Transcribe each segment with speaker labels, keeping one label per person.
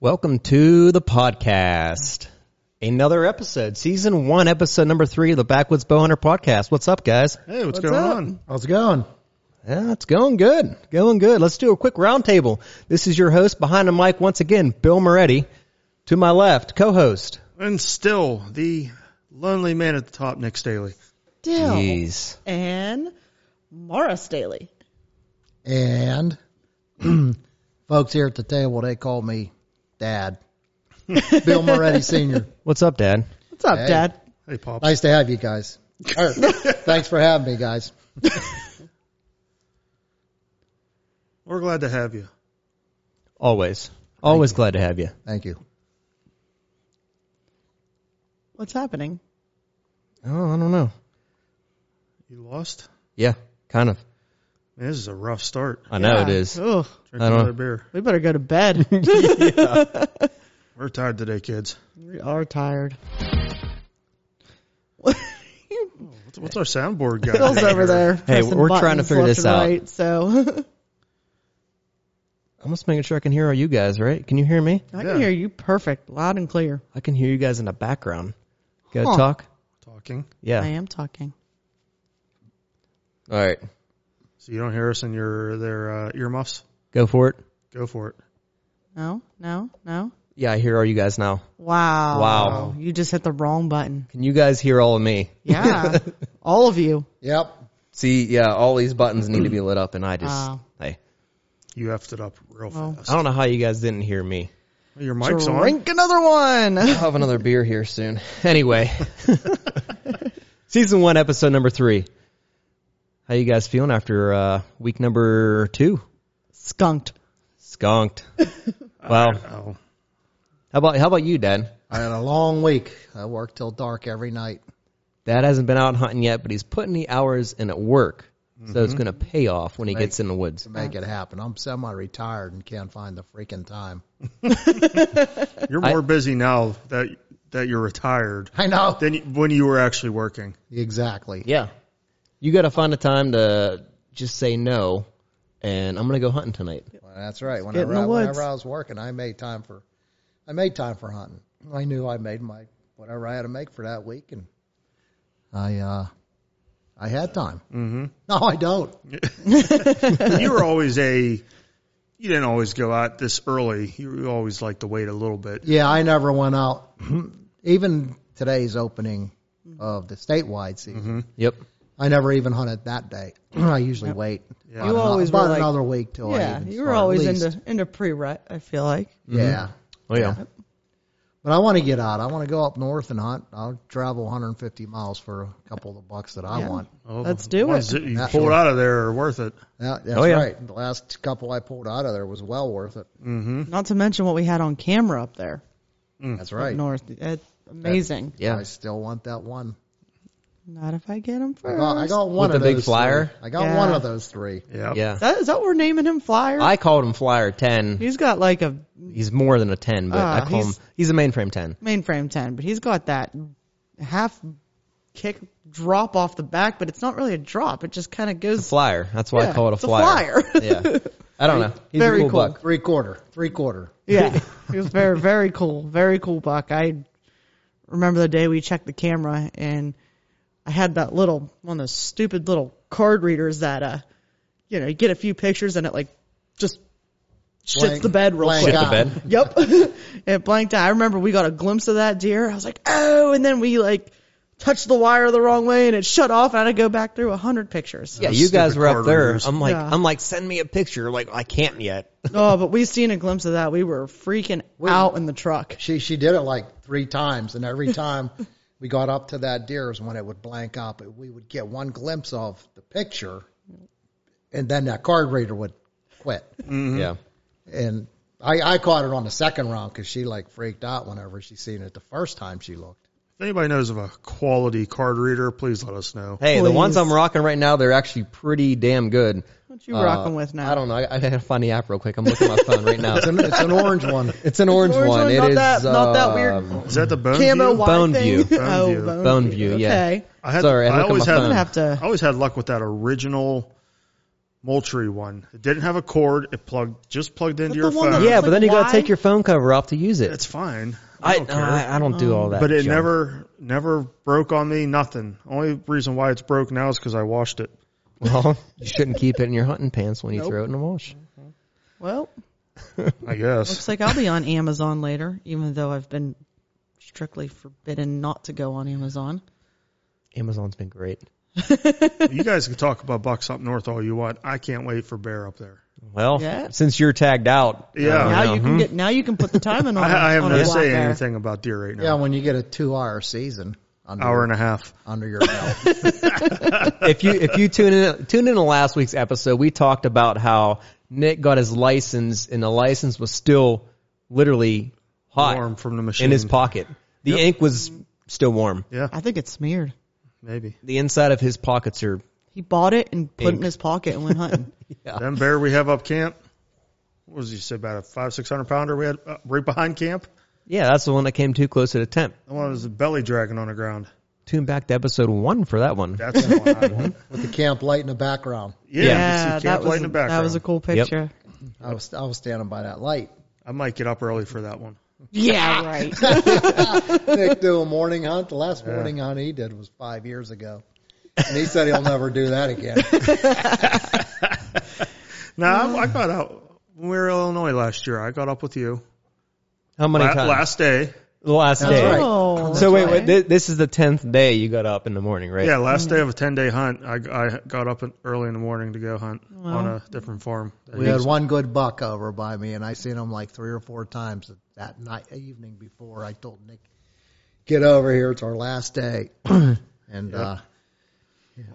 Speaker 1: Welcome to the podcast. Another episode, season one, episode number three of the Backwoods Bowhunter podcast. What's up, guys?
Speaker 2: Hey, what's, going
Speaker 1: up?
Speaker 2: on?
Speaker 3: How's it going?
Speaker 1: Yeah, it's going good. Going good. Let's do a quick roundtable. This is your host behind the mic once again, Bill Moretti. To my left, co-host.
Speaker 2: And still the lonely man at the top, Nick Staley.
Speaker 4: Dill
Speaker 1: Jeez.
Speaker 4: and Mara Staley.
Speaker 3: And folks here at the table, they call me Dad. Bill Moretti Sr.
Speaker 1: What's up, Dad?
Speaker 4: What's up,
Speaker 3: Hey.
Speaker 4: Dad?
Speaker 2: Hey, Pop.
Speaker 3: Nice to have you guys. Er, thanks for having me, guys.
Speaker 2: We're glad to have you.
Speaker 1: Always. Always glad to have you.
Speaker 3: Thank you.
Speaker 4: What's happening?
Speaker 1: Oh, I don't know.
Speaker 2: You lost?
Speaker 1: Yeah, kind of.
Speaker 2: Man, this is a rough start.
Speaker 1: I know
Speaker 4: Yeah.
Speaker 1: it is.
Speaker 4: Ugh,
Speaker 2: Drink
Speaker 1: I don't-
Speaker 2: another beer.
Speaker 4: we better go to bed.
Speaker 2: We're tired today, kids.
Speaker 4: we are tired.
Speaker 2: What's, what's our soundboard guy?
Speaker 4: Bill's over there. pressing
Speaker 1: we're trying to
Speaker 4: buttons
Speaker 1: figure
Speaker 4: left
Speaker 1: this
Speaker 4: and
Speaker 1: out.
Speaker 4: Right, so
Speaker 1: I'm just making sure I can hear all you guys, right? Can you hear me?
Speaker 4: I
Speaker 2: Yeah.
Speaker 4: can hear you perfect, loud and clear.
Speaker 1: I can hear you guys in the background. Go
Speaker 4: Huh.
Speaker 1: talk.
Speaker 2: Talking.
Speaker 1: Yeah.
Speaker 4: I am talking.
Speaker 1: All right.
Speaker 2: So you don't hear us in your their uh, earmuffs?
Speaker 1: Go for it.
Speaker 2: Go for it.
Speaker 4: No, no, no.
Speaker 1: Yeah, I hear all you guys now.
Speaker 4: Wow.
Speaker 1: Wow.
Speaker 4: You just hit the wrong button.
Speaker 1: Can you guys hear all of me?
Speaker 4: Yeah. All of you.
Speaker 3: Yep.
Speaker 1: See, yeah, all these buttons need to be lit up, and I just,
Speaker 4: Wow.
Speaker 1: hey,
Speaker 2: You effed it up real fast.
Speaker 1: I don't know how you guys didn't hear me.
Speaker 2: Your mic's on.
Speaker 4: Drink another one.
Speaker 1: I'll have another beer here soon. Anyway, season one, episode number three. How you guys feeling after uh, week number two?
Speaker 4: Skunked.
Speaker 1: Skunked. Wow. How
Speaker 2: Oh,
Speaker 1: about how about you, Dad?
Speaker 3: I had a long week. I worked till dark every night.
Speaker 1: Dad hasn't been out hunting yet, but he's putting the hours in at work, so it's going to pay off when he gets in the woods.
Speaker 3: to Make it happen. I'm semi-retired and can't find the freaking time.
Speaker 2: you're more busy now that that you're retired
Speaker 3: I know.
Speaker 2: than you, when you were actually working.
Speaker 3: Exactly.
Speaker 1: Yeah. You got to find a time to just say no, and I'm going to go hunting tonight.
Speaker 3: Well, that's right.
Speaker 4: Get in
Speaker 3: Whenever
Speaker 4: the
Speaker 3: I,
Speaker 4: woods.
Speaker 3: whenever I was working, I made time for, I made time for hunting. I knew I made my whatever I had to make for that week, and I, uh, I had time. Mm-hmm. No, I don't.
Speaker 2: you were always a you didn't always go out this early. You always like to wait a little bit.
Speaker 3: Yeah, I never went out. even today's opening of the statewide season,
Speaker 4: Mm-hmm.
Speaker 1: Yep.
Speaker 3: I never even hunted that day. I usually wait. about
Speaker 4: You
Speaker 3: ano-
Speaker 4: always were
Speaker 3: about
Speaker 4: like-
Speaker 3: another week till I
Speaker 4: Yeah.
Speaker 3: even
Speaker 4: You were
Speaker 3: start, at
Speaker 4: always
Speaker 3: least.
Speaker 4: into Mm-hmm. into pre rut, I feel like.
Speaker 3: yeah.
Speaker 1: Oh yeah.
Speaker 3: But I want to get out. I want to go up north and hunt. I'll travel 150 miles for a couple of the bucks that I
Speaker 4: Yeah.
Speaker 3: want.
Speaker 2: Oh,
Speaker 4: Let's do
Speaker 2: ones
Speaker 4: it.
Speaker 2: that You
Speaker 3: That's
Speaker 2: pulled
Speaker 3: right.
Speaker 2: out of there are worth it.
Speaker 3: Yeah, that's
Speaker 1: Oh, yeah.
Speaker 3: right. The last couple I pulled out of there was well worth it.
Speaker 4: Not to mention what we had on camera up there.
Speaker 1: Hmm.
Speaker 3: That's right.
Speaker 4: North. It's amazing.
Speaker 1: Yeah.
Speaker 3: I still want that one.
Speaker 4: Not if I get him
Speaker 3: I
Speaker 4: first.
Speaker 3: got, I got one
Speaker 1: With
Speaker 3: of
Speaker 1: the big
Speaker 3: those
Speaker 1: flyer?
Speaker 3: Three. I got
Speaker 4: Yeah.
Speaker 3: one of those three.
Speaker 2: Yeah.
Speaker 1: Yeah.
Speaker 4: That, is that what we're naming him Flyer?
Speaker 1: I called him Flyer 10.
Speaker 4: he's got like a
Speaker 1: He's more than a 10, but I
Speaker 4: Ah,
Speaker 1: call
Speaker 4: he's-
Speaker 1: him he's a mainframe 10.
Speaker 4: mainframe 10, but he's got that half kick drop off the back, but it's not really a drop. It just kind of goes.
Speaker 1: Flyer. That's why I
Speaker 4: Yeah,
Speaker 1: call it a
Speaker 4: it's a
Speaker 1: flyer.
Speaker 4: flyer.
Speaker 1: yeah. I don't know. He's
Speaker 4: Very
Speaker 1: a cool,
Speaker 4: cool.
Speaker 1: buck.
Speaker 3: Three quarter. Three quarter.
Speaker 4: Yeah. he was very, very cool. Very cool buck. I remember the day we checked the camera and I had that little, one of those stupid little card readers that, uh, you know, you get a few pictures and it like just shits
Speaker 3: Blank-
Speaker 4: the bed real
Speaker 3: blank
Speaker 4: quick.
Speaker 3: eye.
Speaker 1: The bed.
Speaker 4: Yep. it blanked out. I remember we got a glimpse of that deer. I was like, oh, and then we like touched the wire the wrong way and it shut off and I had to go back through a hundred pictures.
Speaker 1: Yeah, you guys
Speaker 2: stupid
Speaker 1: were up
Speaker 2: card
Speaker 1: there.
Speaker 2: readers.
Speaker 1: I'm like
Speaker 4: Yeah.
Speaker 1: I'm like send me a picture. Like I can't yet.
Speaker 4: oh, but we seen a glimpse of that. We were freaking out in the truck.
Speaker 3: She she did it like three times, and every time we got up to that deer is when it would blank up. We would get one glimpse of the picture, and then that card reader would quit.
Speaker 4: Mm-hmm.
Speaker 1: Yeah.
Speaker 3: And I, I caught it on the second round because she like freaked out whenever she seen it the first time she looked.
Speaker 2: If anybody knows of a quality card reader, please let us know.
Speaker 1: Hey, the ones
Speaker 4: Please.
Speaker 1: I'm rocking right now, they're actually pretty damn good.
Speaker 4: What you rocking with now?
Speaker 1: I don't know. I, I gotta find the app real quick. I'm looking at my phone right now.
Speaker 3: It's an, it's an orange one.
Speaker 1: It's an orange,
Speaker 4: Orange
Speaker 1: one.
Speaker 4: one,
Speaker 1: It
Speaker 4: not
Speaker 1: is,
Speaker 4: that- not that weird
Speaker 1: um,
Speaker 2: Is that the bone?
Speaker 4: Camo
Speaker 2: view?
Speaker 4: Y
Speaker 1: Bone
Speaker 4: thing?
Speaker 1: view.
Speaker 2: Bone
Speaker 4: oh,
Speaker 2: view.
Speaker 4: Bone,
Speaker 1: Bone
Speaker 4: view.
Speaker 1: view, yeah.
Speaker 4: Okay.
Speaker 2: I had,
Speaker 1: Sorry, I
Speaker 2: I,
Speaker 1: looked at
Speaker 2: always
Speaker 1: my
Speaker 2: had.
Speaker 1: phone.
Speaker 4: Have to-
Speaker 2: I always had luck with that original Moultrie one. It didn't have a cord. It plugged just plugged into
Speaker 4: But
Speaker 2: your
Speaker 4: the one that-
Speaker 2: phone.
Speaker 1: Yeah,
Speaker 4: Like,
Speaker 1: but then you got to
Speaker 4: why?
Speaker 1: take your phone cover off to use it.
Speaker 2: it's fine. I
Speaker 1: I,
Speaker 2: don't care.
Speaker 1: I I don't do all that.
Speaker 2: but it
Speaker 1: junk.
Speaker 2: never never broke on me. Nothing. Only reason why it's broke now is because I washed it.
Speaker 1: Well, you shouldn't keep it in your hunting pants when you
Speaker 4: Nope.
Speaker 1: throw it in the wash.
Speaker 4: Well,
Speaker 2: I guess.
Speaker 4: looks like I'll be on Amazon later, even though I've been strictly forbidden not to go on Amazon.
Speaker 1: Amazon's been great.
Speaker 2: you guys can talk about Bucks Up North all you want. I can't wait for Bear up there.
Speaker 1: Well,
Speaker 4: Yeah.
Speaker 1: since you're tagged out, uh, I
Speaker 2: Yeah.
Speaker 1: don't
Speaker 4: now
Speaker 1: know.
Speaker 4: you can get now you can put the time in on.
Speaker 2: Oh, I, I
Speaker 4: a-
Speaker 2: have
Speaker 4: on
Speaker 2: no
Speaker 4: a black
Speaker 2: say
Speaker 4: bear.
Speaker 2: anything about deer right now.
Speaker 3: Yeah, when you get a two-hour season under
Speaker 2: Hour
Speaker 3: your,
Speaker 2: and a half.
Speaker 3: under your belt.
Speaker 1: if you if you tune in tune in to last week's episode, we talked about how Nick got his license and the license was still literally hot
Speaker 2: Warm from the machine.
Speaker 1: in his pocket. The
Speaker 2: Yep.
Speaker 1: ink was still warm.
Speaker 2: Yeah,
Speaker 4: I think it's smeared.
Speaker 2: maybe.
Speaker 1: The inside of his pockets are
Speaker 4: He bought it and put it in
Speaker 1: Ink.
Speaker 4: his pocket and went hunting.
Speaker 2: Then Bear we have up camp. What was he say about a five six hundred pounder we had uh, right behind camp?
Speaker 1: yeah, that's the one that came too close to the tent.
Speaker 2: The one that was belly dragging on the ground.
Speaker 1: Tune back to episode one for that one.
Speaker 2: That's the one I want.
Speaker 3: with the camp light in the background.
Speaker 2: Yeah, you can see camp
Speaker 4: that
Speaker 2: light
Speaker 4: was
Speaker 2: in the
Speaker 4: a, that
Speaker 2: background.
Speaker 4: was a cool picture.
Speaker 3: I was I was standing by that light.
Speaker 2: I might get up early for that one.
Speaker 4: Yeah, right.
Speaker 3: Nick do a morning hunt. The last morning hunt he did was five years ago, and he said he'll never do that again.
Speaker 2: No, I, I got out. When we were in Illinois last year, I got up with you.
Speaker 1: How many
Speaker 2: La-
Speaker 1: times?
Speaker 2: last day.
Speaker 1: the last
Speaker 3: That's
Speaker 1: day.
Speaker 3: right.
Speaker 4: Oh,
Speaker 1: So wait,
Speaker 4: okay.
Speaker 1: wait this, this is the tenth day you got up in the morning, right?
Speaker 2: Yeah, last day of a 10 day hunt. I, I got up in, early in the morning to go hunt on a different farm.
Speaker 3: We had one good buck over by me, and I seen him like three or four times that night, evening before. I told Nick, "Get over here. It's our last day." and uh,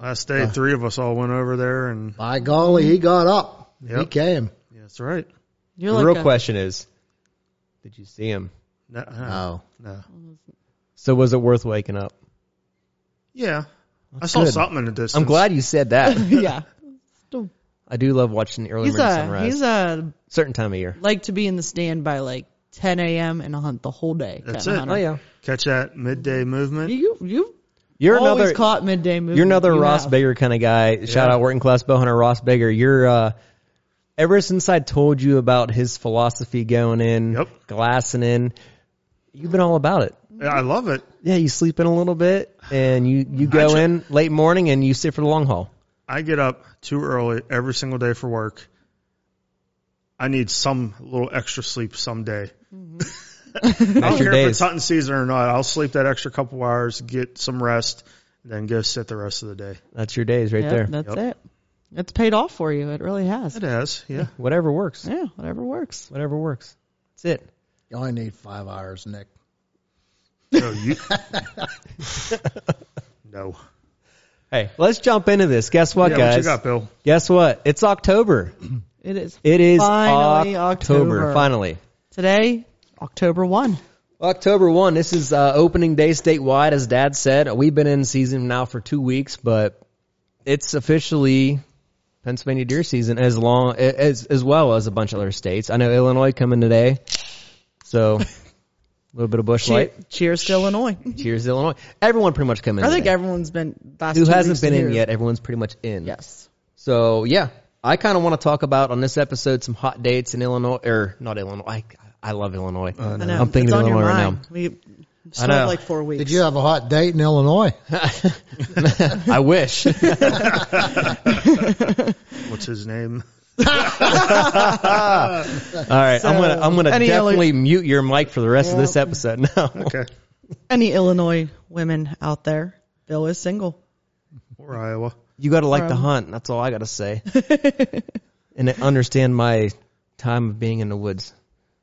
Speaker 2: last day,
Speaker 1: Uh.
Speaker 2: three of us all went over there, and
Speaker 3: by golly, he got up. He
Speaker 2: Yep.
Speaker 3: came.
Speaker 2: yeah, that's right.
Speaker 4: You're
Speaker 1: The
Speaker 4: like
Speaker 1: real
Speaker 4: a-
Speaker 1: question is, did you see him?
Speaker 2: No,
Speaker 3: Oh,
Speaker 2: no.
Speaker 1: So was it worth waking up?
Speaker 2: Yeah, I saw
Speaker 1: good.
Speaker 2: something in the distance.
Speaker 1: I'm glad you said that.
Speaker 4: Yeah,
Speaker 1: I do love watching the early
Speaker 4: he's
Speaker 1: morning
Speaker 4: a
Speaker 1: sunrise.
Speaker 4: he's a
Speaker 1: Certain time of year.
Speaker 4: like to be in the stand by like 10 a.m. and hunt the whole day.
Speaker 2: That's
Speaker 4: kinda
Speaker 2: it.
Speaker 4: hunter.
Speaker 1: Oh yeah,
Speaker 2: catch that midday movement.
Speaker 4: You you
Speaker 1: you're
Speaker 4: always
Speaker 1: another
Speaker 4: caught midday movement.
Speaker 1: you're another
Speaker 4: You
Speaker 1: Ross
Speaker 4: have.
Speaker 1: Bigger kind of guy. Shout out working class bow hunter Ross Bigger. You're uh, ever since I told you about his philosophy going in,
Speaker 2: Yep.
Speaker 1: glassing in, you've been all about it.
Speaker 2: Yeah, I love it.
Speaker 1: Yeah, you sleep in a little bit and you you
Speaker 2: I
Speaker 1: go
Speaker 2: ju-
Speaker 1: in late morning and you sit for the long haul.
Speaker 2: I get up too early every single day for work. I need some little extra sleep someday. I don't
Speaker 1: Extra
Speaker 2: care if it's
Speaker 1: days.
Speaker 2: hunting season or not. I'll sleep that extra couple hours, get some rest, and then go sit the rest of the day.
Speaker 1: That's your days right
Speaker 4: Yep,
Speaker 1: there.
Speaker 4: That's it. It's paid off for you. It really has.
Speaker 2: It has, yeah.
Speaker 1: Whatever works.
Speaker 4: Yeah, whatever works.
Speaker 1: Whatever works. That's it.
Speaker 3: you only need five hours, Nick.
Speaker 2: No, you. no.
Speaker 1: Hey, let's jump into this. Guess what,
Speaker 2: yeah,
Speaker 1: guys?
Speaker 2: what you got, Bill?
Speaker 1: Guess what? It's October.
Speaker 4: It is
Speaker 1: It is
Speaker 4: Finally, October.
Speaker 1: October. Finally.
Speaker 4: today, October one.
Speaker 1: October 1, this is uh, opening day statewide, as Dad said. We've been in season now for two weeks, but it's officially Pennsylvania deer season as long as as well as a bunch of other states. I know Illinois coming today, so a little bit of bush light.
Speaker 4: Che- Cheers to Illinois.
Speaker 1: Cheers, Illinois. Everyone pretty much coming.
Speaker 4: I think
Speaker 1: today.
Speaker 4: everyone's been. Last
Speaker 1: who
Speaker 4: two
Speaker 1: hasn't
Speaker 4: weeks
Speaker 1: been in
Speaker 4: here.
Speaker 1: yet, everyone's pretty much in.
Speaker 4: Yes.
Speaker 1: So yeah, I kind of want to talk about on this episode some hot dates in Illinois or not Illinois. I, I love Illinois.
Speaker 4: I know.
Speaker 1: I'm thinking
Speaker 4: it's
Speaker 1: of
Speaker 4: on your
Speaker 1: Illinois right now.
Speaker 4: mind. We still
Speaker 1: know.
Speaker 4: have like four weeks.
Speaker 3: Did you have a hot date in Illinois?
Speaker 1: I wish.
Speaker 2: What's his name?
Speaker 1: All right, I'm gonna I'm gonna
Speaker 4: So, any
Speaker 1: definitely mute your mic for the rest of this episode. No,
Speaker 2: Okay.
Speaker 4: Any Illinois women out there? Bill is single.
Speaker 2: Or Iowa.
Speaker 1: you gotta like the
Speaker 4: Um.
Speaker 1: hunt. That's all I gotta say. and understand my time of being in the woods.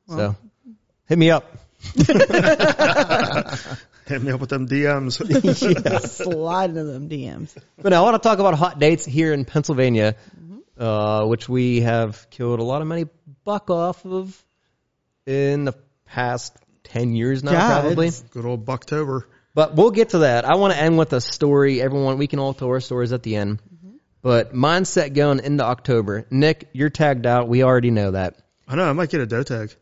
Speaker 1: so hit me up.
Speaker 2: Hit me up with them DMs.
Speaker 4: Slide into them DMs.
Speaker 1: But I want to talk about hot dates here in Pennsylvania, uh, which we have killed a lot of money buck off of in the past 10 years now,
Speaker 4: Yeah,
Speaker 1: probably.
Speaker 4: it's-
Speaker 2: Good old Bucktober.
Speaker 1: But we'll get to that. I want to end with a story. Everyone, we can all tell our stories at the end.
Speaker 4: Mm-hmm.
Speaker 1: But mindset going into October. Nick, you're tagged out. We already know that.
Speaker 2: I know, I might get a doe tag.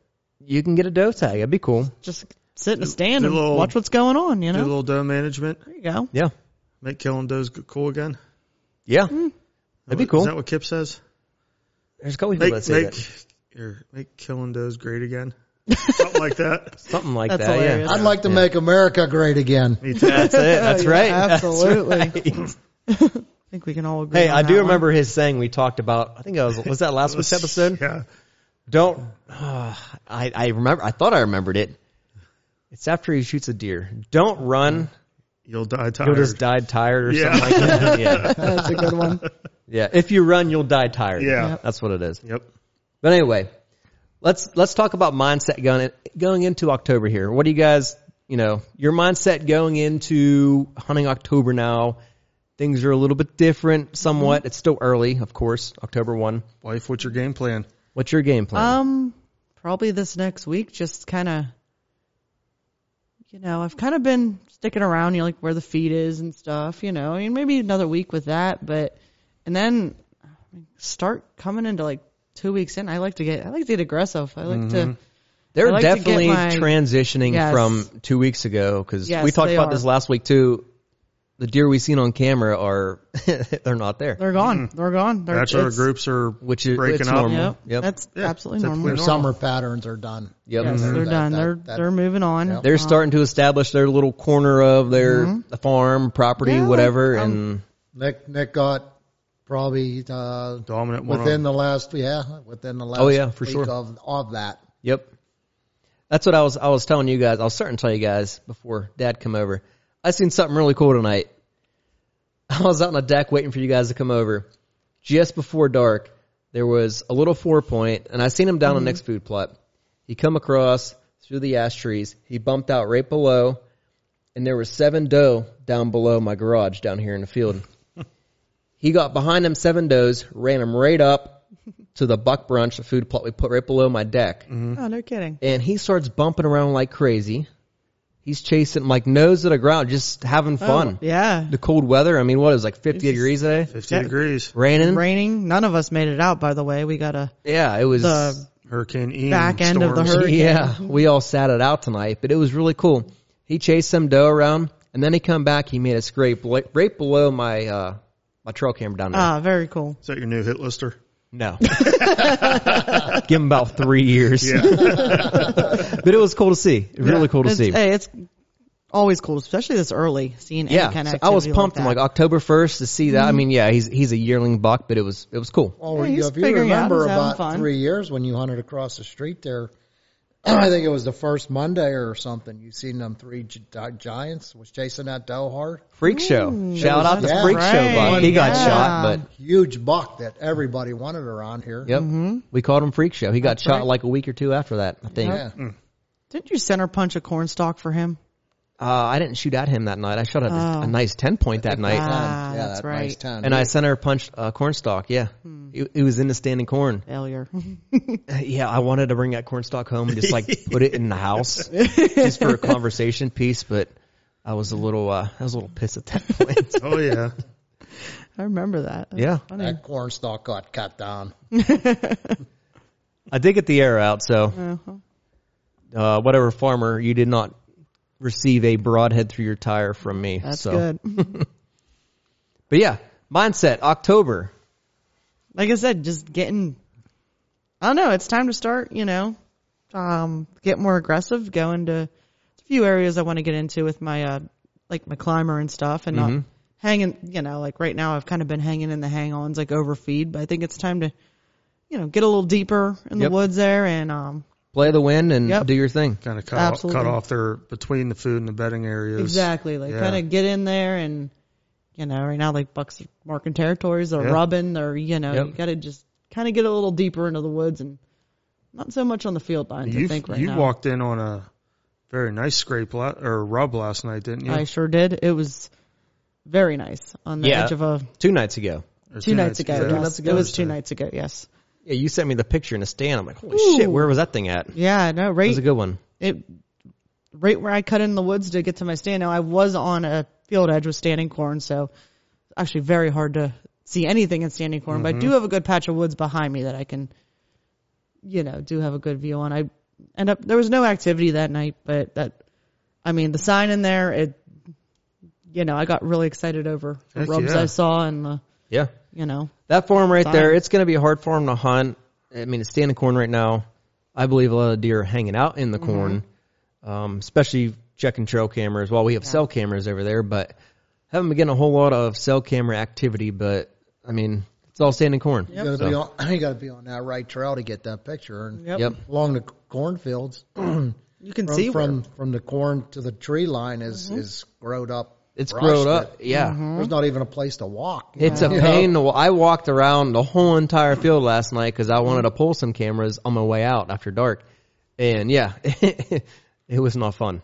Speaker 1: You can get a doe tag. That'd be cool.
Speaker 4: Just sit in a stand
Speaker 2: do
Speaker 4: and
Speaker 2: a little-
Speaker 4: watch what's going on. You
Speaker 2: Do a
Speaker 4: know.
Speaker 2: little doe management.
Speaker 4: There you go.
Speaker 1: Yeah.
Speaker 2: Make killing does cool again.
Speaker 4: Mm.
Speaker 1: Yeah. That'd be
Speaker 2: Is
Speaker 1: cool.
Speaker 2: that what Kip says?
Speaker 1: There's a couple people
Speaker 2: Make
Speaker 1: that say
Speaker 2: make
Speaker 1: that.
Speaker 2: here, make killing does great again. Something like that.
Speaker 1: Something like
Speaker 4: That's
Speaker 1: that.
Speaker 4: hilarious.
Speaker 1: Yeah.
Speaker 3: I'd like to make America great again.
Speaker 2: Me too.
Speaker 1: That's it. That's
Speaker 4: Yeah,
Speaker 1: right.
Speaker 4: absolutely.
Speaker 1: That's right.
Speaker 4: I think we can all agree.
Speaker 1: Hey,
Speaker 4: on
Speaker 1: I
Speaker 4: that
Speaker 1: do
Speaker 4: one.
Speaker 1: remember his saying we talked about. I think I was was that last week's episode.
Speaker 2: Yeah.
Speaker 1: Don't. ah, I I remember. I thought I remembered it. It's after he shoots a deer. Don't run.
Speaker 2: You'll die tired.
Speaker 1: You'll just die tired or
Speaker 2: Yeah.
Speaker 1: something like that. Yeah.
Speaker 4: That's a good one.
Speaker 1: yeah. If you run, you'll die tired.
Speaker 2: Yeah.
Speaker 4: Yep.
Speaker 1: That's what it is.
Speaker 2: Yep.
Speaker 1: But anyway, let's let's talk about mindset going going into October here. What do you guys, you know, your mindset going into hunting October now? Things are a little bit different, somewhat.
Speaker 4: Mm-hmm.
Speaker 1: It's still early, of course, October one.
Speaker 2: Wife, what's your game plan?
Speaker 1: What's your game plan?
Speaker 4: Um, probably this next week, just kind of, you know, I've kind of been sticking around, you know, like where the feed is and stuff, you know, I mean, maybe another week with that, but, and then I mean, start coming into like two weeks in. I like to get, I like to get aggressive. I like
Speaker 1: Mm-hmm.
Speaker 4: to,
Speaker 1: They're
Speaker 4: I like to get
Speaker 1: definitely
Speaker 4: my-
Speaker 1: transitioning
Speaker 4: Yes.
Speaker 1: from two weeks ago because
Speaker 4: Yes,
Speaker 1: we talked
Speaker 4: they
Speaker 1: about
Speaker 4: are.
Speaker 1: this last week too. The deer we seen on camera are they're not there,
Speaker 4: they're gone.
Speaker 1: Mm-hmm.
Speaker 4: They're gone. They're,
Speaker 2: Bachelor
Speaker 4: it's-
Speaker 2: groups are
Speaker 1: which is
Speaker 2: breaking
Speaker 1: it's
Speaker 2: up.
Speaker 1: normal.
Speaker 4: Yep.
Speaker 1: Yep.
Speaker 4: That's
Speaker 2: Yeah,
Speaker 4: absolutely
Speaker 2: that's
Speaker 4: normal.
Speaker 2: pretty
Speaker 3: Their
Speaker 2: normal.
Speaker 3: summer patterns are done.
Speaker 1: Yep.
Speaker 4: Yes,
Speaker 1: Mhm.
Speaker 4: they're
Speaker 3: That-
Speaker 4: done.
Speaker 3: that-
Speaker 4: they're
Speaker 3: that-
Speaker 4: they're moving on.
Speaker 3: Yep.
Speaker 1: They're starting to establish their little corner of their the farm property,
Speaker 4: Mm-hmm. Yeah, like,
Speaker 1: whatever,
Speaker 4: um,
Speaker 1: and
Speaker 3: Nick Nick got probably uh,
Speaker 2: Dominant one.
Speaker 3: within
Speaker 2: of
Speaker 3: the last yeah within the last
Speaker 1: Oh, yeah, for
Speaker 3: week
Speaker 1: sure.
Speaker 3: of of that.
Speaker 1: Yep. That's what I was I was telling you guys. I was starting to tell you guys before Dad come over. I seen something really cool tonight. I was out on the deck waiting for you guys to come over. Just before dark, there was a little four point, and I seen him down on Nick's food plot. He come across through the ash trees. He bumped out right below, and there was seven doe down below my garage down here in the field. he got behind them seven does, ran them right up to the buck brunch, the food plot we put right below my deck
Speaker 3: Mm-hmm.
Speaker 4: Oh, no kidding.
Speaker 1: and he starts bumping around like crazy. He's chasing like nose to the ground, just having fun.
Speaker 4: Oh, yeah.
Speaker 1: The cold weather. I mean, what it was like 50 degrees today,
Speaker 2: 50 degrees.
Speaker 1: raining.
Speaker 4: Raining. None of us made it out. By the way, we got a
Speaker 1: Yeah, it was.
Speaker 4: the
Speaker 2: Hurricane Ian.
Speaker 4: Back end of the
Speaker 2: storms.
Speaker 4: hurricane.
Speaker 1: yeah, we all sat it out tonight, but it was really cool. He chased some doe around, and then he come back. He made a scrape like, right below my uh my trail camera down there.
Speaker 4: ah very cool.
Speaker 2: Is that your new hit lister?
Speaker 1: No. Give him about three years. but it was cool to see. Really cool to
Speaker 4: It's-
Speaker 1: see.
Speaker 4: Hey, it's always cool, especially this early, seeing
Speaker 1: Yeah,
Speaker 4: any kind of
Speaker 1: so I was
Speaker 4: activity
Speaker 1: pumped.
Speaker 4: Like Mm-hmm.
Speaker 1: I'm like oh. October first to see that. I mean, yeah, he's he's a yearling buck, but it was it was cool.
Speaker 3: Well,
Speaker 4: Yeah,
Speaker 3: you-
Speaker 4: he's
Speaker 3: if you
Speaker 4: figuring out,
Speaker 3: remember
Speaker 4: he's having
Speaker 3: about
Speaker 4: fun.
Speaker 3: three years when you hunted across the street there, I think it was the first Monday or something. You seen them three gi- uh, giants was chasing that doe hard,
Speaker 1: Freak show. Shout out to
Speaker 3: Yeah.
Speaker 1: Freak Show
Speaker 4: Right.
Speaker 1: buck. He got
Speaker 4: Yeah.
Speaker 1: shot, but
Speaker 3: huge buck that everybody wanted around here.
Speaker 1: yep, we called him Freak Show. He got shot
Speaker 4: Mm-hmm. right.
Speaker 1: like a week or two after that. I think.
Speaker 3: Yeah.
Speaker 4: Didn't you center punch a corn stalk for him?
Speaker 1: Uh, I didn't shoot at him that night. I shot at a-
Speaker 4: Oh.
Speaker 1: a nice ten point that night,
Speaker 4: Ah,
Speaker 3: yeah,
Speaker 4: that's
Speaker 3: that nice
Speaker 4: right.
Speaker 3: town.
Speaker 1: and I center punched a cornstalk. Yeah,
Speaker 4: Hmm.
Speaker 1: it, it was in the standing corn.
Speaker 4: Failure.
Speaker 1: Yeah, I wanted to bring that cornstalk home and just like put it in the house just for a conversation piece, but I was a little uh, I was a little pissed at that point.
Speaker 2: Oh, yeah.
Speaker 4: I remember that. That's
Speaker 1: yeah.
Speaker 4: Funny.
Speaker 3: that corn stalk got cut down.
Speaker 1: I did get the error out, so
Speaker 4: Uh-huh.
Speaker 1: uh, whatever farmer, you did not receive a broadhead through your tire from me.
Speaker 4: That's
Speaker 1: so.
Speaker 4: good.
Speaker 1: But yeah, mindset October.
Speaker 4: like I said, just getting. I don't know. It's time to start. You know, um, get more aggressive. Go into there's a few areas I want to get into with my uh, like my climber and stuff, and not hanging. You know, like right now I've kind of been hanging in the hang-ons, like overfeed. But I think it's time to, you know, get a little deeper in
Speaker 1: Yep.
Speaker 4: the woods there, and um,
Speaker 1: Play the win and
Speaker 4: Yep.
Speaker 1: do your thing.
Speaker 2: Kind of cut off,
Speaker 4: Absolutely.
Speaker 2: cut off their between the food and the bedding areas.
Speaker 4: Exactly. Like
Speaker 2: Yeah.
Speaker 4: kind of get in there and you know, right now like bucks are marking territories or
Speaker 2: Yeah.
Speaker 4: rubbing or you know,
Speaker 1: Yep.
Speaker 4: you gotta just kinda get a little deeper into the woods and not so much on the field lines, I
Speaker 2: You
Speaker 4: think right
Speaker 2: you
Speaker 4: now.
Speaker 2: walked in on a very nice scrape la- or rub last night, didn't you?
Speaker 4: I sure did. It was very nice on the
Speaker 1: Yeah.
Speaker 4: edge of a
Speaker 1: Two nights ago.
Speaker 2: Or
Speaker 4: two, nights, ago.
Speaker 2: Yeah.
Speaker 4: yes. it was two nights ago, yes.
Speaker 1: Yeah, you sent me the picture in the stand. I'm like, holy
Speaker 4: Ooh.
Speaker 1: shit, where was that thing at? It
Speaker 4: Yeah, no, right
Speaker 1: was a good one.
Speaker 4: it right where I cut in the woods to get to my stand. Now I was on a field edge with standing corn, so it's actually very hard to see anything in standing corn. But I
Speaker 1: Mm-hmm.
Speaker 4: do have a good patch of woods behind me that I can, you know, do have a good view on. I end up there was no activity that night, but that I mean the sign in there it. You know, I got really excited over the
Speaker 2: Heck
Speaker 4: rubs
Speaker 2: yeah.
Speaker 4: I saw and the
Speaker 1: Yeah.
Speaker 4: you know.
Speaker 1: That farm right
Speaker 4: Fine.
Speaker 1: there, it's going to be hard for him to hunt. I mean, it's standing corn right now. I believe a lot of deer are hanging out in the corn, um, especially checking trail cameras. While we have cell cameras over there, but haven't been getting a whole lot of cell camera activity. But I mean, it's all standing corn.
Speaker 3: You gotta be on. You gotta be on that right trail to get that picture. And
Speaker 1: Yep.
Speaker 3: along the cornfields, from
Speaker 4: You can see Mm-hmm.
Speaker 3: from, from the corn to the tree line is is growed up.
Speaker 1: It's
Speaker 3: brush
Speaker 1: grown up.
Speaker 3: that
Speaker 1: Yeah.
Speaker 3: There's not even a place to walk.
Speaker 1: It's a
Speaker 3: You know?
Speaker 1: pain. To, wa- I walked around the whole entire field last night because I wanted to pull some cameras on my way out after dark, and yeah, it was not fun.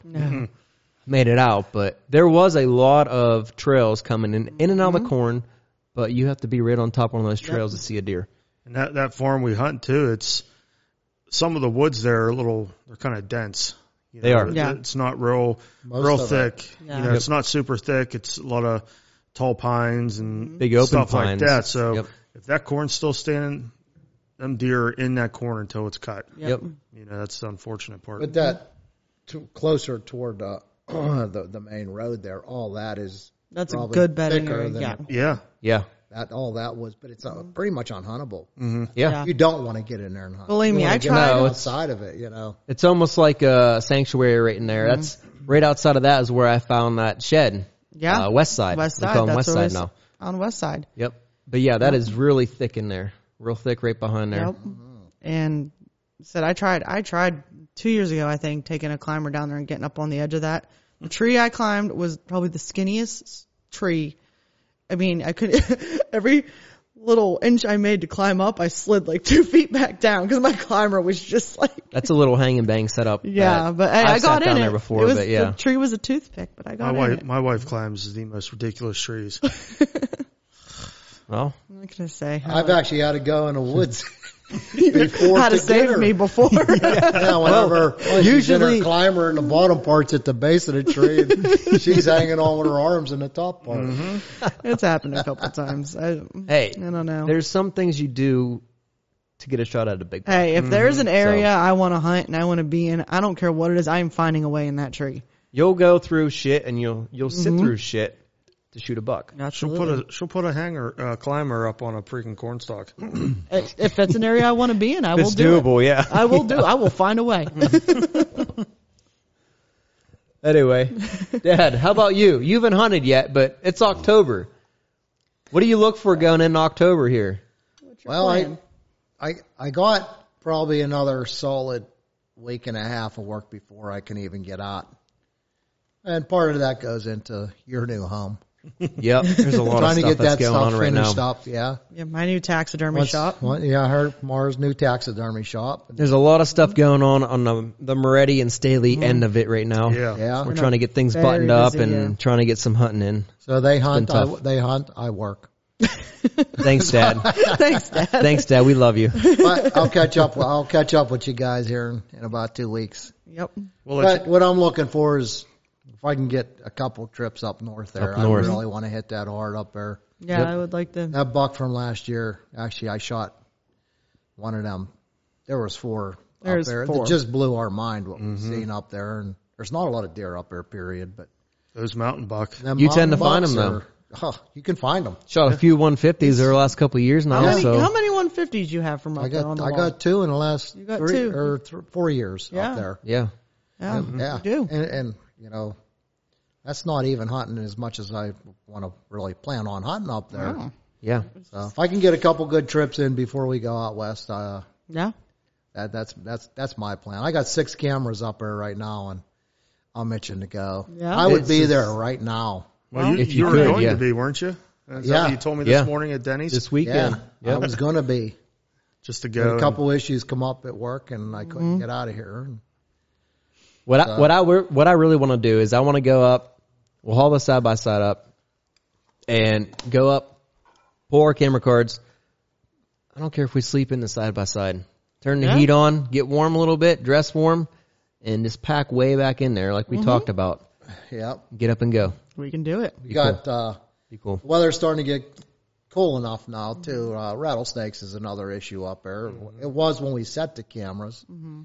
Speaker 1: Made it out, but there was a lot of trails coming in in and out
Speaker 4: Mm-hmm.
Speaker 1: of the corn. But you have to be right on top of one of those trails to see a deer.
Speaker 2: And that, that farm we hunt too, it's some of the woods there are a little, they're kind of dense. You
Speaker 1: They
Speaker 2: know,
Speaker 1: are.
Speaker 2: it-
Speaker 4: Yeah.
Speaker 2: It's not real,
Speaker 3: Most
Speaker 2: real
Speaker 3: of
Speaker 2: thick.
Speaker 4: Yeah.
Speaker 2: You know, it's not super thick. It's a lot of tall pines and
Speaker 1: Mm-hmm. Big open
Speaker 2: stuff
Speaker 1: pines.
Speaker 2: like that. So
Speaker 1: Yep.
Speaker 2: if that corn's still standing, them deer are in that corn until it's cut.
Speaker 1: Yep.
Speaker 2: You know, that's the unfortunate part.
Speaker 3: But that to, closer toward uh, the the main road there, all that is
Speaker 4: That's a
Speaker 3: probably
Speaker 4: good bedding
Speaker 3: thicker
Speaker 4: area.
Speaker 3: than-
Speaker 4: Yeah.
Speaker 2: yeah.
Speaker 1: Yeah.
Speaker 3: that all that was, but it's
Speaker 4: Mm-hmm.
Speaker 3: uh, pretty much unhuntable.
Speaker 1: Yeah.
Speaker 4: Yeah.
Speaker 3: You don't want to get in there and hunt.
Speaker 4: Believe
Speaker 3: You
Speaker 4: me,
Speaker 3: wanna
Speaker 4: Mm-hmm. I
Speaker 3: get
Speaker 4: tried- No,
Speaker 3: outside of it. You know,
Speaker 1: It's almost like a sanctuary right in there. That's right outside of that is where I found that shed.
Speaker 4: Mm-hmm. Yeah.
Speaker 1: Uh, west side.
Speaker 4: West
Speaker 1: We
Speaker 4: side.
Speaker 1: call 'em west
Speaker 4: That's what it
Speaker 1: side
Speaker 4: is.
Speaker 1: now.
Speaker 4: On west side.
Speaker 1: Yep. But yeah, that is really thick in there. Real thick right behind there.
Speaker 4: Yep. And said I tried I tried two years ago I think taking a climber down there and getting up on the edge of that. The tree I climbed was probably the skinniest s- tree. I mean I could every little inch I made to climb up I slid like two feet back down because my climber was just like
Speaker 1: That's a little hang and bang setup.
Speaker 4: yeah.
Speaker 1: that
Speaker 4: but I, I
Speaker 1: I've
Speaker 4: got
Speaker 1: sat down
Speaker 4: in
Speaker 1: there
Speaker 4: it.
Speaker 1: before,
Speaker 4: It was-
Speaker 1: but yeah,
Speaker 4: the tree was a toothpick, but I
Speaker 2: My
Speaker 4: got in
Speaker 2: wife,
Speaker 4: it.
Speaker 2: my wife climbs the most ridiculous trees.
Speaker 1: well,
Speaker 4: I'm not gonna say how,
Speaker 3: I've actually had to go in the woods before
Speaker 4: how to
Speaker 3: to
Speaker 4: save
Speaker 3: get her.
Speaker 4: me before.
Speaker 3: Yeah, whenever
Speaker 1: usually-
Speaker 3: usually climber in the bottom part's at the base of the tree, and she's hanging on with her arms in the top part.
Speaker 4: Mm-hmm. it's happened a couple times. I,
Speaker 1: hey,
Speaker 4: I don't know.
Speaker 1: there's some things you do to get a shot at a big. buck.
Speaker 4: Hey, if there's
Speaker 3: Mm-hmm.
Speaker 4: an area I want to hunt and I want to be in, I don't care what it is, I am finding a way in that tree.
Speaker 1: You'll go through shit and you'll you'll sit
Speaker 4: Mm-hmm.
Speaker 1: through shit to shoot a buck.
Speaker 2: She'll put a she'll put a hanger uh, climber up on a freaking cornstalk.
Speaker 4: If if that's an area I want to be in, I will
Speaker 1: It's
Speaker 4: do it.
Speaker 1: doable, yeah.
Speaker 4: I will do. I will find a way.
Speaker 1: Anyway, Dad, how about you? You haven't hunted yet, but it's October. What do you look for going in October here?
Speaker 3: Well, I, I, I got probably another solid week and a half of work before I can even get out. And part of that goes into your new home.
Speaker 1: Yep, there's a lot of
Speaker 3: Trying to
Speaker 1: stuff
Speaker 3: get
Speaker 1: that's
Speaker 3: that
Speaker 1: going
Speaker 3: stuff
Speaker 1: on right now.
Speaker 3: finished up, yeah.
Speaker 4: Yeah, my new taxidermy
Speaker 3: Once-
Speaker 4: shop.
Speaker 3: one- yeah, I heard Mars new taxidermy shop.
Speaker 1: There's a lot of stuff going on on the, the Moretti and Staley end of it right now.
Speaker 2: Yeah.
Speaker 3: Yeah.
Speaker 1: We're trying to get things
Speaker 4: Mm-hmm. Very
Speaker 1: buttoned up
Speaker 4: busy,
Speaker 1: and
Speaker 4: yeah.
Speaker 1: trying to get some hunting in.
Speaker 3: So they hunt,
Speaker 1: been
Speaker 3: I,
Speaker 1: tough.
Speaker 3: they hunt, I work.
Speaker 1: Thanks, Dad.
Speaker 4: Thanks, Dad.
Speaker 1: Thanks, Dad. We love you.
Speaker 3: But I'll catch up. with- I'll catch up with you guys here in, in about two weeks.
Speaker 4: Yep.
Speaker 2: Well,
Speaker 3: But what I'm looking for is if I can get a couple trips up north there.
Speaker 1: Up north.
Speaker 3: I really want to hit that hard up there.
Speaker 4: Yeah,
Speaker 1: Yep.
Speaker 4: I would like to.
Speaker 3: That buck from last year, actually, I shot one of them. There was four
Speaker 4: There's
Speaker 3: up there.
Speaker 4: four.
Speaker 3: It just blew our mind what we've
Speaker 1: Mm-hmm.
Speaker 3: seen up there. And there's not a lot of deer up there, period. But
Speaker 2: those mountain buck.
Speaker 3: them
Speaker 1: You tend to
Speaker 3: mountain
Speaker 1: find
Speaker 3: bucks
Speaker 1: 'em,
Speaker 3: are- Oh, you can find them.
Speaker 1: Shot a few 150s over the last couple of years now.
Speaker 4: How many,
Speaker 1: so
Speaker 4: how many 150s you have from up
Speaker 3: I
Speaker 4: there on
Speaker 3: got
Speaker 4: the
Speaker 3: I
Speaker 4: wall?
Speaker 3: got two in the last
Speaker 4: got
Speaker 3: three
Speaker 4: two.
Speaker 3: or th- four years
Speaker 4: Yeah.
Speaker 3: up there.
Speaker 1: yeah,
Speaker 4: yeah,
Speaker 3: uh,
Speaker 1: Mm-hmm.
Speaker 3: Yeah,
Speaker 4: you do.
Speaker 3: And, and you know, that's not even hunting as much as I want to really plan on hunting up there.
Speaker 1: yeah.
Speaker 3: So if I can get a couple good trips in before we go out west, uh,
Speaker 4: Yeah.
Speaker 3: that that's that's that's my plan. I got six cameras up there right now, and I'm itching to go.
Speaker 4: Yeah.
Speaker 3: I would
Speaker 1: It's
Speaker 3: be
Speaker 1: just-
Speaker 3: there right now.
Speaker 2: Well, you,
Speaker 1: If
Speaker 2: you,
Speaker 1: you
Speaker 2: were
Speaker 1: could,
Speaker 2: going
Speaker 1: yeah.
Speaker 2: to be, weren't you? Is that
Speaker 3: Yeah.
Speaker 2: what you told me this
Speaker 1: Yeah.
Speaker 2: morning at Denny's
Speaker 1: This
Speaker 3: Yeah,
Speaker 1: weekend.
Speaker 3: I was gonna be.
Speaker 2: just to
Speaker 3: But
Speaker 2: go.
Speaker 3: a couple issues come up at work, and I couldn't
Speaker 4: Mm-hmm.
Speaker 3: get out of here. And
Speaker 1: What I, what I re- what I really want to do is I want to go up. We'll haul the side by side up, and go up. Pull our camera cards. I don't care if we sleep in the side by side. Turn the
Speaker 4: Yeah.
Speaker 1: heat on, get warm a little bit, dress warm, and just pack way back in there like
Speaker 4: Mm-hmm.
Speaker 1: we talked about.
Speaker 3: yeah,
Speaker 1: Get up and go.
Speaker 4: We can do it.
Speaker 3: we got uh,
Speaker 1: Be cool.
Speaker 3: weather's starting to get cool enough now
Speaker 4: Mm-hmm.
Speaker 3: too. Uh, rattlesnakes is another issue up there. It was when we set the cameras.
Speaker 4: Mm-hmm.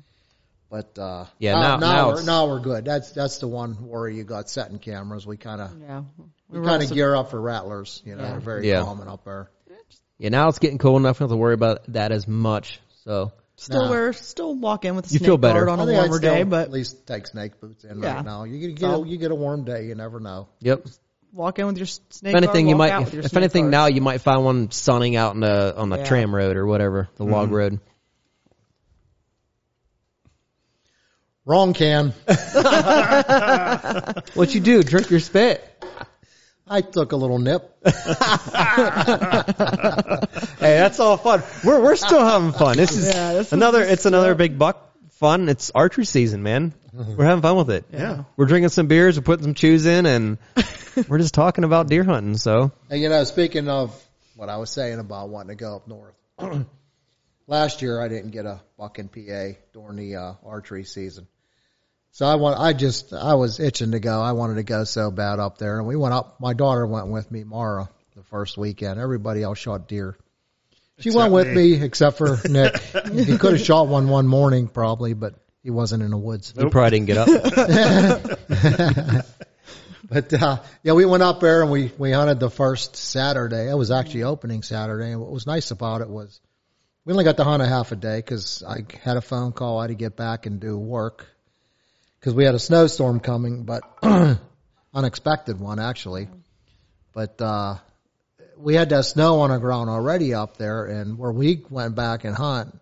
Speaker 3: But uh,
Speaker 1: Yeah, now- now
Speaker 3: now now, we're,
Speaker 1: it's-
Speaker 3: now we're good. That's that's the one worry you got setting cameras. We kind of
Speaker 4: Yeah. We
Speaker 3: We
Speaker 4: were
Speaker 3: kind of
Speaker 4: also-
Speaker 3: gear up for rattlers. You know, they're very
Speaker 1: Yeah.
Speaker 3: common up there.
Speaker 4: just
Speaker 1: Yeah, now it's getting cold enough not to worry about that as much. So
Speaker 4: Still
Speaker 3: Nah.
Speaker 4: wear, still walk in with a
Speaker 1: You
Speaker 4: snake
Speaker 1: feel better.
Speaker 4: guard on
Speaker 3: I
Speaker 4: a
Speaker 3: think I'd
Speaker 4: warmer
Speaker 3: still
Speaker 4: day, but
Speaker 3: at least take snake boots in
Speaker 4: Yeah.
Speaker 3: right now. You get, you,
Speaker 4: So-
Speaker 3: get, you get a warm day. You never know.
Speaker 1: yep.
Speaker 4: walk in with your s- snake
Speaker 1: If anything,
Speaker 4: guard,
Speaker 1: you
Speaker 4: walk out
Speaker 1: might.
Speaker 4: with your
Speaker 1: If
Speaker 4: snake
Speaker 1: anything,
Speaker 4: guard.
Speaker 1: now you might find one sunning out on the on the
Speaker 4: Yeah.
Speaker 1: tram road or whatever, the log road.
Speaker 3: Wrong can.
Speaker 1: What you do? Drink your spit.
Speaker 3: I took a little nip.
Speaker 1: Hey, that's all fun. We're we're still having fun. This is
Speaker 4: Yeah, this is
Speaker 1: another. It's another big buck fun. It's archery season, man. We're having fun with it.
Speaker 2: Yeah.
Speaker 1: We're drinking some beers. We're putting some chews in, and we're just talking about deer hunting. So
Speaker 3: And you know, speaking of what I was saying about wanting to go up north, last year I didn't get a buck in PA during the uh, archery season. So I want, I just, I was itching to go. I wanted to go so bad up there, and we went up. My daughter went with me, Mara, the first weekend. Everybody else shot deer. She
Speaker 2: Except
Speaker 3: went with
Speaker 2: me.
Speaker 3: me, except for Nick. he could have shot one one morning probably, but he wasn't in the woods.
Speaker 1: you probably didn't get up.
Speaker 3: But uh, yeah, we went up there and we we hunted the first Saturday. It was actually opening Saturday, and what was nice about it was we only got to hunt a half a day because I had a phone call. I had to get back and do work because we had a snowstorm coming, but unexpected one actually. But uh, we had that snow on the ground already up there, and where we went back and hunt,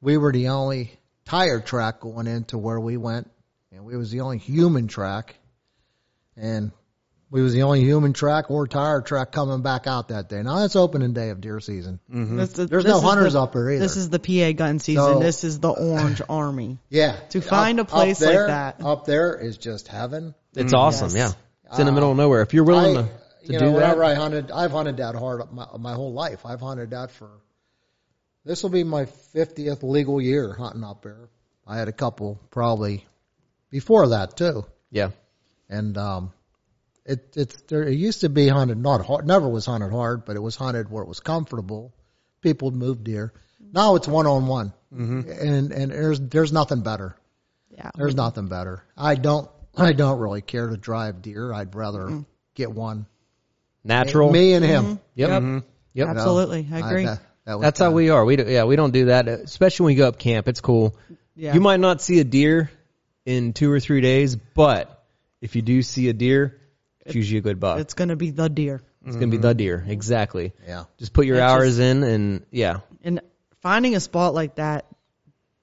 Speaker 3: we were the only tire track going into where we went, and we was the only human track and we was the only human track or tire track coming back out that day. Now that's opening day of deer season.
Speaker 4: This is-
Speaker 3: There's
Speaker 4: this
Speaker 3: no
Speaker 4: is
Speaker 3: hunters
Speaker 4: the,
Speaker 3: up there either.
Speaker 4: This is the PA gun season.
Speaker 3: So-
Speaker 4: this is the Orange Army.
Speaker 3: yeah,
Speaker 4: to find a place like
Speaker 3: there-
Speaker 4: that.
Speaker 3: up there is just heaven.
Speaker 1: It's awesome.
Speaker 4: Yes.
Speaker 1: Yeah. It's in the middle of nowhere. If you're willing
Speaker 3: I,
Speaker 1: to, to
Speaker 3: you
Speaker 1: do
Speaker 3: know,
Speaker 1: that,
Speaker 3: whenever I hunted, I've hunted that hard up my, my whole life. I've hunted that for this will be my 50th legal year hunting up there. I had a couple probably before that too.
Speaker 1: yeah.
Speaker 3: and um, it it's there. It used to be hunted not hard, never was hunted hard, but it was hunted where it was comfortable. People would move deer. Now it's one on one, and and there's there's nothing better.
Speaker 4: Yeah.
Speaker 3: There's nothing better. I don't I don't really care to drive deer. I'd rather get one.
Speaker 1: Natural.
Speaker 3: Me and him.
Speaker 1: Yep. Yep.
Speaker 3: You know?
Speaker 4: Absolutely. I agree.
Speaker 3: that- that was
Speaker 1: That's how
Speaker 3: kinda-
Speaker 1: we are. We do, yeah, we don't do that, uh, especially when we go up camp. It's cool.
Speaker 4: Yeah.
Speaker 1: You might not see a deer in two or three days, but if you do see a deer, it's usually a good buck. It's,
Speaker 4: It's gonna be the deer.
Speaker 1: gonna be the deer, exactly.
Speaker 3: Yeah.
Speaker 1: Just put your
Speaker 4: It's
Speaker 1: hours in, and yeah,
Speaker 4: And finding a spot like that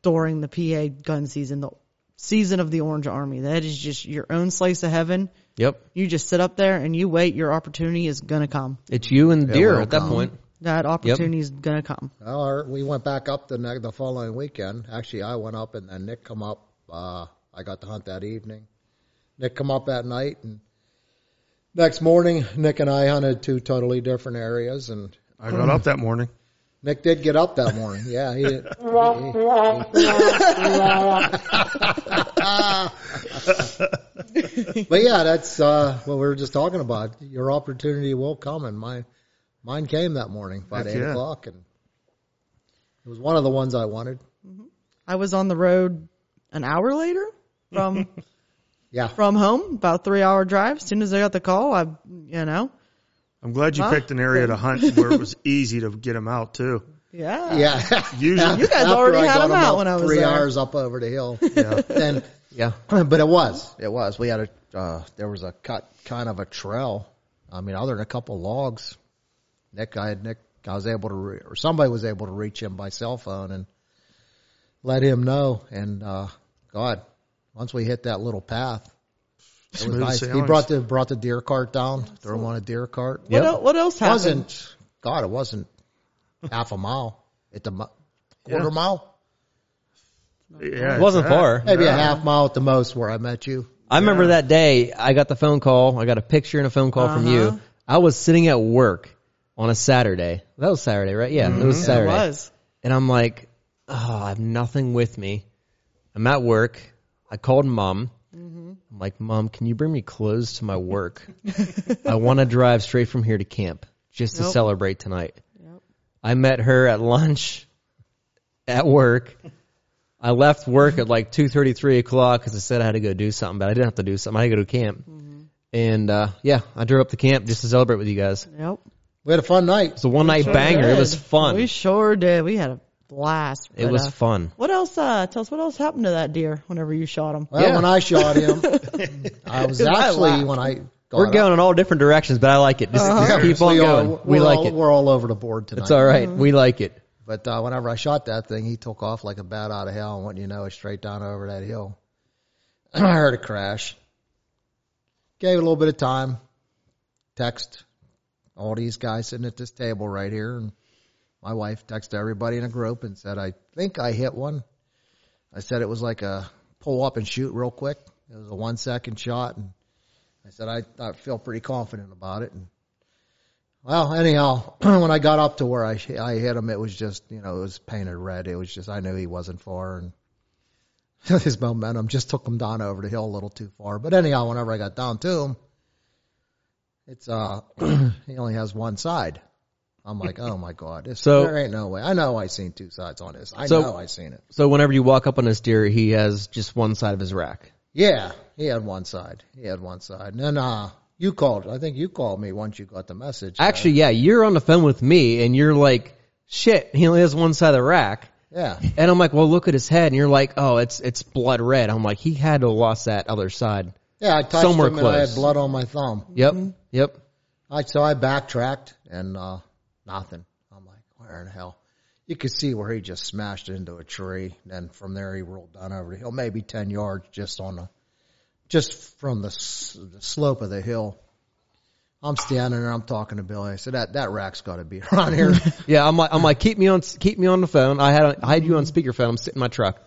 Speaker 4: during the PA gun season, the season of the Orange Army, that is just your own slice of heaven.
Speaker 1: yep.
Speaker 4: You just sit up there and you wait. Your opportunity is gonna come.
Speaker 1: It's you and the deer
Speaker 3: we'll
Speaker 1: at that
Speaker 3: come.
Speaker 1: point.
Speaker 4: That opportunity is gonna come.
Speaker 3: Well, our, we went back up the ne- the following weekend. Actually, I went up and then Nick come up. Uh, I got to hunt that evening. Nick come up that night, and next morning, Nick and I hunted two totally different areas. And
Speaker 2: I got up that morning.
Speaker 3: Nick did get up that morning. Yeah, he. he- he- but yeah, that's uh, what we were just talking about. Your opportunity will come, and my mine came that morning about
Speaker 2: Heck
Speaker 3: eight
Speaker 2: yeah.
Speaker 3: o'clock, and it was one of the ones I wanted.
Speaker 4: I was on the road an hour later from
Speaker 3: Yeah.
Speaker 4: from home, about three hour drive. As soon as I got the call, I you know
Speaker 2: I'm glad you
Speaker 4: Huh?
Speaker 2: picked an area to hunt where it was easy to get them out too.
Speaker 4: yeah
Speaker 3: Yeah.
Speaker 2: Usually,
Speaker 4: You guys
Speaker 3: After
Speaker 4: already
Speaker 3: I
Speaker 4: had
Speaker 3: got
Speaker 4: them
Speaker 3: him
Speaker 4: out
Speaker 3: up
Speaker 4: when I was
Speaker 3: three
Speaker 4: there.
Speaker 3: hours up over the hill.
Speaker 2: Yeah.
Speaker 3: And
Speaker 1: Yeah,
Speaker 3: but it was it was we had a uh, there was a cut kind of a trail. I mean, other than a couple logs, Nick I had Nick I was able to re- or somebody was able to reach him by cell phone and let him know. And uh, God, once we hit that little path. It was
Speaker 2: Smooth
Speaker 3: nice. He
Speaker 2: sailings.
Speaker 3: brought the brought the deer cart down. Threw him on a deer cart.
Speaker 4: What,
Speaker 1: Yep.
Speaker 4: el- what else
Speaker 3: It
Speaker 4: happened?
Speaker 3: wasn't God. It wasn't half a mile. At the mo- quarter
Speaker 2: Yeah.
Speaker 3: mile.
Speaker 2: yeah,
Speaker 1: it wasn't
Speaker 2: it's that.
Speaker 1: far.
Speaker 3: Maybe a half mile at the most where I met you.
Speaker 1: I remember that day. I got the phone call. I got a picture and a phone call from you. I was sitting at work on a Saturday. That was Saturday, right? Mm-hmm. Yeah, it was
Speaker 4: It
Speaker 1: Saturday.
Speaker 4: was.
Speaker 1: And I'm like, oh, I have nothing with me. I'm at work. I called mom.
Speaker 4: Mm-hmm.
Speaker 1: I'm like, mom, can you bring me clothes to my work? I want to drive straight from here to camp just to
Speaker 4: Nope.
Speaker 1: celebrate tonight.
Speaker 4: Yep.
Speaker 1: I met her at lunch at work. I left work at like two thirty, three o'clock because I said I had to go do something, but I didn't have to
Speaker 4: Mm-hmm.
Speaker 1: do something. I had to go to camp. And uh, yeah, I drove up to camp just to celebrate with you guys.
Speaker 4: Yep.
Speaker 3: We had a fun night.
Speaker 1: It's a one night banger. It was
Speaker 4: Good.
Speaker 1: fun.
Speaker 4: We sure did. We had a blast.
Speaker 1: it
Speaker 4: but,
Speaker 1: was
Speaker 4: uh,
Speaker 1: fun.
Speaker 4: what else? Uh, tell us what else happened to that deer whenever you shot him.
Speaker 3: Well,
Speaker 1: Yeah.
Speaker 3: when I shot him, I was
Speaker 4: 'Cause I
Speaker 3: actually
Speaker 4: laughed.
Speaker 3: when I got
Speaker 1: We're going in all different directions, but I like it. Just, just keep on
Speaker 3: we
Speaker 1: going.
Speaker 3: Are,
Speaker 1: we
Speaker 3: we're
Speaker 1: like
Speaker 3: all,
Speaker 1: it.
Speaker 3: We're all over the board tonight.
Speaker 1: It's all right. We like it.
Speaker 3: But uh, whenever I shot that thing, he took off like a bat out of hell, and went, you know, straight down over that hill. I heard a crash. Gave it a little bit of time. Text all these guys sitting at this table right here, and my wife texted everybody in a group and said, "I think I hit one." I said it was like a pull up and shoot real quick. It was a one second shot, and I said I, I feel pretty confident about it. And well, anyhow, when I got up to where I I hit him, it was just you know it was painted red. It was just I knew he wasn't far, and his momentum just took him down over the hill a little too far. But anyhow, whenever I got down to him, it's uh he only has one side. I'm like, oh my god, this,
Speaker 1: So-
Speaker 3: there ain't no way. I know I seen two sides on this. I
Speaker 1: So-
Speaker 3: know I seen it.
Speaker 1: So whenever you walk up on this deer, he has just one side of his rack.
Speaker 3: Yeah, he had one side. He had one side. And then uh, you called. I think you called me once you got the message. Uh,
Speaker 1: Actually, yeah, you're on the phone with me, and you're like, "Shit, he only has one side of the rack."
Speaker 3: yeah.
Speaker 1: And I'm like, "Well, look at his head," and you're like, "Oh, it's it's blood red." I'm like, "He had to lost that other side."
Speaker 3: Yeah, I touched
Speaker 1: Somewhere
Speaker 3: him and I had
Speaker 1: close.
Speaker 3: blood on my thumb.
Speaker 1: Yep, yep.
Speaker 3: I so I backtracked and uh nothing. I'm like, where in hell? You could see where he just smashed into a tree. Then from there he rolled down over the hill, maybe ten yards, just on the, just from the, s- the slope of the hill. I'm standing there. I'm talking to Billy. I said that that rack's got to be around here.
Speaker 1: Yeah, I'm like, I'm like, keep me on, keep me on the phone. I had, I had you on speakerphone. I'm sitting in my truck.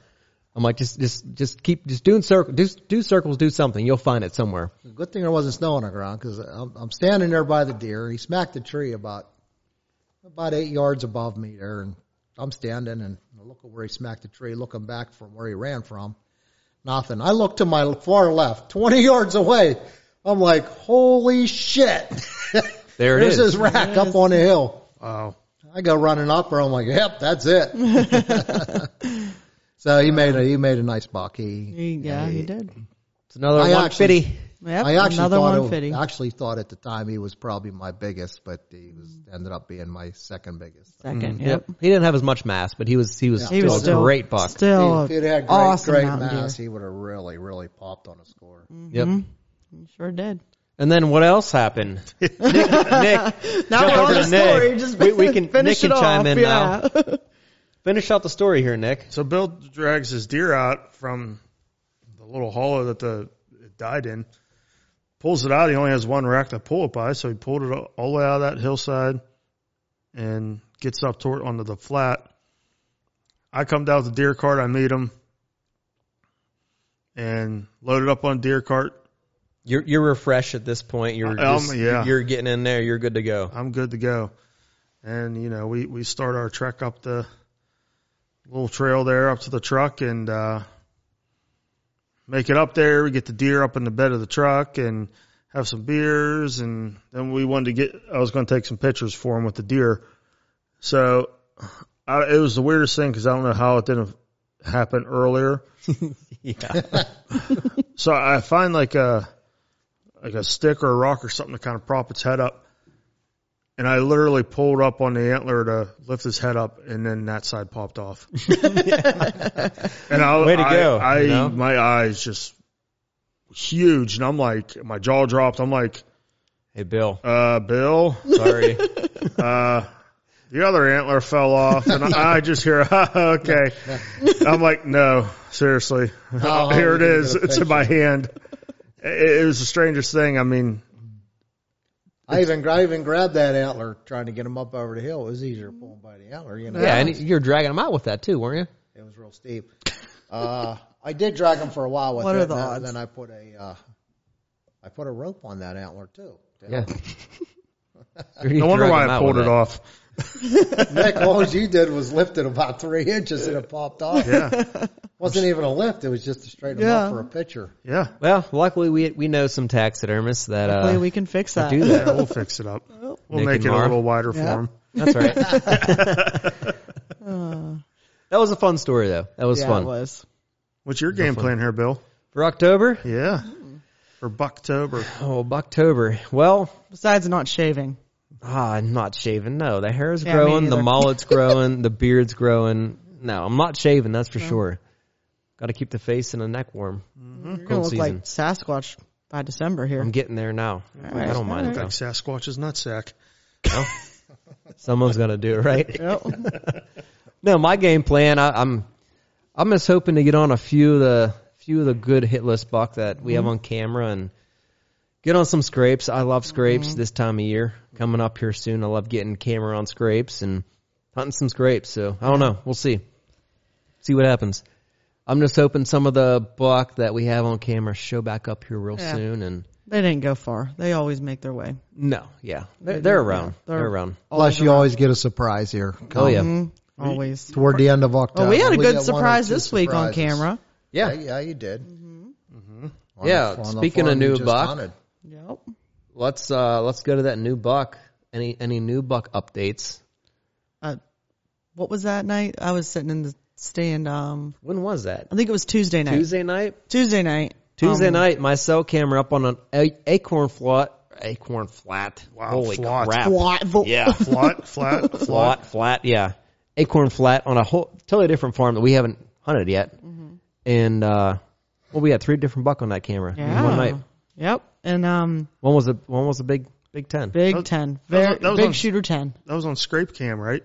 Speaker 1: I'm like, just, just, just keep, just doing circle, just do circles, do something. You'll find it somewhere.
Speaker 3: Good thing there wasn't snow on the ground because I'm, I'm standing there by the deer. He smacked the tree about about eight yards above me there, and I'm standing and I look at where he smacked the tree, looking back from where he ran from. Nothing. I look to my far left, 20 yards away. I'm like, holy shit!
Speaker 1: There it is.
Speaker 3: There's his rack up on the hill.
Speaker 2: Wow.
Speaker 3: I go running up, and I'm like, yep, that's it. so he made a he made a nice buck. He
Speaker 4: He- yeah, he did.
Speaker 1: It's another
Speaker 3: I
Speaker 1: 150.
Speaker 3: actually-
Speaker 4: Yep,
Speaker 3: I actually
Speaker 4: another
Speaker 3: thought it-
Speaker 4: 150.
Speaker 3: actually thought at the time he was probably my biggest, but he was ended up being my second biggest.
Speaker 4: Second,
Speaker 1: Mm-hmm. Yep. He didn't have as much mass, but he was, he was,
Speaker 3: Yeah.
Speaker 1: still
Speaker 4: He was
Speaker 1: a
Speaker 4: still
Speaker 1: great buck.
Speaker 4: Still,
Speaker 3: if he'd had great,
Speaker 4: awesome Mm.
Speaker 3: great
Speaker 4: mountain
Speaker 3: mass,
Speaker 4: deer.
Speaker 3: he would have really, really popped on a score.
Speaker 1: Yep.
Speaker 4: Mm-hmm. He sure did.
Speaker 1: And then what else happened? Nick, Nick,
Speaker 4: Now
Speaker 1: Jump over
Speaker 4: we're on the
Speaker 1: to Nick.
Speaker 4: story. Just
Speaker 1: We- we can-
Speaker 4: finish
Speaker 1: Nick
Speaker 4: it
Speaker 1: can chime
Speaker 4: off.
Speaker 1: in
Speaker 4: yeah.
Speaker 1: finish out the story here, Nick.
Speaker 2: So Bill drags his deer out from the little hollow that the it died in, pulls it out. He only has one rack to pull it by, so he pulled it all- all the way out of that hillside and gets up toward onto the flat. I come down with the deer cart. I meet him and load it up on deer cart.
Speaker 1: You're, you're refreshed at this point. You're,
Speaker 2: I- I'm-
Speaker 1: just,
Speaker 2: yeah.
Speaker 1: you're getting in there. You're good to go.
Speaker 2: I'm good to go. And you know, we we start our trek up the little trail there up to the truck and uh make it up there. We get the deer up in the bed of the truck and have some beers and then we wanted to get I was going to take some pictures for him with the deer. So I, it was the weirdest thing cuz I don't know how it didn't happen earlier.
Speaker 1: Yeah.
Speaker 2: So I find like a like a stick or a rock or something to kind of prop its head up. And I literally pulled up on the antler to lift his head up, and then that side popped off. and I,
Speaker 1: Way to go,
Speaker 2: I, I
Speaker 1: you know?
Speaker 2: my eyes just huge, and I'm like, my jaw dropped. I'm like,
Speaker 1: hey, Bill.
Speaker 2: uh, Bill,
Speaker 1: Sorry.
Speaker 2: uh, the other antler fell off, and I, I just hear, okay. I'm like, no, seriously,
Speaker 3: Oh,
Speaker 2: here it
Speaker 3: you didn't
Speaker 2: is.
Speaker 3: get a
Speaker 2: It's in my hand. It, it was the strangest thing. I mean,
Speaker 3: I even I even grabbed that antler trying to get him up over the hill. It was easier to pull him by the antler, you know.
Speaker 1: yeah, and you're dragging him out with that too, weren't you?
Speaker 3: It was real steep. Uh, I did drag him for a while with
Speaker 4: What
Speaker 3: it.
Speaker 4: are the
Speaker 3: and then-
Speaker 4: odds?
Speaker 3: Then I put a uh, I put a rope on that antler too.
Speaker 1: Yeah.
Speaker 2: no wonder why I pulled it off.
Speaker 3: Nick, all you did was lift it about three inches and it popped off.
Speaker 2: Yeah,
Speaker 3: Wasn't even a lift. It was just to straighten him
Speaker 4: Yeah.
Speaker 3: up for a picture.
Speaker 2: yeah.
Speaker 1: Well, luckily we we know some taxidermists that
Speaker 4: Hopefully
Speaker 1: uh,
Speaker 4: we can fix that.
Speaker 1: do
Speaker 2: Yeah,
Speaker 1: that.
Speaker 2: we'll fix it up. We'll
Speaker 1: Nick
Speaker 2: make
Speaker 1: and
Speaker 2: it a
Speaker 1: Marv.
Speaker 2: little wider
Speaker 4: Yeah.
Speaker 2: for him.
Speaker 1: That's right. that was a fun story though. That was
Speaker 4: yeah,
Speaker 1: fun
Speaker 4: it was.
Speaker 2: What's your game plan here, Bill?
Speaker 1: for October.
Speaker 2: Yeah, for Bucktober.
Speaker 1: Oh, Bucktober. Well,
Speaker 4: Besides not shaving.
Speaker 1: ah, I'm not shaving. No, the hair's
Speaker 4: Yeah, me
Speaker 1: growing, the
Speaker 4: neither.
Speaker 1: mullet's growing, the beard's growing. No, I'm not shaving. That's for sure. Got to keep the face and the neck warm.
Speaker 4: You're gonna look
Speaker 1: Cold
Speaker 4: like Sasquatch by December here.
Speaker 1: I'm getting there now. I don't mind it
Speaker 2: Like
Speaker 1: though.
Speaker 2: Sasquatch's nutsack.
Speaker 1: Someone's gonna do it, right?
Speaker 4: Yep.
Speaker 1: No, my game plan. I, I'm I'm just hoping to get on a few of the few of the good hit list buck that we have
Speaker 4: Mm-hmm.
Speaker 1: on camera and get on some scrapes. I love scrapes
Speaker 4: Mm-hmm.
Speaker 1: this time of year. Coming up here soon, I love getting camera on scrapes and hunting some scrapes. So I don't know. We'll see. See what happens. I'm just hoping some of the buck that we have on camera show back up here real
Speaker 4: Yeah.
Speaker 1: soon. And
Speaker 4: they didn't go far. They always make their way.
Speaker 1: no, yeah, they're,
Speaker 4: They-
Speaker 1: they're
Speaker 4: yeah,
Speaker 1: around.
Speaker 4: they're-
Speaker 1: They're around.
Speaker 4: Always
Speaker 3: Plus, you always get a surprise here.
Speaker 1: Oh yeah,
Speaker 4: Mhm. Always.
Speaker 3: Toward the end of October.
Speaker 4: Well, we had a
Speaker 3: got
Speaker 4: good
Speaker 3: one or
Speaker 4: surprise
Speaker 3: two
Speaker 4: this week on
Speaker 3: surprises.
Speaker 4: camera.
Speaker 1: yeah.
Speaker 3: Yeah, Mm-hmm. you did. On
Speaker 1: Yeah,
Speaker 3: the- on the
Speaker 1: speaking of
Speaker 3: farm you
Speaker 1: new
Speaker 3: just
Speaker 1: buck,
Speaker 3: hunted.
Speaker 4: Yep.
Speaker 1: Let's uh let's go to that new buck. Any any new buck updates?
Speaker 4: Uh, What was that night? I was sitting in the stand. Um,
Speaker 1: When was that?
Speaker 4: I think it was Tuesday night.
Speaker 1: Tuesday night.
Speaker 4: Tuesday night.
Speaker 1: Tuesday
Speaker 4: Um,
Speaker 1: night, my cell camera up on an a- acorn flat. Acorn flat.
Speaker 2: Wow,
Speaker 1: Holy
Speaker 2: flat.
Speaker 1: crap!
Speaker 4: What? Vo-
Speaker 1: Yeah,
Speaker 2: Flat, flat, flat.
Speaker 1: flat, flat. Yeah, acorn flat on a whole totally different farm that we haven't hunted yet.
Speaker 3: Mm-hmm.
Speaker 1: And uh well, we had three different buck on that camera in
Speaker 4: Yeah.
Speaker 1: one night.
Speaker 4: Yep. And um,
Speaker 1: One was a one was a big big ten.
Speaker 4: Big
Speaker 2: That-
Speaker 4: Ten.
Speaker 2: that was-
Speaker 4: Very,
Speaker 2: that was
Speaker 4: big
Speaker 2: on-
Speaker 4: shooter Ten.
Speaker 2: That was on scrape cam, right?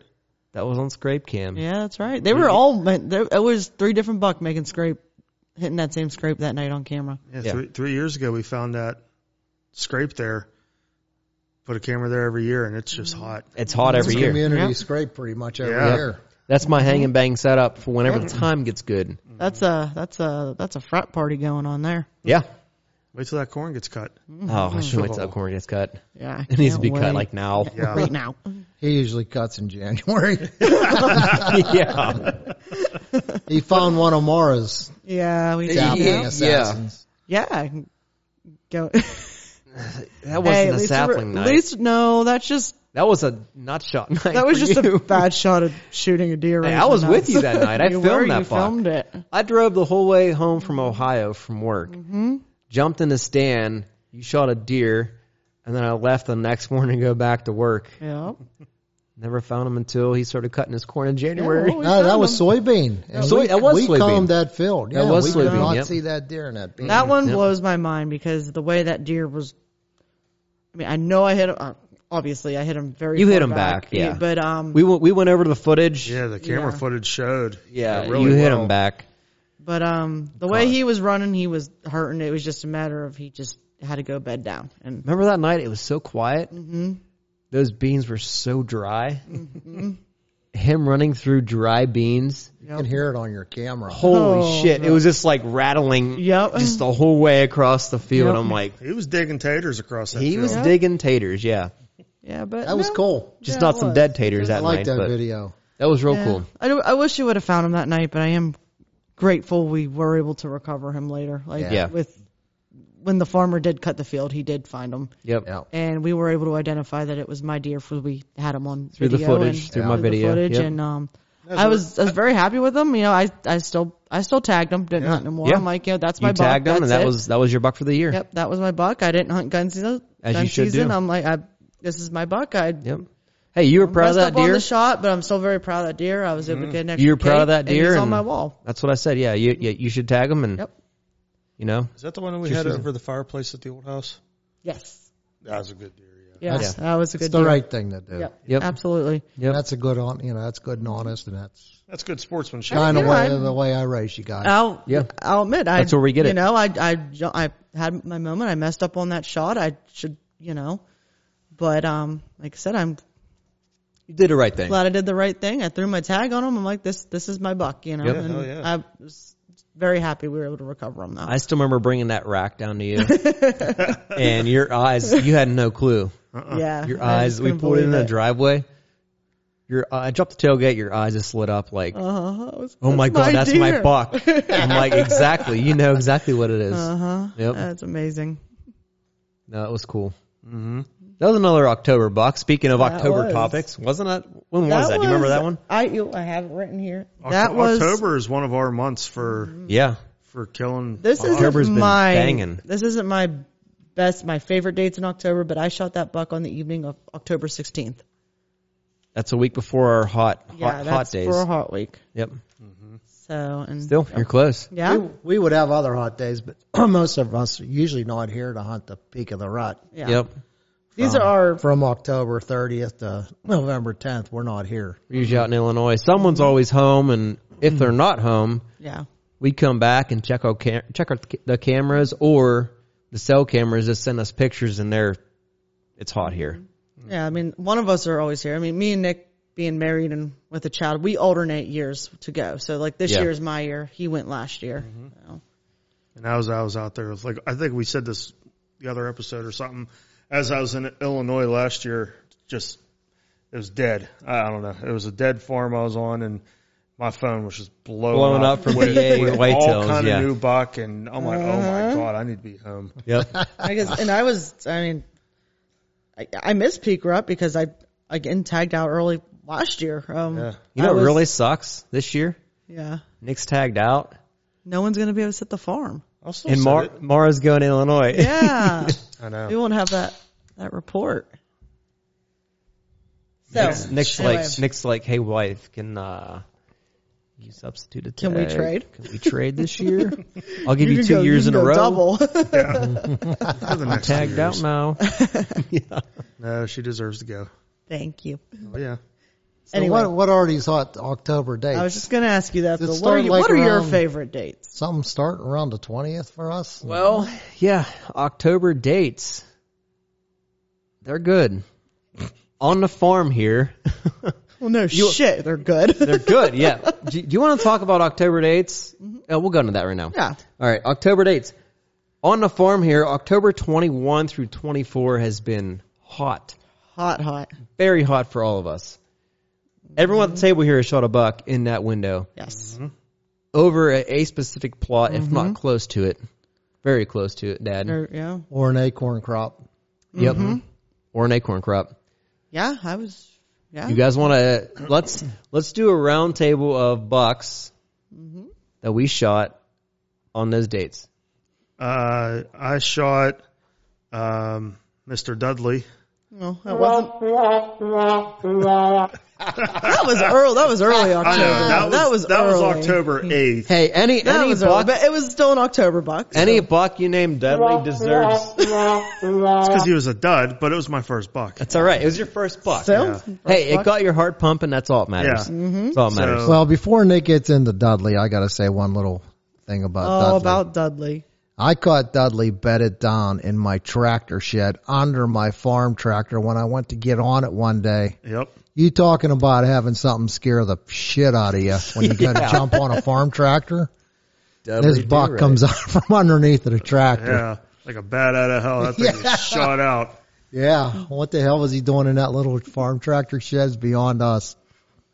Speaker 1: That was on scrape cam.
Speaker 4: Yeah, that's right. They were all. man, There it was three different buck making scrape, hitting that same scrape that night on camera.
Speaker 2: Yeah,
Speaker 1: Yeah.
Speaker 2: Three, three years ago, we found that scrape there. Put a camera there every year, and it's just
Speaker 1: Mm-hmm.
Speaker 2: hot.
Speaker 1: It's hot every
Speaker 3: It's a
Speaker 1: year.
Speaker 3: Community
Speaker 4: Yeah.
Speaker 3: scrape pretty much every
Speaker 2: Yeah.
Speaker 3: year.
Speaker 1: That's my
Speaker 4: Mm-hmm.
Speaker 1: hang and bang setup for whenever the time gets good.
Speaker 4: That's a that's a that's a frat party going on there.
Speaker 1: Yeah.
Speaker 2: Wait till that corn gets cut.
Speaker 1: Oh, I should wait till that corn gets cut.
Speaker 4: Yeah,
Speaker 1: It needs to be cut like now.
Speaker 2: Yeah.
Speaker 4: right now.
Speaker 3: He usually cuts in January.
Speaker 1: yeah.
Speaker 3: he found one of Mara's
Speaker 4: Yeah, we
Speaker 1: Yeah.
Speaker 4: yeah.
Speaker 3: sapling assassins.
Speaker 4: yeah. I can Go.
Speaker 1: That wasn't
Speaker 4: Hey, at
Speaker 1: a
Speaker 4: least,
Speaker 1: sapling
Speaker 4: at
Speaker 1: night.
Speaker 4: least no, that's just
Speaker 1: that was a nut shot night.
Speaker 4: that was
Speaker 1: for
Speaker 4: just
Speaker 1: you.
Speaker 4: a bad shot of shooting a deer.
Speaker 1: Hey,
Speaker 4: in
Speaker 1: I
Speaker 4: the
Speaker 1: was with
Speaker 4: nuts.
Speaker 1: you that night. I
Speaker 4: You
Speaker 1: filmed
Speaker 4: were,
Speaker 1: that
Speaker 4: You
Speaker 1: fuck.
Speaker 4: filmed it.
Speaker 1: I drove the whole way home from Ohio from work,
Speaker 4: Mm-hmm.
Speaker 1: jumped in the stand, you shot a deer, and then I left the next morning to go back to work.
Speaker 4: Yeah.
Speaker 1: Never found him until he started cutting his corn in January.
Speaker 4: Yeah, well, we
Speaker 3: No, that
Speaker 4: found
Speaker 3: was
Speaker 4: them.
Speaker 3: soybean. And
Speaker 1: Soy-
Speaker 3: we,
Speaker 1: that was
Speaker 3: we
Speaker 1: soybean.
Speaker 3: combed that field.
Speaker 1: That
Speaker 3: yeah,
Speaker 1: was
Speaker 3: we did
Speaker 1: soybean,
Speaker 3: not
Speaker 1: yep.
Speaker 3: see that deer in that. Bean.
Speaker 4: That one
Speaker 1: Yeah.
Speaker 4: blows my mind because the way that deer was. I mean, I know I hit him. Uh, obviously, I hit him very.
Speaker 1: You hit
Speaker 4: far
Speaker 1: him back, yeah.
Speaker 4: But um,
Speaker 1: We went, we went over the footage.
Speaker 2: Yeah, the camera
Speaker 4: Yeah.
Speaker 2: footage showed.
Speaker 1: Yeah,
Speaker 2: it really
Speaker 1: you hit
Speaker 2: well.
Speaker 1: him back.
Speaker 4: but um, the way he was running, he was hurting. It was just a matter of he just had to go bed down. And
Speaker 1: Remember that night? It was so quiet. Mm-hmm. Those beans were so dry.
Speaker 4: Mm-hmm.
Speaker 1: Him running through dry beans.
Speaker 3: You can hear it on your camera.
Speaker 1: Holy
Speaker 4: Oh,
Speaker 1: shit. It was just like rattling
Speaker 4: Yep.
Speaker 1: just the whole way across the field.
Speaker 4: Yep.
Speaker 1: I'm like,
Speaker 2: He was digging taters across that.
Speaker 1: he
Speaker 2: field.
Speaker 1: was digging taters, yeah.
Speaker 4: yeah, but
Speaker 3: That was
Speaker 4: no.
Speaker 3: cool.
Speaker 1: Just
Speaker 4: Yeah,
Speaker 1: not
Speaker 4: it
Speaker 1: some
Speaker 4: was.
Speaker 1: dead taters
Speaker 3: I
Speaker 1: that
Speaker 3: like
Speaker 1: night.
Speaker 3: that
Speaker 1: but
Speaker 3: video.
Speaker 1: That was real
Speaker 4: Yeah.
Speaker 1: cool.
Speaker 4: I, do- I wish you would have found him that night, but I am grateful we were able to recover him later. Like
Speaker 1: Yeah.
Speaker 4: with when the farmer did cut the field, he did find him.
Speaker 1: Yep.
Speaker 3: Yeah.
Speaker 4: and we were able to identify that it was my deer for we had him on
Speaker 1: Through the
Speaker 4: video
Speaker 1: footage,
Speaker 4: and,
Speaker 1: through my video,
Speaker 4: the footage
Speaker 1: yep.
Speaker 4: and um I was I was very happy with him you know I I still I still tagged him didn't hunt no more
Speaker 1: Yeah.
Speaker 4: I'm like you know that's my
Speaker 1: You
Speaker 4: buck
Speaker 1: tagged him,
Speaker 4: that's
Speaker 1: and that
Speaker 4: it.
Speaker 1: was that was your buck for the year.
Speaker 4: yep that was my buck I didn't hunt gun season
Speaker 1: As
Speaker 4: gun
Speaker 1: you should
Speaker 4: season
Speaker 1: do.
Speaker 4: I'm like I this is my buck I
Speaker 1: Yep. Hey, you were proud of
Speaker 4: messed
Speaker 1: that
Speaker 4: up on
Speaker 1: deer.
Speaker 4: the shot but I'm still very proud of that deer I was able to get an extra
Speaker 1: You were proud of
Speaker 4: cake,
Speaker 1: that deer.
Speaker 4: and he's on
Speaker 1: and
Speaker 4: my wall
Speaker 1: That's what I said. Yeah, you you, you should tag him, and
Speaker 4: Yep.
Speaker 1: you know,
Speaker 2: Is that the one that we
Speaker 1: Just
Speaker 2: had
Speaker 1: using-
Speaker 2: over the fireplace at the old house?
Speaker 4: yes
Speaker 2: That was a good deer. Yeah.
Speaker 4: yeah,
Speaker 1: That's-
Speaker 4: that was a
Speaker 3: It's
Speaker 4: good
Speaker 3: the
Speaker 4: deer
Speaker 3: right thing to do.
Speaker 4: yep
Speaker 1: Yep.
Speaker 4: absolutely
Speaker 1: Yep.
Speaker 3: That's a good on. You know, that's good and honest, and that's
Speaker 2: That's good sportsmanship.
Speaker 3: kind of
Speaker 4: yeah,
Speaker 3: way
Speaker 4: I-
Speaker 3: the way I raise you guys.
Speaker 4: I'll
Speaker 1: Yeah.
Speaker 4: I'll admit I
Speaker 1: That's where we get
Speaker 4: you
Speaker 1: it.
Speaker 4: know I I ju- I had my moment I messed up on that shot I should you know but um like I said I'm
Speaker 1: you did the right thing.
Speaker 4: glad I did the right thing I threw my tag on him I'm like this this is my buck you know
Speaker 1: Yep.
Speaker 4: and
Speaker 2: Hell yeah.
Speaker 4: I was very happy we were able to recover him though
Speaker 1: I still remember bringing that rack down to you, and your eyes. You had no clue.
Speaker 4: yeah
Speaker 1: Your
Speaker 4: I
Speaker 1: eyes.
Speaker 4: just
Speaker 1: We
Speaker 4: couldn't
Speaker 1: pulled in the
Speaker 4: believe
Speaker 1: driveway. Your I dropped the tailgate. Your eyes just lit up like,
Speaker 4: it. uh-huh. It was-
Speaker 1: oh my
Speaker 4: that's
Speaker 1: god, that's my
Speaker 4: deer.
Speaker 1: buck. I'm like, exactly. You know exactly what it is.
Speaker 4: uh-huh
Speaker 1: Yep.
Speaker 4: that's amazing
Speaker 1: No, that was cool. Mm-hmm. That was another October buck. Speaking of
Speaker 4: That
Speaker 1: October
Speaker 4: was.
Speaker 1: topics, wasn't that? When was that? Do you remember that one?
Speaker 4: I you, I have it written here
Speaker 2: Oct-
Speaker 4: that was
Speaker 2: October is one of our months for
Speaker 1: Yeah.
Speaker 2: for killing.
Speaker 4: This
Speaker 1: October's
Speaker 4: isn't
Speaker 1: been
Speaker 4: my
Speaker 1: banging.
Speaker 4: this isn't my best, my favorite dates in October, but I shot that buck on the evening of October 16th.
Speaker 1: That's a week before our hot, hot,
Speaker 4: yeah,
Speaker 1: hot
Speaker 4: that's
Speaker 1: days.
Speaker 4: for a hot week.
Speaker 1: Yep.
Speaker 4: So and
Speaker 1: Still, you're close.
Speaker 4: yeah,
Speaker 3: We, we would have other hot days, but most of us are usually not here to hunt the peak of the rut.
Speaker 4: yeah.
Speaker 1: Yep. Uh-huh.
Speaker 4: These are our
Speaker 3: From October 30th to November 10th, we're not here.
Speaker 1: We're usually out in Illinois. Someone's always home, and if
Speaker 4: Mm-hmm.
Speaker 1: they're not home,
Speaker 4: yeah.
Speaker 1: we come back and check our cam- check our, the cameras or the cell cameras just send us pictures, and they're it's hot here.
Speaker 4: Yeah, I mean, one of us are always here. I mean, me and Nick being married and with a child, we alternate years to go. So like this
Speaker 1: Yeah.
Speaker 4: year is my year. He went last year. So,
Speaker 2: And as I was out there, it's like I think we said this the other episode or something. As I was in Illinois last year, just it was dead. I I don't know. It was a dead farm I was on, and my phone was just blowing,
Speaker 1: Blowing up from
Speaker 2: with,
Speaker 1: EA
Speaker 2: with all
Speaker 1: whitetails,
Speaker 2: kind
Speaker 1: yeah.
Speaker 2: of new buck, and I'm like, oh
Speaker 4: Uh-huh.
Speaker 2: my god, I need to be home.
Speaker 1: Yep.
Speaker 4: I guess, and I was, I mean, I, I miss Peak Rut because I again tagged out early last year. Um,
Speaker 2: Yeah.
Speaker 1: You know
Speaker 4: I
Speaker 1: what
Speaker 4: was-
Speaker 1: really sucks this year?
Speaker 4: Yeah.
Speaker 1: Nick's tagged out,
Speaker 4: No one's gonna be able to sit the farm.
Speaker 2: I'll still
Speaker 1: and
Speaker 2: sit
Speaker 1: Mar-
Speaker 2: it.
Speaker 1: Mara's going to Illinois.
Speaker 4: Oh, Yeah.
Speaker 2: I
Speaker 4: we
Speaker 2: know.
Speaker 4: won't have that that report. So
Speaker 1: Nick's, Nick's
Speaker 4: anyway,
Speaker 1: like Nick's like, hey wife, can uh you substitute a
Speaker 4: Can we
Speaker 1: tag?
Speaker 4: trade?"
Speaker 1: Can we trade this year? I'll give you,
Speaker 4: can
Speaker 1: two
Speaker 4: go-
Speaker 1: years
Speaker 4: can
Speaker 1: in a
Speaker 4: go
Speaker 1: row.
Speaker 4: Double.
Speaker 2: For the next
Speaker 1: Tagged
Speaker 2: two
Speaker 1: out
Speaker 2: years.
Speaker 1: now. yeah.
Speaker 2: No, she deserves to go.
Speaker 4: Thank you.
Speaker 2: Oh, yeah.
Speaker 3: So
Speaker 4: Anyway.
Speaker 3: what, what are these hot October dates?
Speaker 4: I was just gonna ask you that.
Speaker 3: Does it
Speaker 4: Bill. What are,
Speaker 3: start
Speaker 4: you,
Speaker 3: like
Speaker 4: what are your
Speaker 3: around-
Speaker 4: favorite dates?
Speaker 3: Something starting around the 20th for us?
Speaker 1: Well, yeah, October dates. They're good. On the farm here.
Speaker 4: Well, no shit, they're good.
Speaker 1: They're good, yeah. Do, do you want to talk about October dates? Uh, we'll go into that right now.
Speaker 4: yeah.
Speaker 1: All right, October dates. On the farm here, October 21 through 24 has been hot.
Speaker 4: Hot, hot.
Speaker 1: very hot for all of us. Everyone at the table here has shot a buck in that window
Speaker 4: Yes.
Speaker 1: over at a specific plot, if not close to it. Very close to it, Dad.
Speaker 4: Or- yeah.
Speaker 3: Or an acorn crop.
Speaker 1: Yep. Or an acorn crop.
Speaker 4: Yeah, I was. Yeah.
Speaker 1: You guys want to let's let's do a round table of bucks Mm-hmm. that we shot on those dates.
Speaker 2: Uh, I shot um, Mr. Dudley.
Speaker 4: No, that wasn't. that was early. That was early
Speaker 2: I
Speaker 4: October.
Speaker 2: know that was
Speaker 4: Uh, that was early. Hmm.
Speaker 2: October eighth.
Speaker 1: Hey, any
Speaker 4: That
Speaker 1: any
Speaker 4: was early,
Speaker 1: buck
Speaker 4: but it was still an October buck.
Speaker 1: any buck you name Dudley deserves.
Speaker 2: because he was a dud, but it was my first buck.
Speaker 1: That's all right. It was your first buck.
Speaker 4: So,
Speaker 2: Yeah.
Speaker 1: hey, it got your heart pumping. That's all it matters.
Speaker 2: Yeah.
Speaker 4: Mm-hmm.
Speaker 1: That's all it matters.
Speaker 2: So-
Speaker 3: Well, before Nick gets into Dudley, I got to say one little thing about
Speaker 4: oh,
Speaker 3: Dudley.
Speaker 4: about Dudley.
Speaker 3: I caught Dudley bedded down in my tractor shed under my farm tractor when I went to get on it one day.
Speaker 2: Yep.
Speaker 3: You talking about having something scare the shit out of you when you go to jump on a farm tractor? This buck comes out from underneath of the tractor.
Speaker 2: Yeah. Like a bat out of hell. That thing
Speaker 3: Yeah.
Speaker 2: was shot out.
Speaker 3: Yeah. What the hell was he doing in that little farm tractor shed It's beyond us?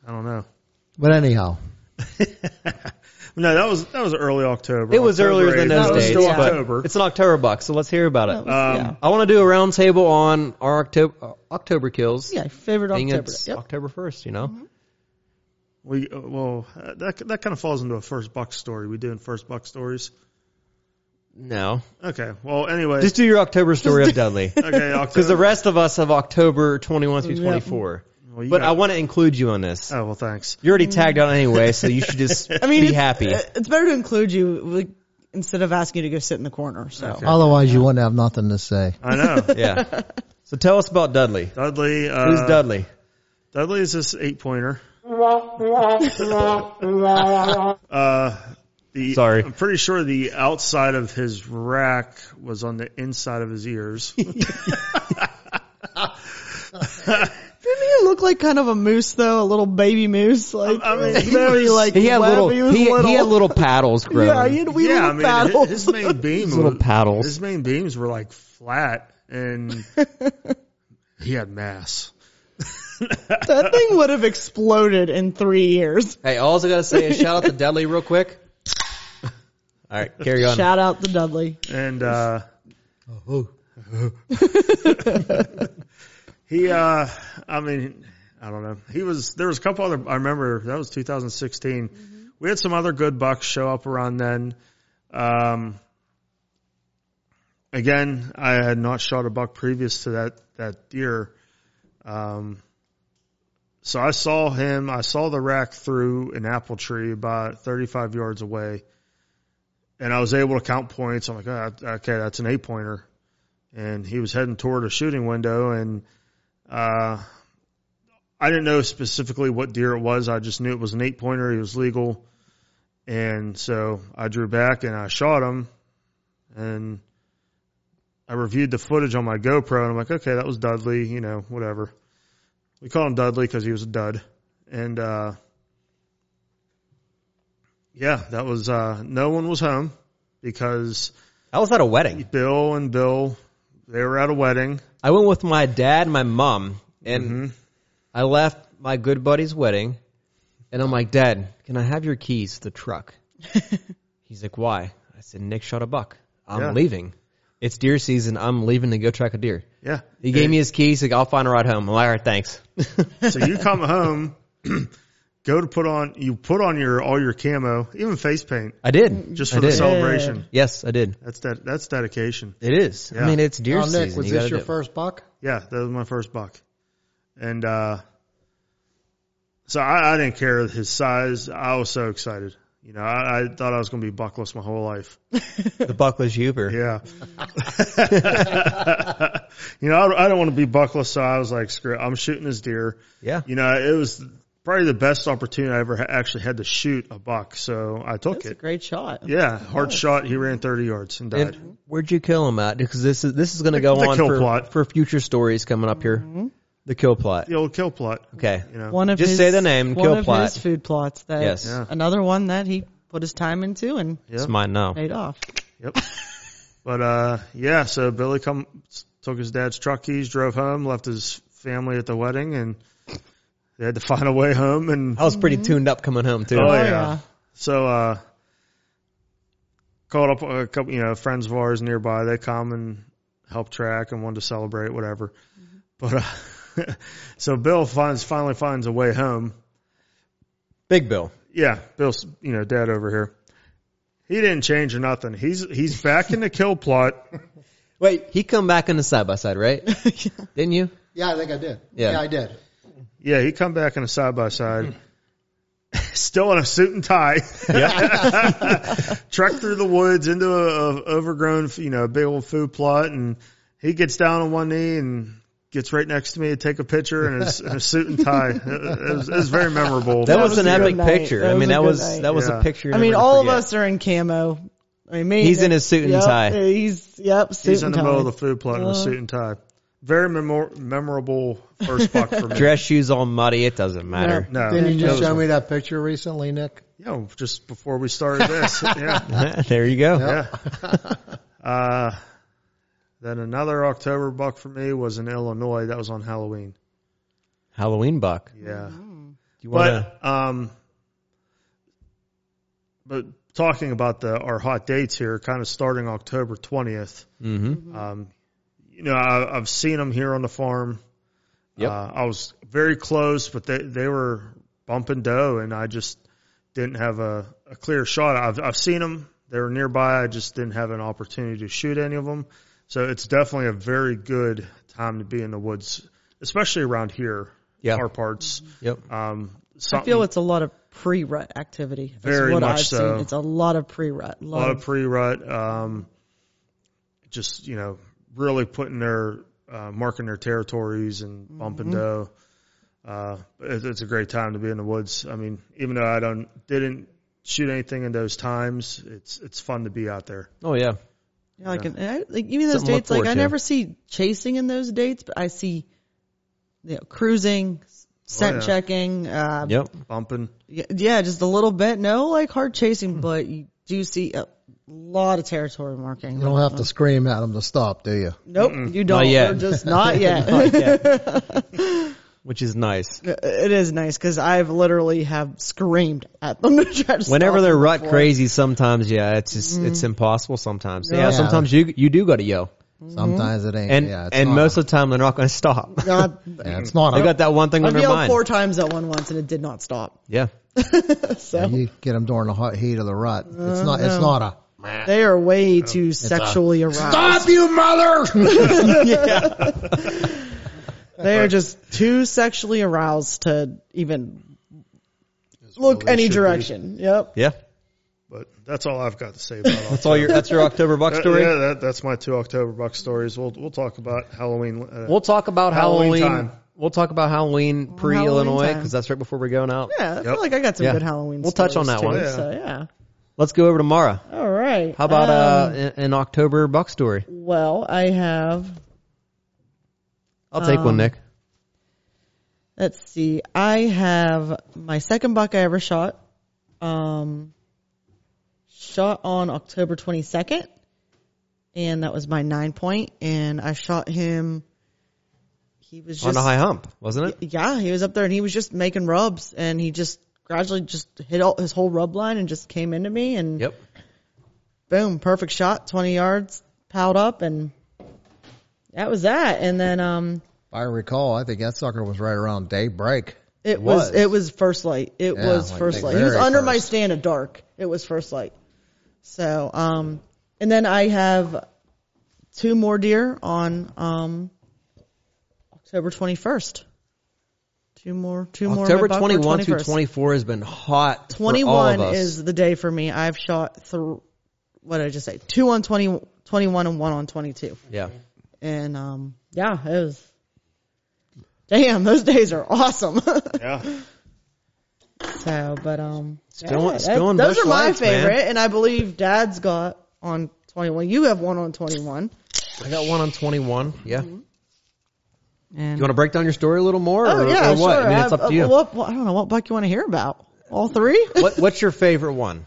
Speaker 2: I don't know.
Speaker 3: But anyhow,
Speaker 2: No, that was that was early October.
Speaker 1: It was
Speaker 2: October
Speaker 1: earlier than
Speaker 2: 8th.
Speaker 1: those
Speaker 2: That was
Speaker 1: days.
Speaker 2: Still
Speaker 1: but
Speaker 2: October.
Speaker 1: It's an October buck, so let's hear about it.
Speaker 4: That was,
Speaker 2: Um,
Speaker 1: I want to do a roundtable on our October uh, October kills.
Speaker 4: yeah. yeah, favorite
Speaker 1: being
Speaker 4: October.
Speaker 1: it's
Speaker 4: Yep. Mm-hmm.
Speaker 1: October first, you know.
Speaker 2: We uh, well uh, that that kind of falls into a first buck story. We doing first buck stories.
Speaker 1: No,
Speaker 2: Okay. Well, anyway.
Speaker 1: just do your October story of Dudley,
Speaker 2: okay. October.
Speaker 1: because the rest of us have October twenty one through
Speaker 4: Yep.
Speaker 1: twenty four.
Speaker 2: well, you
Speaker 1: But I
Speaker 2: got-
Speaker 1: want to include you on this.
Speaker 2: Oh well, thanks.
Speaker 1: You're already tagged out anyway, so you should just
Speaker 4: I mean,
Speaker 1: be
Speaker 4: it's, uh,
Speaker 1: happy.
Speaker 4: It's better to include you like, instead of asking you to go sit in the corner. So
Speaker 3: otherwise you wouldn't have nothing to say.
Speaker 2: I know.
Speaker 1: yeah. So tell us about Dudley.
Speaker 2: Dudley. Uh,
Speaker 1: Who's Dudley?
Speaker 2: Dudley is this eight pointer. uh, the,
Speaker 1: Sorry.
Speaker 2: I'm pretty sure the outside of his rack was on the inside of his ears.
Speaker 4: didn't he look like kind of a moose though? A little baby moose, like
Speaker 2: I mean, he
Speaker 4: very
Speaker 2: was-
Speaker 4: like
Speaker 1: He had
Speaker 4: web.
Speaker 1: little
Speaker 4: He
Speaker 1: he,
Speaker 4: was little.
Speaker 1: he had little paddles growing.
Speaker 4: yeah, he had wee
Speaker 2: yeah,
Speaker 4: little
Speaker 2: I mean,
Speaker 4: paddles.
Speaker 2: his main beam
Speaker 1: His little
Speaker 2: was-
Speaker 1: paddles.
Speaker 2: His main beams were like flat, and he had mass.
Speaker 4: that thing would have exploded in three years.
Speaker 1: Hey, all I gotta say is shout out to Dudley real quick. All right, carry on.
Speaker 4: Shout out to Dudley.
Speaker 2: And uh, he, uh, I mean, I don't know. He was there was a couple other. I remember that was 2016. We had some other good bucks show up around then. Um, again, I had not shot a buck previous to that that deer. Um, so I saw him. I saw the rack through an apple tree about 35 yards away, and I was able to count points. I'm like, oh, okay, that's an eight pointer, and he was heading toward a shooting window, and uh, I didn't know specifically what deer it was. I just knew it was an eight pointer. He was legal, and so I drew back and I shot him, and I reviewed the footage on my GoPro and I'm like, okay, that was Dudley, you know, whatever. We call him Dudley because he was a dud. And, uh, yeah, that was, uh, no one was home because
Speaker 1: I was at a wedding.
Speaker 2: Bill and Bill, they were at a wedding.
Speaker 1: I went with my dad and my mom, and
Speaker 2: Mhm.
Speaker 1: I left my good buddy's wedding, and I'm like, Dad, can I have your keys to the truck? He's like, Why? I said, Nick shot a buck. I'm
Speaker 2: Yeah.
Speaker 1: leaving. It's deer season. I'm leaving to go track a deer.
Speaker 2: Yeah.
Speaker 1: He gave me his keys. Like, I'll find a ride home. I'm like, All right, thanks.
Speaker 2: So you come home, go to put on, you put on your, all your camo, even face paint
Speaker 1: I did.
Speaker 2: just
Speaker 1: I
Speaker 2: for the
Speaker 1: did.
Speaker 2: celebration.
Speaker 1: Yes, I did.
Speaker 2: That's that, that's dedication.
Speaker 1: It is. I
Speaker 2: Yeah.
Speaker 1: mean, it's deer
Speaker 3: Now,
Speaker 1: season.
Speaker 3: Oh, Nick, was
Speaker 1: You
Speaker 3: this
Speaker 1: gotta
Speaker 3: your
Speaker 1: do-
Speaker 3: first buck?
Speaker 2: Yeah, that was my first buck. And uh so I, I didn't care his size. I was so excited. You know, I, I thought I was gonna be buckless my whole life.
Speaker 1: the Buckless Huber?
Speaker 2: Yeah. you know, I, I don't want to be buckless, so I was like, screw it. I'm shooting this deer.
Speaker 1: Yeah.
Speaker 2: You know, it was probably the best opportunity I ever ha- actually had to shoot a buck, so I took
Speaker 4: That's a
Speaker 2: it.
Speaker 4: great shot.
Speaker 2: Yeah, hard shot. He ran 30 yards and died.
Speaker 1: And where'd you kill him at? Because this is this is going to go
Speaker 2: the
Speaker 1: on
Speaker 2: kill
Speaker 1: for,
Speaker 2: plot.
Speaker 1: for future stories coming up here.
Speaker 4: Mm-hmm.
Speaker 1: The kill plot.
Speaker 2: the old kill plot.
Speaker 1: Okay.
Speaker 2: You know,
Speaker 4: One of
Speaker 1: Just
Speaker 4: his,
Speaker 1: say the name,
Speaker 4: One
Speaker 1: kill
Speaker 4: of
Speaker 1: plot.
Speaker 4: his food plots. That
Speaker 1: Yes.
Speaker 2: Yeah.
Speaker 4: Another one that he put his time into and
Speaker 1: It's
Speaker 2: Yep.
Speaker 1: mine now.
Speaker 4: paid off.
Speaker 2: Yep. but uh, yeah, so Billy come took his dad's truck keys, drove home, left his family at the wedding, and they had to find a way home. And
Speaker 1: I was pretty
Speaker 4: Mm-hmm.
Speaker 1: tuned up coming home too.
Speaker 2: Oh, yeah. so uh, called up a couple, you know, friends of ours nearby. They come and helped track and wanted to celebrate, whatever. But uh, so Bill finds finally finds a way home.
Speaker 1: Big Bill.
Speaker 2: Yeah, Bill's you know dad over here. He didn't change or nothing. He's he's back in the kill plot.
Speaker 1: Wait, he come back in the side by side, right? Didn't you?
Speaker 3: Yeah, I think I did.
Speaker 1: Yeah.
Speaker 3: I did.
Speaker 2: Yeah, he come back in a side by side, still in a suit and tie. Trek through the woods into a, a overgrown, you know, big old food plot, and he gets down on one knee and gets right next to me to take a picture in his- in a, suit and tie. It, was, it was very memorable.
Speaker 1: That,
Speaker 4: That
Speaker 1: was,
Speaker 4: was
Speaker 1: an
Speaker 4: a good
Speaker 1: epic
Speaker 4: night.
Speaker 1: picture.
Speaker 4: That
Speaker 1: I
Speaker 4: was
Speaker 1: mean,
Speaker 4: a
Speaker 1: that
Speaker 4: good
Speaker 1: was
Speaker 4: night.
Speaker 1: that was
Speaker 2: Yeah.
Speaker 1: a picture.
Speaker 4: I mean,
Speaker 1: never
Speaker 4: all
Speaker 1: forget.
Speaker 4: of us are in camo. I mean, me,
Speaker 1: He's in his suit and
Speaker 4: yep,
Speaker 1: tie.
Speaker 4: He's yep, suit
Speaker 2: He's in
Speaker 4: and
Speaker 2: the
Speaker 4: tie. Uh-huh.
Speaker 2: middle of the food plot in a suit and tie. Very memor- memorable first buck for me.
Speaker 1: dress shoes all muddy. It doesn't matter.
Speaker 2: No,
Speaker 3: Didn't you
Speaker 2: that was-
Speaker 3: just show me that picture recently, Nick?
Speaker 2: you know, just before we started this. Yeah.
Speaker 1: there you go.
Speaker 2: Yeah. uh, then another October buck for me was in Illinois. That was on Halloween.
Speaker 1: Halloween buck.
Speaker 2: Yeah.
Speaker 1: You wanna?
Speaker 2: But um, but talking about the our hot dates here, kind of starting October twentieth.
Speaker 1: hmm
Speaker 2: Um, you know, I, I've seen them here on the farm.
Speaker 1: Yep.
Speaker 2: Uh, I was very close, but they they were bumping doe, and I just didn't have a, a clear shot. I've I've seen them; they were nearby. I just didn't have an opportunity to shoot any of them. So it's definitely a very good time to be in the woods, especially around here,
Speaker 1: Yeah.
Speaker 2: our parts.
Speaker 1: Yep.
Speaker 2: Um,
Speaker 4: I feel it's a lot of pre-rut activity. is
Speaker 2: Very
Speaker 4: what
Speaker 2: much
Speaker 4: I've
Speaker 2: so.
Speaker 4: Seen. It's a lot of pre-rut.
Speaker 2: a lot of pre-rut, um, just you know, really putting their uh, marking their territories and bumping
Speaker 1: Mm-hmm.
Speaker 2: doe. Uh, it's, it's a great time to be in the woods. I mean, even though I don't didn't shoot anything in those times, it's it's fun to be out there.
Speaker 1: Oh yeah.
Speaker 4: Yeah, like, and I, like even those
Speaker 1: Something to look
Speaker 4: dates, like
Speaker 1: forward
Speaker 4: I
Speaker 1: to.
Speaker 4: never see chasing in those dates, but I see, you know, cruising, scent
Speaker 2: Oh, yeah.
Speaker 4: checking, uh,
Speaker 1: Yep.
Speaker 2: Bumping,
Speaker 4: y- yeah, just a little bit. No, like hard chasing, but you do see a lot of territory marking.
Speaker 3: You don't have to scream at him to stop, do you?
Speaker 4: Nope, you don't.
Speaker 1: yet.
Speaker 4: They're just not yet.
Speaker 1: Which is nice.
Speaker 4: It is nice because I've literally have screamed at them to try to stop
Speaker 1: Whenever they're
Speaker 4: them
Speaker 1: rut
Speaker 4: before. Mm-hmm.
Speaker 1: crazy, sometimes yeah, it's just it's impossible. Sometimes yeah,
Speaker 3: Yeah.
Speaker 1: sometimes you you do got to yo,
Speaker 3: Mm-hmm. Sometimes it ain't.
Speaker 1: and
Speaker 3: yeah, it's
Speaker 1: and
Speaker 3: not,
Speaker 1: most of the time they're not going to stop.
Speaker 4: Not-
Speaker 3: yeah, it's not.
Speaker 1: they got that one thing
Speaker 4: I
Speaker 1: on their
Speaker 4: yelled
Speaker 1: mind.
Speaker 4: four times at one once and it did not stop.
Speaker 1: Yeah,
Speaker 4: So
Speaker 3: Uh-huh. You get them during the hot heat of the rut. It's not. It's not a.
Speaker 4: They are way too sexually aroused.
Speaker 3: Oh, Stop you, mother!
Speaker 4: yeah. they are just too sexually aroused to even look
Speaker 2: they
Speaker 4: any
Speaker 2: should be.
Speaker 4: direction. Yep.
Speaker 1: Yeah.
Speaker 2: But that's all I've got to say about
Speaker 1: That's all your that's your October buck
Speaker 2: That-
Speaker 1: story.
Speaker 2: Yeah, that, that's my two October buck stories. We'll we'll talk about Halloween. Uh,
Speaker 1: We'll talk about Halloween.
Speaker 2: Halloween time.
Speaker 1: We'll talk about Halloween pre Illinois
Speaker 4: Halloween time.
Speaker 1: because that's right before we're going out.
Speaker 4: Yeah, I
Speaker 2: Yep.
Speaker 4: feel like I got some
Speaker 1: Yeah.
Speaker 4: good Halloween.
Speaker 1: We'll touch on
Speaker 4: stories,
Speaker 1: that one.
Speaker 4: too,
Speaker 2: Yeah.
Speaker 4: So yeah.
Speaker 1: Let's go over to Mara.
Speaker 4: All right.
Speaker 1: How about
Speaker 4: um,
Speaker 1: uh, an- an October buck story?
Speaker 4: Well, I have.
Speaker 1: I'll take one,
Speaker 4: um,
Speaker 1: Nick.
Speaker 4: Let's see. I have my second buck I ever shot. Um, shot on October 22nd, and that was my nine point, and I shot him. He was just
Speaker 1: On a high hump, wasn't it?
Speaker 4: Yeah, he was up there and he was just making rubs and he just gradually just hit all, his whole rub line and just came into me and
Speaker 1: Yep.
Speaker 4: boom, perfect shot, 20 yards, piled up and that was that. And then, um,
Speaker 3: If I recall, I think that sucker was right around daybreak.
Speaker 4: it
Speaker 1: was.
Speaker 4: was, it was first light. It
Speaker 3: Yeah,
Speaker 4: was
Speaker 3: like
Speaker 4: first
Speaker 3: the
Speaker 4: light. He was
Speaker 3: very
Speaker 4: under my
Speaker 3: first.
Speaker 4: stand at dark. It was first light. So, um, and then I have two more deer on, um, October 21st. Two more, two more.
Speaker 1: October
Speaker 4: red buck were
Speaker 1: 21 through
Speaker 4: 21st.
Speaker 1: 24 has been hot.
Speaker 4: 21
Speaker 1: for all of us.
Speaker 4: is the day for me. I've shot through, what did I just say? Two on 20, 21 and one on 22.
Speaker 1: yeah.
Speaker 4: And, um, yeah, it was, damn, those days are awesome.
Speaker 2: yeah,
Speaker 4: so, but, um,
Speaker 1: Still-
Speaker 4: yeah,
Speaker 1: still in
Speaker 4: those
Speaker 1: bush
Speaker 4: are my
Speaker 1: lights, man.
Speaker 4: favorite. And I believe dad's got on 21. You have one on 21.
Speaker 1: I got one on 21. Yeah.
Speaker 4: And,
Speaker 1: You want to Mm-hmm. break down your story a little more?
Speaker 4: oh,
Speaker 1: or,
Speaker 4: yeah,
Speaker 1: or what?
Speaker 4: sure.
Speaker 1: I mean, it's
Speaker 4: I've-
Speaker 1: up to you.
Speaker 4: uh, What, what, I don't know what buck you want to hear about. All three?
Speaker 1: what, what's your favorite one?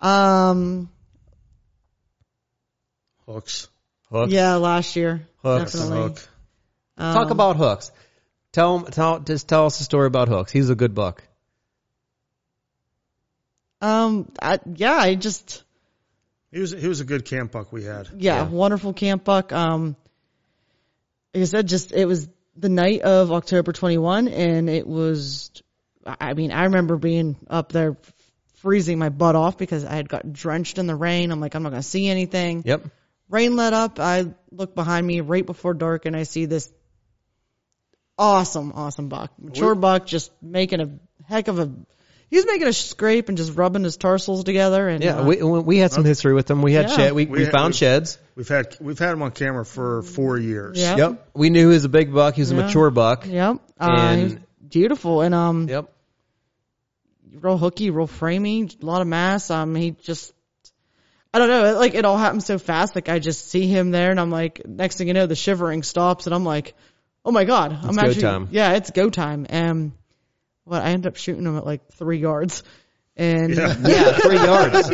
Speaker 4: um,
Speaker 2: hooks.
Speaker 1: Hooks.
Speaker 4: yeah, last year.
Speaker 1: Hooks.
Speaker 4: Definitely. Um,
Speaker 2: Hook.
Speaker 1: Talk about hooks. Tell, tell just tell us a story about hooks. He's a good buck.
Speaker 4: Um, I, yeah, I just,
Speaker 2: He was he was a good camp buck we had.
Speaker 4: yeah,
Speaker 1: Yeah.
Speaker 4: wonderful camp buck. Um, like I said, just it was the night of October 21, and it was, I I mean, I remember being up there freezing my butt off because I had got drenched in the rain. I'm like, I'm not gonna see anything.
Speaker 1: Yep.
Speaker 4: Rain let up. I look behind me right before dark, and I see this awesome, awesome buck, mature buck, just making a heck of a. He was making a scrape and just rubbing his tarsals together, and
Speaker 1: Yeah,
Speaker 4: uh,
Speaker 1: we we we had some history with them. We had
Speaker 4: Yeah.
Speaker 1: shed. We, we,
Speaker 2: We-
Speaker 1: found
Speaker 2: we-
Speaker 1: sheds.
Speaker 2: We've had we've had him on camera for four years.
Speaker 4: yeah.
Speaker 1: Yep. We knew he was a big buck. He was a
Speaker 4: Yeah.
Speaker 1: mature buck.
Speaker 4: Yep. Uh,
Speaker 1: And-
Speaker 4: he's beautiful and um
Speaker 1: Yep.
Speaker 4: real hooky, real framey, a lot of mass. Um he just I don't know, it, like it all happened so fast. Like I just see him there and I'm like next thing you know the shivering stops and I'm like, "Oh my god, I'm
Speaker 1: go
Speaker 4: actually
Speaker 1: time.
Speaker 4: Yeah, it's go time." And what I ended up shooting him at like 3 yards. And
Speaker 2: Yeah.
Speaker 1: Yeah, three yards.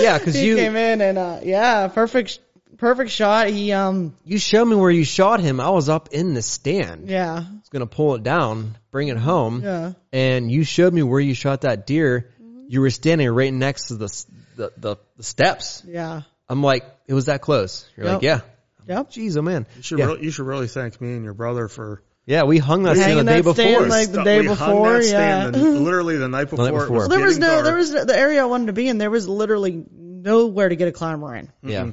Speaker 1: yeah, because
Speaker 4: he
Speaker 1: you
Speaker 4: came in and uh yeah, perfect perfect shot. He um
Speaker 1: you showed me where you shot him. I was up in the stand.
Speaker 4: yeah.
Speaker 1: was gonna pull it down, bring it home.
Speaker 4: Yeah. Mm-hmm.
Speaker 1: And you showed me where you shot that deer. You were standing right next to the s- the, the, the steps.
Speaker 4: Yeah.
Speaker 1: I'm like, it was that close. You're like, yeah.
Speaker 4: Yep. Yep.
Speaker 1: Jeez, oh man.
Speaker 2: You should
Speaker 1: yeah.
Speaker 2: really, you should really thank me and your brother for
Speaker 1: yeah, we hung that stand the
Speaker 4: Hanging
Speaker 1: day
Speaker 4: that stand
Speaker 1: before.
Speaker 4: like- the day
Speaker 2: we hung
Speaker 4: before,
Speaker 2: that stand
Speaker 4: yeah.
Speaker 2: the- literally the night before.
Speaker 1: night
Speaker 2: it
Speaker 1: before. Well,
Speaker 2: was
Speaker 4: There was
Speaker 2: getting
Speaker 4: no, there
Speaker 2: dark.
Speaker 4: was the area I wanted to be in. There was literally nowhere to get a climber in.
Speaker 1: yeah.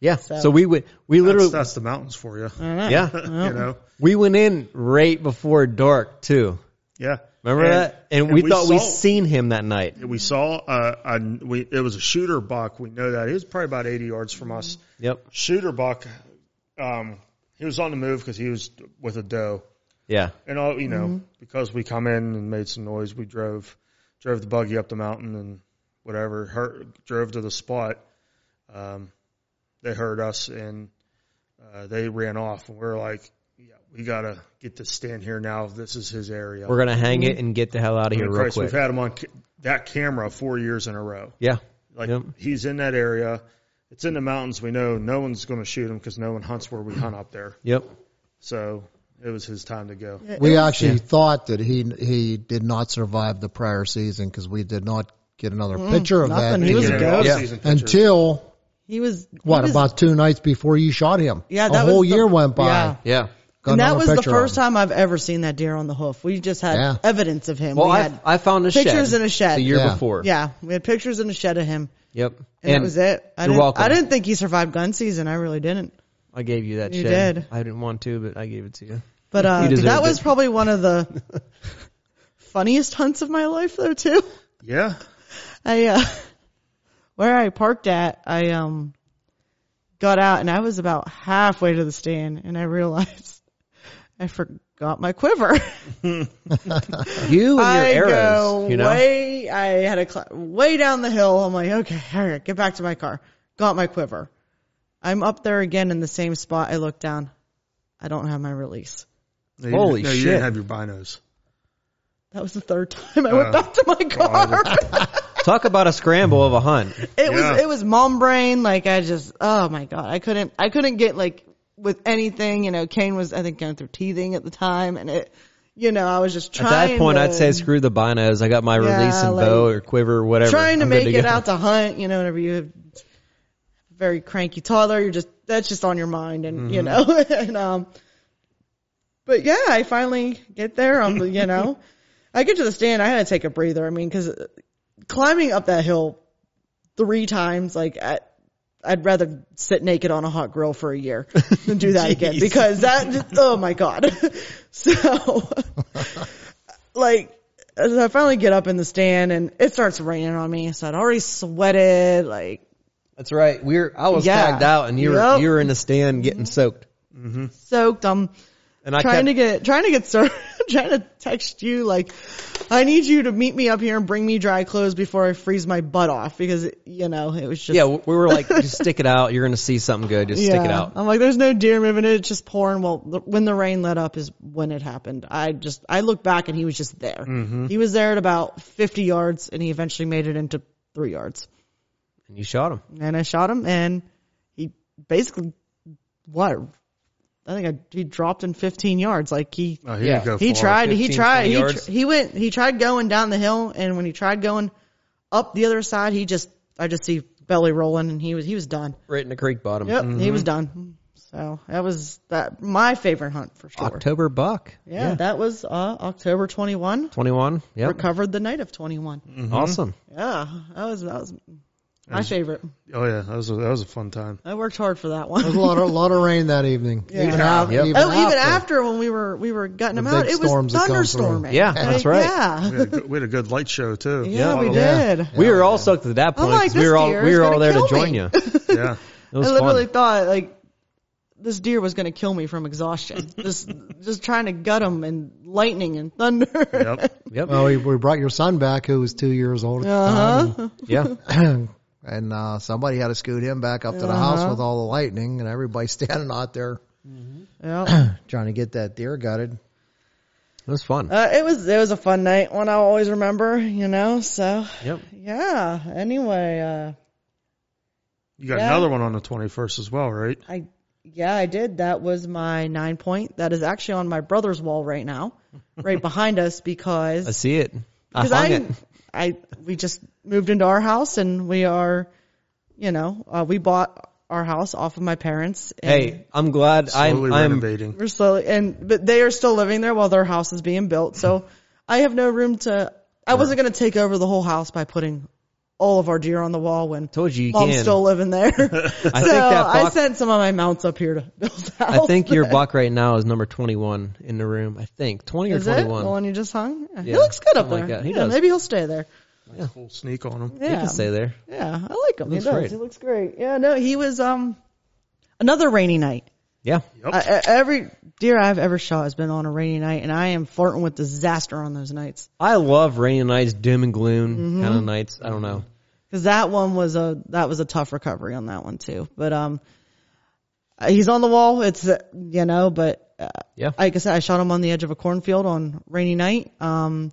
Speaker 1: Yeah. So, we would we
Speaker 2: Mm-hmm. That's,
Speaker 1: literally
Speaker 2: that's the mountains for you.
Speaker 1: yeah.
Speaker 2: You know,
Speaker 1: We went in right before dark too.
Speaker 2: yeah.
Speaker 1: Remember
Speaker 2: And-
Speaker 1: that? And,
Speaker 2: and
Speaker 1: we, thought we
Speaker 2: saw-
Speaker 1: seen him that night.
Speaker 2: We saw uh, a, we it was a shooter buck. We know that he was probably about eighty yards from us.
Speaker 1: Yep.
Speaker 2: Shooter buck, um, he was on the move because he was with a doe,
Speaker 1: Yeah.
Speaker 2: and all you know because we come in and made some noise. We drove drove the buggy up the mountain and whatever. Her, drove to the spot. Um, they heard us and uh, they ran off. And we are like, yeah, we gotta get to stand here now. This is his area.
Speaker 1: We're gonna hang
Speaker 4: Mm-hmm.
Speaker 1: it and get the hell out of here real
Speaker 2: Christ,
Speaker 1: quick.
Speaker 2: we've had him on ca- that camera four years in a row.
Speaker 1: yeah.
Speaker 2: Like
Speaker 1: Yep.
Speaker 2: he's in that area. It's in the mountains. We know no one's going to shoot him because no one hunts where we hunt up there.
Speaker 1: Yep.
Speaker 2: So it was his time to go.
Speaker 3: We actually thought that he he did not survive the prior season because we did not get another picture of
Speaker 4: Mm-hmm. nothing.
Speaker 3: that
Speaker 4: He was
Speaker 2: You
Speaker 3: deer
Speaker 2: know,
Speaker 4: good.
Speaker 2: all
Speaker 1: Yeah.
Speaker 2: season pictures.
Speaker 3: until
Speaker 4: He was he
Speaker 3: what
Speaker 4: was-
Speaker 3: about two nights before you shot him.
Speaker 4: Yeah,
Speaker 3: a
Speaker 4: that was
Speaker 3: whole
Speaker 4: the-
Speaker 3: year went by.
Speaker 4: yeah.
Speaker 1: Yeah.
Speaker 3: Got
Speaker 4: and
Speaker 3: another
Speaker 4: that was the
Speaker 3: picture of
Speaker 4: first
Speaker 3: him.
Speaker 4: time I've ever seen that deer on the hoof. We just had
Speaker 3: Yeah.
Speaker 4: evidence of him.
Speaker 1: Well,
Speaker 4: we
Speaker 1: I,
Speaker 4: had,
Speaker 1: I found a
Speaker 4: pictures
Speaker 1: shed
Speaker 4: in a shed.
Speaker 1: the year
Speaker 3: Yeah.
Speaker 1: before.
Speaker 4: yeah, we had pictures in a shed of him,
Speaker 1: Yep.
Speaker 4: and, that was it. I
Speaker 1: you're
Speaker 4: didn't,
Speaker 1: welcome.
Speaker 4: I didn't think he survived gun season. I really didn't.
Speaker 1: I gave you that
Speaker 4: You
Speaker 1: shed.
Speaker 4: did.
Speaker 1: I didn't want to, but I gave it to you.
Speaker 4: But uh,
Speaker 1: deserved
Speaker 4: that was
Speaker 1: it.
Speaker 4: probably one of the funniest hunts of my life, though. Too.
Speaker 2: Yeah.
Speaker 4: I uh, where I parked at, I um got out and I was about halfway to the stand, and I realized I forgot my quiver.
Speaker 1: You and your
Speaker 4: I
Speaker 1: arrows,
Speaker 4: go
Speaker 1: you know.
Speaker 4: way. I had a cl- way down the hill. I'm like, okay, all right, get back to my car. Got my quiver. I'm up there again in the same spot. I look down. I don't have my release.
Speaker 2: No, you
Speaker 1: Holy
Speaker 2: didn't- no, You
Speaker 1: shit.
Speaker 2: didn't have your binos.
Speaker 4: That was the third time I went
Speaker 2: Uh,
Speaker 4: back to my car.
Speaker 1: Talk about a scramble of a hunt.
Speaker 4: it
Speaker 2: Yeah.
Speaker 4: was it was mom brain. Like I just, oh my god, I couldn't I couldn't get like with anything. You know, Kane was I think going through teething at the time, and it, you know, I was just
Speaker 1: At
Speaker 4: trying.
Speaker 1: that point,
Speaker 4: to,
Speaker 1: I'd say screw the binos. I got my
Speaker 4: Yeah,
Speaker 1: release and
Speaker 4: like,
Speaker 1: bow or quiver, or whatever.
Speaker 4: trying to
Speaker 1: I'm good
Speaker 4: make it
Speaker 1: go.
Speaker 4: out to hunt, you know, whenever you have a very cranky toddler, you're just that's just on your mind and you
Speaker 1: Mm-hmm.
Speaker 4: know and um but yeah, I finally get there on the you know. I get to the stand, I had to take a breather. I mean, cuz climbing up that hill three times like I, I'd rather sit naked on a hot grill for a year than do that again
Speaker 1: Jeez.
Speaker 4: because that oh my god. so like so I finally get up in the stand and it starts raining on me. So I'd already sweated. Like
Speaker 1: That's right. We were. I was
Speaker 4: Yeah.
Speaker 1: tagged out, and you were
Speaker 4: Yep.
Speaker 1: you were in the stand getting soaked.
Speaker 4: soaked. I'm
Speaker 1: And I
Speaker 4: trying
Speaker 1: kept,
Speaker 4: to get trying to get ser- trying to text you like I need you to meet me up here and bring me dry clothes before I freeze my butt off because you know it was just
Speaker 1: Yeah, we we were like, just stick it out. You're gonna see something good. Just stick it
Speaker 4: Yeah.
Speaker 1: out.
Speaker 4: I'm like, there's no deer moving. It's just pouring. Well, the, when the rain let up is when it happened. I just, I look back and he was just there.
Speaker 1: Mm-hmm.
Speaker 4: He was there at about 50 yards and he eventually made it into three yards.
Speaker 1: And you shot him.
Speaker 4: and I shot him, and he basically what? I think I, he dropped in 15 yards. Like he
Speaker 2: No, he
Speaker 1: Yeah.
Speaker 2: didn't go
Speaker 4: he
Speaker 2: far.
Speaker 4: tried, he
Speaker 1: 15,
Speaker 4: tried,
Speaker 1: 20
Speaker 4: he,
Speaker 1: yards.
Speaker 4: tr- he went, he tried going down the hill, and when he tried going up the other side, he just I just see belly rolling, and he was he was done.
Speaker 1: Right in the creek bottom.
Speaker 4: Yep, he was done. So that was that my favorite hunt for sure.
Speaker 1: October buck.
Speaker 4: yeah, that was uh, October 21.
Speaker 1: 21. Yep. Mm-hmm.
Speaker 4: Recovered the night of 21.
Speaker 1: Awesome.
Speaker 4: Yeah, that was that was my favorite.
Speaker 2: Oh yeah, that was a, that was a fun time.
Speaker 4: I worked hard for that one.
Speaker 3: There was a lot of, lot of rain that evening.
Speaker 4: Yeah.
Speaker 3: Even, af-
Speaker 1: Yep.
Speaker 3: even
Speaker 4: Oh,
Speaker 3: after.
Speaker 4: even after when we were we were gutting them
Speaker 3: The
Speaker 4: out,
Speaker 3: big
Speaker 4: it was
Speaker 3: storms that come
Speaker 4: thunderstorming.
Speaker 1: Yeah, that's right.
Speaker 4: Yeah,
Speaker 2: We had, a good, we had a good light show too.
Speaker 4: yeah, we
Speaker 3: Yeah.
Speaker 4: did.
Speaker 1: we were all soaked at that point.
Speaker 4: like,
Speaker 1: 'cause we
Speaker 4: this
Speaker 1: were all
Speaker 4: deer
Speaker 1: we
Speaker 4: is
Speaker 1: were all
Speaker 4: gonna
Speaker 1: there to
Speaker 4: kill
Speaker 1: join
Speaker 4: me.
Speaker 1: you. It
Speaker 2: yeah.
Speaker 1: was
Speaker 4: I literally
Speaker 1: fun.
Speaker 4: thought like this deer was going to kill me from exhaustion. just just trying to gut him and lightning and thunder.
Speaker 2: Yep.
Speaker 1: Yep.
Speaker 3: Well, we, we brought your son back, who was two years old at
Speaker 4: Uh
Speaker 3: the
Speaker 1: Um,
Speaker 4: huh.
Speaker 1: yeah.
Speaker 3: time, and, and uh, somebody had to scoot him back up to the
Speaker 4: Uh-huh.
Speaker 3: house with all the lightning, and everybody standing out there
Speaker 4: Yeah.
Speaker 3: trying to get that deer gutted.
Speaker 1: It was fun.
Speaker 4: Uh, it was it was a fun night, one I'll always remember. You know. So
Speaker 1: Yep.
Speaker 4: yeah. Anyway, uh,
Speaker 2: You got
Speaker 4: Yeah.
Speaker 2: another one on the 21st as well, right?
Speaker 4: I yeah, I did. That was my nine point. That is actually on my brother's wall right now, right behind us because
Speaker 1: I see it. I
Speaker 4: because
Speaker 1: hung
Speaker 4: I,
Speaker 1: it.
Speaker 4: I, we just moved into our house and we are, you know, uh, we bought our house off of my parents. And
Speaker 1: Hey, I'm glad
Speaker 2: Slowly
Speaker 1: I'm, I'm
Speaker 2: renovating.
Speaker 4: we're slowly and but they are still living there while their house is being built. So I have no room to. I wasn't going to take over the whole house by putting all of our deer on the wall when
Speaker 1: told you you
Speaker 4: mom's
Speaker 1: can.
Speaker 4: still living there. so
Speaker 1: I think that
Speaker 4: I
Speaker 1: buck-
Speaker 4: sent some of my mounts up here to Bill's house.
Speaker 1: I think your buck right now is number 21 in the room. I think 20 or
Speaker 4: is it the
Speaker 1: 21.
Speaker 4: one you just hung. Yeah. He
Speaker 1: Yeah,
Speaker 4: looks good up
Speaker 1: something like
Speaker 4: there.
Speaker 1: that. He
Speaker 4: yeah,
Speaker 1: does.
Speaker 4: maybe he'll stay there.
Speaker 2: Full sneak on them.
Speaker 4: Yeah.
Speaker 1: You can stay there.
Speaker 4: Yeah, I like him. He,
Speaker 1: looks
Speaker 4: does.
Speaker 1: great.
Speaker 4: He looks great. Yeah, no, he was um another rainy night.
Speaker 1: Yeah.
Speaker 4: I, I- every deer I've ever shot has been on a rainy night, and I am flirting with disaster on those nights.
Speaker 1: I love rainy nights, dim and gloom
Speaker 4: Mm-hmm.
Speaker 1: kind of nights. I don't know.
Speaker 4: Because that one was a that was a tough recovery on that one too. But um, uh, he's on the wall. It's uh, you know, but uh,
Speaker 1: Yeah.
Speaker 4: like I said, I shot him on the edge of a cornfield on rainy night. Um,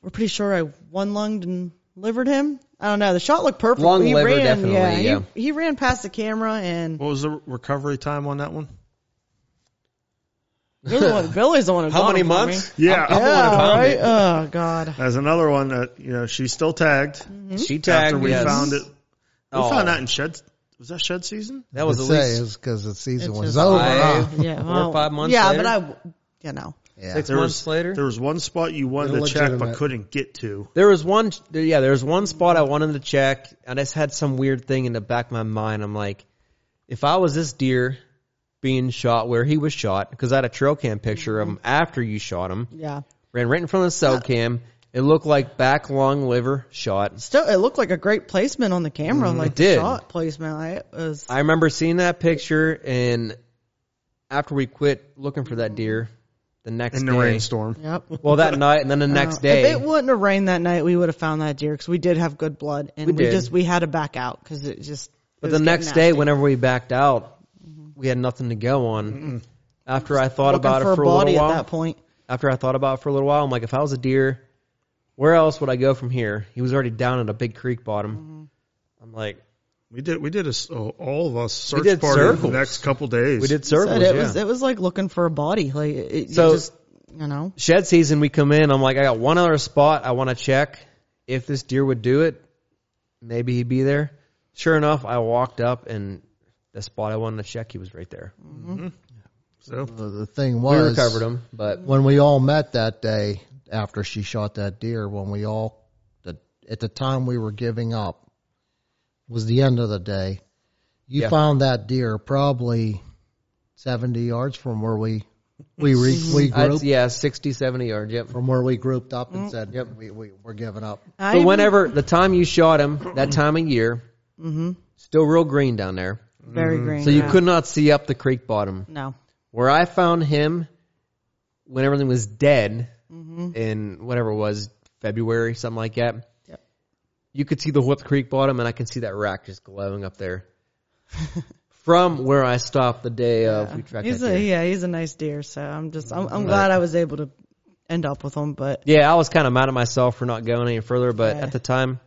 Speaker 4: we're pretty sure I one lunged and livered him. I don't know. The shot looked perfect.
Speaker 1: Lung
Speaker 4: he
Speaker 1: liver,
Speaker 4: ran,
Speaker 1: definitely,
Speaker 4: Yeah, he-
Speaker 1: yeah.
Speaker 4: He, ran past the camera and
Speaker 2: What was the recovery time on that one?
Speaker 4: you're the one, Billy's the one. who got him for me.
Speaker 2: Yeah.
Speaker 4: Yeah, right? Oh God.
Speaker 2: That's another one that you know she's still tagged.
Speaker 1: She Mm-hmm. tagged.
Speaker 2: After we
Speaker 1: yes.
Speaker 2: found it, we
Speaker 1: Oh.
Speaker 2: found that in shed. Was that shed season?
Speaker 1: That was
Speaker 3: to
Speaker 1: at
Speaker 3: say
Speaker 1: least
Speaker 3: is because the season
Speaker 4: It's
Speaker 3: was
Speaker 4: just
Speaker 3: over.
Speaker 1: five-
Speaker 3: huh?
Speaker 4: Yeah,
Speaker 1: Four or
Speaker 4: well,
Speaker 1: five months
Speaker 4: Yeah,
Speaker 1: later?
Speaker 4: but I, w- you know,
Speaker 3: Yeah.
Speaker 1: six
Speaker 2: There
Speaker 1: months
Speaker 2: was-
Speaker 1: later.
Speaker 2: There was one spot you wanted to check but
Speaker 3: Illegitimate.
Speaker 2: couldn't get to.
Speaker 1: There was one, yeah, there was one spot I wanted to check. I just had some weird thing in the back of my mind. I'm like, if I was this deer being shot where he was shot, because I had a trail cam picture of him
Speaker 4: Mm-hmm.
Speaker 1: after you shot him,
Speaker 4: yeah.
Speaker 1: ran right in front of the cell cam. It looked like back long liver shot.
Speaker 4: Still, it looked like a great placement on the camera, like
Speaker 1: Mm, it
Speaker 4: the
Speaker 1: did.
Speaker 4: shot placement. I it was.
Speaker 1: I remember seeing that picture, and after we quit looking for that deer, the next
Speaker 2: In the
Speaker 1: day,
Speaker 2: rainstorm.
Speaker 4: Yep.
Speaker 1: well, that night, and then the next
Speaker 4: Uh,
Speaker 1: day,
Speaker 4: If it wouldn't have rained that night, we would have found that deer because we did have good blood, and
Speaker 1: We
Speaker 4: we,
Speaker 1: did.
Speaker 4: just we had to back out because it just. it
Speaker 1: But
Speaker 4: was
Speaker 1: the
Speaker 4: getting
Speaker 1: next day,
Speaker 4: nasty. Mm-hmm.
Speaker 1: whenever we backed out, we had nothing to go on. After I thought
Speaker 4: Looking
Speaker 1: about it
Speaker 4: for
Speaker 1: for, a
Speaker 4: a
Speaker 1: little
Speaker 4: body
Speaker 1: while,
Speaker 4: at that point.
Speaker 1: after I thought about it for a little while, I'm like, if I was a deer, where else would I go from here? He was already down at a big creek bottom.
Speaker 4: Mm-hmm.
Speaker 1: I'm like,
Speaker 2: We did. We did a s oh, all of us search
Speaker 1: did
Speaker 2: party for
Speaker 1: circles.
Speaker 2: the next couple days.
Speaker 1: we did
Speaker 4: Said
Speaker 1: circles.
Speaker 4: it
Speaker 1: yeah.
Speaker 4: was it was like looking for a body, like it, it- you
Speaker 1: So-
Speaker 4: just you know.
Speaker 1: Shed season, we come in. I'm like, I got one other spot I want to check. If this deer would do it, maybe he'd be there. Sure enough, I walked up and the spot I wanted to check, he was right there.
Speaker 2: So
Speaker 3: The, the thing
Speaker 1: We
Speaker 3: was,
Speaker 1: recovered him, but
Speaker 3: when we all met that day after she shot that deer, when we all, the, at the time we were giving up, was the end of the day. You
Speaker 1: Yeah.
Speaker 3: found that deer probably 70 yards from where we we re, we
Speaker 1: I'd,
Speaker 3: grouped
Speaker 1: yeah, 60, 70 yards. Yep.
Speaker 3: from where we grouped up
Speaker 4: Mm.
Speaker 3: and said we, we we're giving up.
Speaker 4: I
Speaker 1: So
Speaker 4: even-
Speaker 1: whenever the time you shot him, that time of year,
Speaker 4: Mhm.
Speaker 1: still real green down there.
Speaker 4: very green.
Speaker 1: Mm-hmm. So you
Speaker 4: yeah.
Speaker 1: could not see up the creek bottom.
Speaker 4: no.
Speaker 1: Where I found him when everything was dead
Speaker 4: Mm-hmm.
Speaker 1: in whatever it was, February, something like that.
Speaker 4: Yep.
Speaker 1: You could see the whole creek bottom and I can see that rack just glowing up there. From where I stopped the day of we tracked
Speaker 4: He's
Speaker 1: that
Speaker 4: a
Speaker 1: deer. Mm-hmm.
Speaker 4: yeah, he's a nice deer. So I'm just I'm, I'm glad I was able to end up with him, but
Speaker 1: Yeah, I was kind of mad at myself for not going any further, but
Speaker 4: Yeah.
Speaker 1: at the time,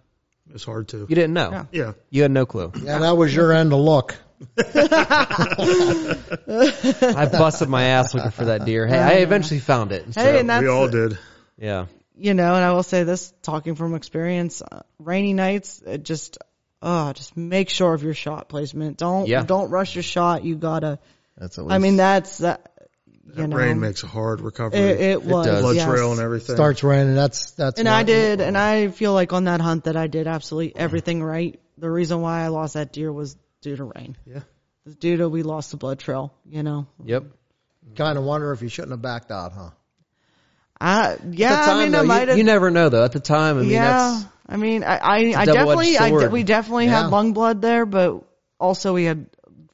Speaker 2: it's hard to.
Speaker 1: you didn't know.
Speaker 4: No.
Speaker 2: Yeah.
Speaker 1: You had no clue.
Speaker 3: Yeah, that was your end of luck.
Speaker 1: I busted my ass looking for that deer. Hey, I eventually found it. so-
Speaker 4: hey, and that's
Speaker 2: we all did.
Speaker 1: Yeah.
Speaker 4: you know, and I will say this, talking from experience, uh, rainy nights, it just, uh, just make sure of your shot placement. Don't,
Speaker 1: Yeah.
Speaker 4: don't rush your shot. You gotta,
Speaker 3: That's what
Speaker 4: I mean, that's, that, you know,
Speaker 2: Rain makes a hard recovery.
Speaker 4: it, it was,
Speaker 1: does.
Speaker 2: Blood
Speaker 4: yes.
Speaker 2: trail and everything.
Speaker 3: starts raining. That's that's
Speaker 4: And
Speaker 3: why-
Speaker 4: I did, and I feel like on that hunt that I did absolutely everything right. The reason why I lost that deer was due to rain.
Speaker 2: Yeah.
Speaker 4: It was Due to we lost the blood trail, you know.
Speaker 1: Yep.
Speaker 3: kind of wonder if you shouldn't have backed out, huh?
Speaker 4: I yeah,
Speaker 1: At the time,
Speaker 4: I mean,
Speaker 1: though,
Speaker 4: I
Speaker 1: you-
Speaker 4: might have.
Speaker 1: you, never know though. At the time, I mean,
Speaker 4: yeah,
Speaker 1: that's
Speaker 4: I mean, I I, I
Speaker 1: double-edged
Speaker 4: definitely, I de-
Speaker 1: sword.
Speaker 4: we definitely
Speaker 3: Yeah.
Speaker 4: had lung blood there, but also we had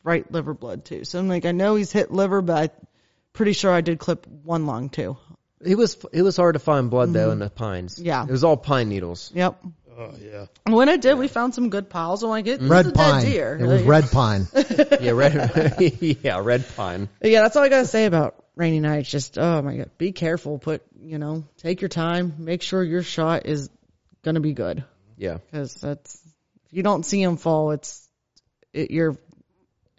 Speaker 4: right liver blood too. So I'm like, I know he's hit liver, but I'm pretty sure I did clip one lung too.
Speaker 1: it was it was hard to find blood though in the pines.
Speaker 4: Mm-hmm. Yeah.
Speaker 1: it was all pine needles.
Speaker 4: Yep.
Speaker 2: Oh yeah.
Speaker 4: And when I did, we found some good piles. I'm like,
Speaker 1: Mm.
Speaker 4: it,
Speaker 3: Red
Speaker 4: it's a dead
Speaker 3: pine.
Speaker 4: deer.
Speaker 3: It was
Speaker 4: Like,
Speaker 3: red pine.
Speaker 1: Yeah, red. yeah, red pine.
Speaker 4: Yeah, that's all I gotta say about rainy nights. Just oh my god, be careful. Put you know, take your time. Make sure your shot is gonna be good.
Speaker 1: Yeah,
Speaker 4: because that's if you don't see them fall, it's it, your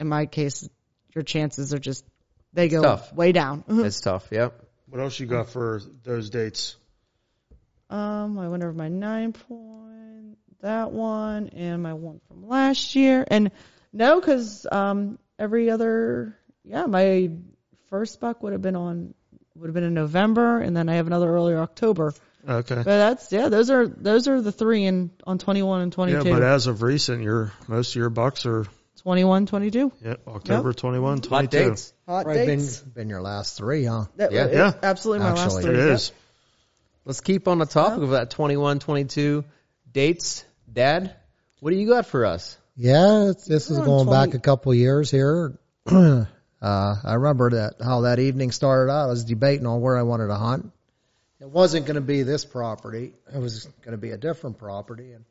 Speaker 4: in my case, your chances are just they go
Speaker 1: tough.
Speaker 4: way down. Uh-huh.
Speaker 1: that's tough. Yep.
Speaker 2: What else you got for those dates?
Speaker 4: um, I went over my nine point, that one, and my one from last year, and no, because um, every other yeah, my first buck would have been on would have been in November, and then I have another earlier October.
Speaker 2: Okay.
Speaker 4: But that's yeah, those are those are the three in on twenty one and twenty
Speaker 2: Yeah,
Speaker 4: two.
Speaker 2: but as of recent, your most of your bucks are
Speaker 4: twenty one, twenty two.
Speaker 2: yeah, October 21,
Speaker 1: Hot
Speaker 2: 22.
Speaker 1: dates.
Speaker 4: Hot
Speaker 3: Probably been, been your last three, huh?
Speaker 4: That,
Speaker 1: Yeah.
Speaker 4: it-
Speaker 2: Yeah.
Speaker 4: absolutely my
Speaker 3: Actually.
Speaker 4: last
Speaker 2: It
Speaker 4: three. yeah.
Speaker 2: is.
Speaker 1: Let's keep on the topic of that 21, 22 dates. Dad, what do you got for us?
Speaker 3: Yeah, it's- this is
Speaker 4: Around
Speaker 3: going back
Speaker 4: 20.
Speaker 3: a couple years here. uh, I remember that how that evening started out. I was debating on where I wanted to hunt. It wasn't going to be this property. It was going to be a different property. And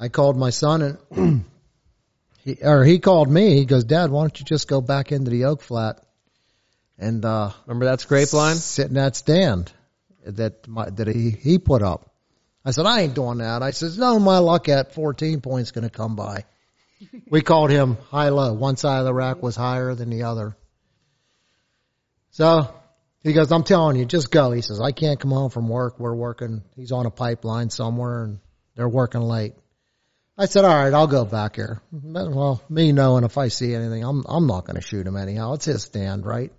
Speaker 3: I called my son and he, or he called me. He goes, Dad, why don't you just go back into the oak flat and, uh,
Speaker 1: Remember that scrape line?
Speaker 3: sit in that stand that my, that he, he put up. I said, I ain't doing that. I says, no, my luck at 14 points going to come by. we called him high low. One side of the rack was higher than the other. So he goes, I'm telling you, just go. He says, I can't come home from work. We're working. He's on a pipeline somewhere and they're working late. I said, all right, I'll go back here. Well, me knowing if I see anything, I'm I'm not going to shoot him anyhow. It's his stand, right?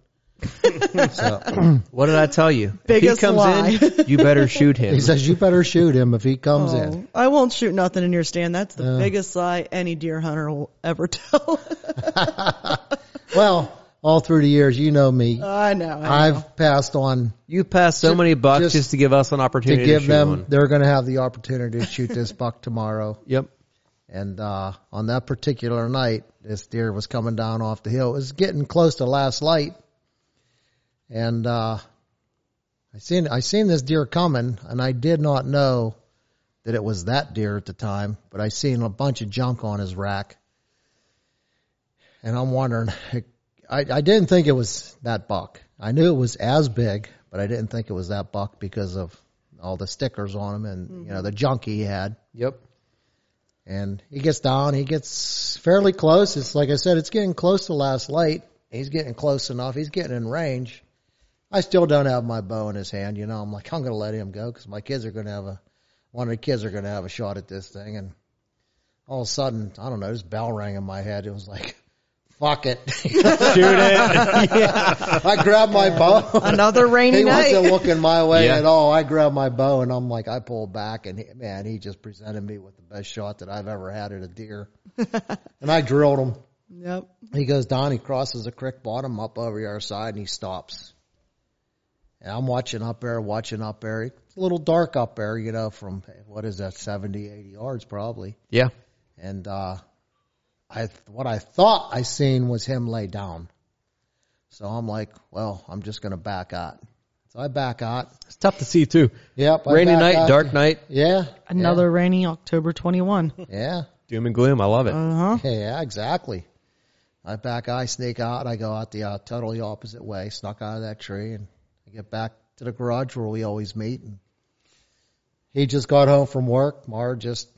Speaker 3: so
Speaker 1: What did I tell you? if
Speaker 4: Biggest
Speaker 1: he comes
Speaker 4: lie.
Speaker 1: in, you better shoot him.
Speaker 3: he says, you better shoot him if he comes in. Uh.
Speaker 4: Oh, I won't shoot nothing in your stand. That's the biggest lie any deer hunter will ever tell.
Speaker 3: Well, all through the years, you know me.
Speaker 4: I know. Oh, I know.
Speaker 3: I've passed on
Speaker 1: you passed so many bucks
Speaker 3: just
Speaker 1: just, to give us an
Speaker 3: to
Speaker 1: opportunity to,
Speaker 3: give
Speaker 1: shoot
Speaker 3: them.
Speaker 1: one.
Speaker 3: They're going to have the opportunity to shoot this buck tomorrow.
Speaker 1: Yep.
Speaker 3: And uh, on that particular night, this deer was coming down off the hill. It was getting close to last light, and uh, I seen I seen this deer coming, and I did not know that it was that deer at the time. But I seen a bunch of junk on his rack, and I'm wondering. I, I didn't think it was that buck. I knew it was as big, but I didn't think it was that buck because of all the stickers on him and you know the junk he had.
Speaker 1: Yep.
Speaker 3: And he gets down. He gets fairly close. It's like I said, it's getting close to last light. He's getting close enough. He's getting in range. I still don't have my bow in his hand. You know, I'm like, I'm going to let him go because my kids are going to have a, one of the kids are going to have a shot at this thing. And all of a sudden, I don't know, this bell rang in my head. It was like, fuck it. I grabbed my bow.
Speaker 4: Another rainy
Speaker 3: He
Speaker 4: night.
Speaker 3: wasn't looking my way
Speaker 1: Yeah.
Speaker 3: at all. I grabbed my bow and I'm like, I pulled back and he, man, he just presented me with the best shot that I've ever had at a deer. and I drilled him.
Speaker 4: Yep.
Speaker 3: He goes down, he crosses the creek bottom up over your side and he stops. And I'm watching up there, watching up there. It's a little dark up there, you know, from what is that, 70, 80 yards probably.
Speaker 1: Yeah.
Speaker 3: And, uh, I, what I thought I seen was him lay down. So I'm like, well, I'm just going to back out. So I back out.
Speaker 1: It's tough to see too.
Speaker 3: Yep. I
Speaker 1: Rainy
Speaker 3: back
Speaker 1: night,
Speaker 3: out.
Speaker 1: dark night,
Speaker 3: Yeah.
Speaker 4: Another rainy October 21.
Speaker 3: Yeah.
Speaker 1: doom and gloom. I love it.
Speaker 4: Uh huh.
Speaker 3: Yeah, exactly. I back, I sneak out, I go out the uh, totally opposite way, snuck out of that tree, and I get back to the garage where we always meet. And he just got home from work. Mar just,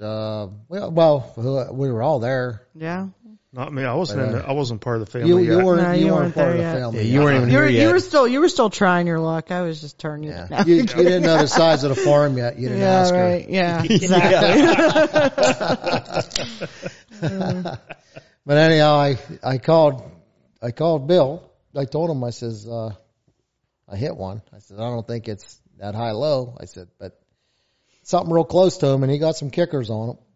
Speaker 3: uh, well, well, we were all there.
Speaker 4: Yeah.
Speaker 2: Not me. I wasn't. in the, I wasn't part of the family
Speaker 3: You,
Speaker 2: yet.
Speaker 3: you weren't,
Speaker 4: No,
Speaker 3: you,
Speaker 4: you
Speaker 3: weren't,
Speaker 4: weren't
Speaker 3: part of the
Speaker 4: there yet.
Speaker 3: family.
Speaker 1: yeah, you weren't even
Speaker 4: You
Speaker 1: here
Speaker 4: were,
Speaker 1: yet.
Speaker 4: you were still you were still trying your luck. I was just turning
Speaker 3: Yeah.
Speaker 4: it. down.
Speaker 3: You, you didn't know the size of the farm yet. You didn't
Speaker 4: yeah,
Speaker 3: ask her.
Speaker 4: right. Yeah, exactly.
Speaker 3: But anyhow, I, I called, I called Bill. I told him, I says, uh, I hit one. I said, I don't think it's that high low. I said, but something real close to him and he got some kickers on him.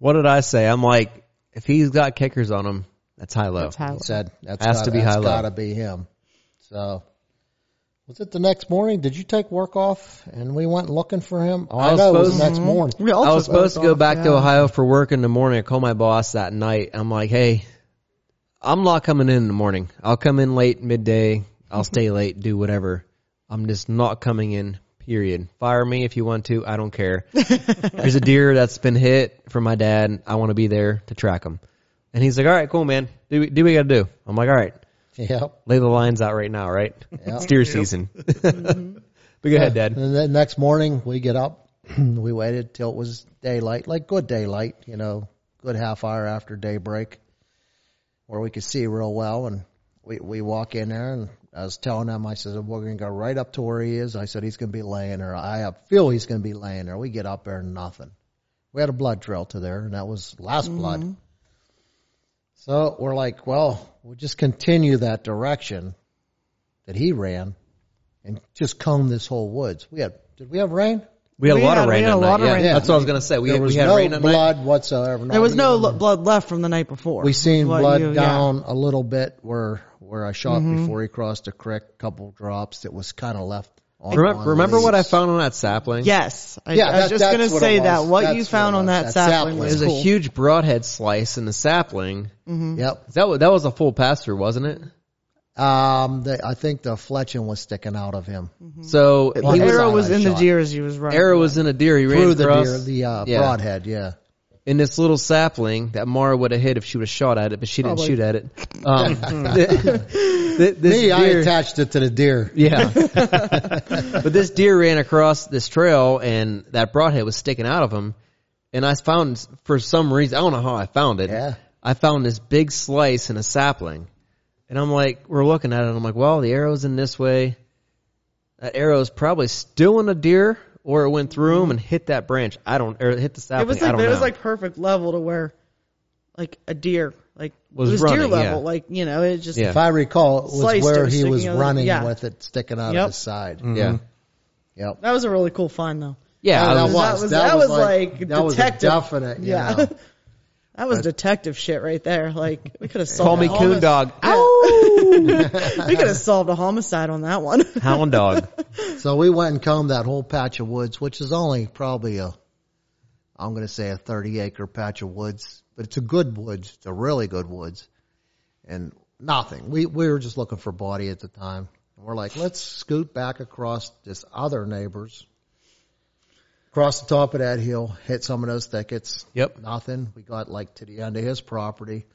Speaker 1: What did I say? I'm like, if he's got kickers on him, that's high low.
Speaker 4: That's how-
Speaker 3: He said, that's
Speaker 1: Has to
Speaker 3: gotta,
Speaker 1: be
Speaker 3: that's
Speaker 1: high low.
Speaker 3: gotta be him. So was it the next morning? Did you take work off and we went looking for him? Oh,
Speaker 1: I
Speaker 3: I,
Speaker 1: was
Speaker 3: know it was
Speaker 1: supposed-
Speaker 3: the next morning.
Speaker 4: We also
Speaker 1: I was supposed to go
Speaker 4: both
Speaker 1: back
Speaker 4: off,
Speaker 1: to
Speaker 4: yeah.
Speaker 1: Ohio for work in the morning. I called my boss that night. I'm like, hey, I'm not coming in in the morning. I'll come in late, midday. I'll stay late, do whatever. I'm just not coming in, period. Fire me if you want to. I don't care. There's a deer that's been hit from my dad. I want to be there to track him. And he's like, all right, cool, man. Do, what- do what you got to do. I'm like, all right,
Speaker 3: Yep.
Speaker 1: lay the lines out right now, right?
Speaker 3: Yeah.
Speaker 1: It's deer season.
Speaker 4: Mm-hmm.
Speaker 1: but go ahead, Dad.
Speaker 3: And then next morning we get up, we waited till it was daylight, like good daylight, you know, good half hour after daybreak, where we could see real well. And we we walk in there, and I was telling them, I said, we're gonna go right up to where he is. I said he's gonna be laying there. I have- feel he's gonna be laying there. We get up there, nothing. We had a blood trail to there, and that was last blood. So we're like, well, we'll just continue that direction that he ran and just comb this whole woods. We had did we have rain?
Speaker 1: We had
Speaker 4: We
Speaker 1: a lot
Speaker 4: had-
Speaker 1: of rain
Speaker 4: we had
Speaker 1: that
Speaker 4: a lot
Speaker 1: night.
Speaker 4: of
Speaker 1: Yeah,
Speaker 4: rain.
Speaker 1: that's what I was gonna say. We,
Speaker 3: There
Speaker 1: we
Speaker 3: was
Speaker 1: had
Speaker 3: no
Speaker 1: rain that night.
Speaker 3: blood whatsoever.
Speaker 4: There was no
Speaker 3: even-
Speaker 4: lo- blood left from the night before.
Speaker 3: We seen blood,
Speaker 4: you- yeah.
Speaker 3: down a little bit where where I shot
Speaker 1: Mm-hmm.
Speaker 3: before he crossed the creek. Couple drops that was kind of left. On, on
Speaker 1: Remember, remember what I
Speaker 3: leaves.
Speaker 1: found on that sapling?
Speaker 4: Yes, I,
Speaker 3: Yeah,
Speaker 4: I was
Speaker 3: that-
Speaker 4: just gonna
Speaker 3: that's what it
Speaker 4: say
Speaker 3: was.
Speaker 4: that what
Speaker 3: That's
Speaker 4: you
Speaker 3: what
Speaker 4: found
Speaker 3: it
Speaker 4: on
Speaker 3: was.
Speaker 4: that,
Speaker 3: That
Speaker 4: sapling
Speaker 3: sapling.
Speaker 1: It
Speaker 4: was
Speaker 1: was
Speaker 4: cool.
Speaker 1: a huge broadhead slice in the sapling.
Speaker 3: Yep.
Speaker 1: That wa- that was a full pass through, wasn't it?
Speaker 3: Mm-hmm. Um. The, I think the fletching was sticking out of him
Speaker 1: So
Speaker 3: Well,
Speaker 1: he
Speaker 3: it
Speaker 1: was,
Speaker 3: was
Speaker 4: arrow
Speaker 3: on
Speaker 4: was
Speaker 3: that
Speaker 4: in the
Speaker 3: shot.
Speaker 4: deer as he was running.
Speaker 1: arrow was in a deer. He
Speaker 3: through
Speaker 1: ran
Speaker 3: the
Speaker 1: across
Speaker 3: deer, the uh,
Speaker 1: Yeah.
Speaker 3: broadhead. Yeah.
Speaker 1: in this little sapling that Mara would have hit if she would have shot at it, but she didn't
Speaker 3: Probably.
Speaker 1: shoot at it. Um, th- this
Speaker 3: Me, I
Speaker 1: deer-
Speaker 3: attached it to the deer.
Speaker 1: Yeah. but this deer ran across this trail and that broadhead was sticking out of him. And I found, for some reason, I don't know how I found it.
Speaker 3: Yeah.
Speaker 1: I found this big slice in a sapling. And I'm like, we're looking at it. And I'm like, well, the arrow's in this way. That arrow's probably still in a deer or it went through them and hit that branch. I don't, or it hit the sapling.
Speaker 4: it was
Speaker 1: I
Speaker 4: like
Speaker 1: don't
Speaker 4: it was
Speaker 1: know.
Speaker 4: like perfect level to where, like a deer, like
Speaker 1: Was
Speaker 4: it was deer
Speaker 1: running, yeah.
Speaker 4: level, like you know, it just
Speaker 1: Yeah.
Speaker 3: If I recall, it was
Speaker 4: Sliced
Speaker 3: where
Speaker 4: it,
Speaker 3: he
Speaker 4: sticking
Speaker 3: was
Speaker 4: out of-
Speaker 3: running
Speaker 4: yeah.
Speaker 3: with it sticking out
Speaker 4: Yep.
Speaker 3: of his side.
Speaker 1: yeah,
Speaker 3: Yep.
Speaker 4: that was a really cool find though.
Speaker 1: yeah. I
Speaker 3: Oh, that
Speaker 1: was-
Speaker 3: was- that was like- that was a
Speaker 4: detective.
Speaker 3: definite, you
Speaker 4: yeah.
Speaker 3: know.
Speaker 4: that was detective shit right there. Like we could have
Speaker 1: call
Speaker 4: solved.
Speaker 1: me
Speaker 4: a
Speaker 1: coon
Speaker 4: homic-
Speaker 1: dog.
Speaker 4: Ow! we could have solved a homicide on that one.
Speaker 1: Hound dog.
Speaker 3: So we went and combed that whole patch of woods, which is only probably a, I'm going to say a 30 acre patch of woods, but it's a good woods. It's a really good woods and nothing. We, we were just looking for body at the time. And we're like, let's scoot back across this other neighbor's, across the top of that hill, hit some of those thickets.
Speaker 1: Yep.
Speaker 3: Nothing. We got like to the end of his property.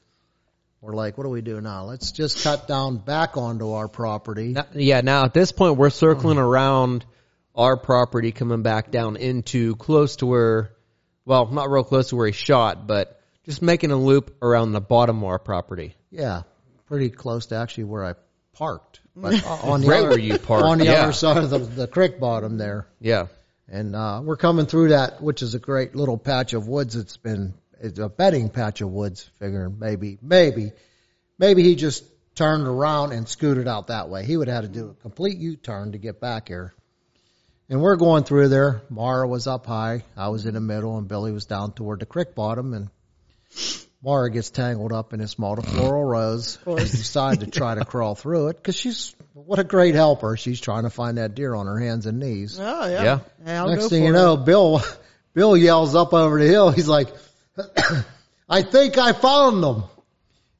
Speaker 3: We're like, what do we do now? Let's just cut down back onto our property.
Speaker 1: Now- Yeah. Now at this point, we're circling
Speaker 3: Mm-hmm.
Speaker 1: around our property, coming back down into close to where, well, not real close to where he shot, but just making a loop around the bottom of our property.
Speaker 3: Yeah, pretty close to actually where I parked, but on the
Speaker 1: Right
Speaker 3: other,
Speaker 1: where you parked.
Speaker 3: on the
Speaker 1: yeah.
Speaker 3: other side of the, the creek bottom there.
Speaker 1: Yeah.
Speaker 3: And uh, we're coming through that, which is a great little patch of woods. It's been it's a bedding patch of woods. Figuring maybe, maybe, maybe he just turned around and scooted out that way. He would have had to do a complete U-turn to get back here. And we're going through there. Mara was up high. I was in the middle, and Billy was down toward the creek bottom. And Mara gets tangled up in this multifloral rose. and decided to try to crawl through it because she's what a great helper. She's trying to find that deer on her hands and knees.
Speaker 4: oh yeah.
Speaker 1: Yeah.
Speaker 4: Hey, I'll
Speaker 3: Next
Speaker 4: go
Speaker 3: thing
Speaker 4: for
Speaker 3: you
Speaker 4: it.
Speaker 3: know, Bill Bill yells up over the hill. He's like, "I think I found them."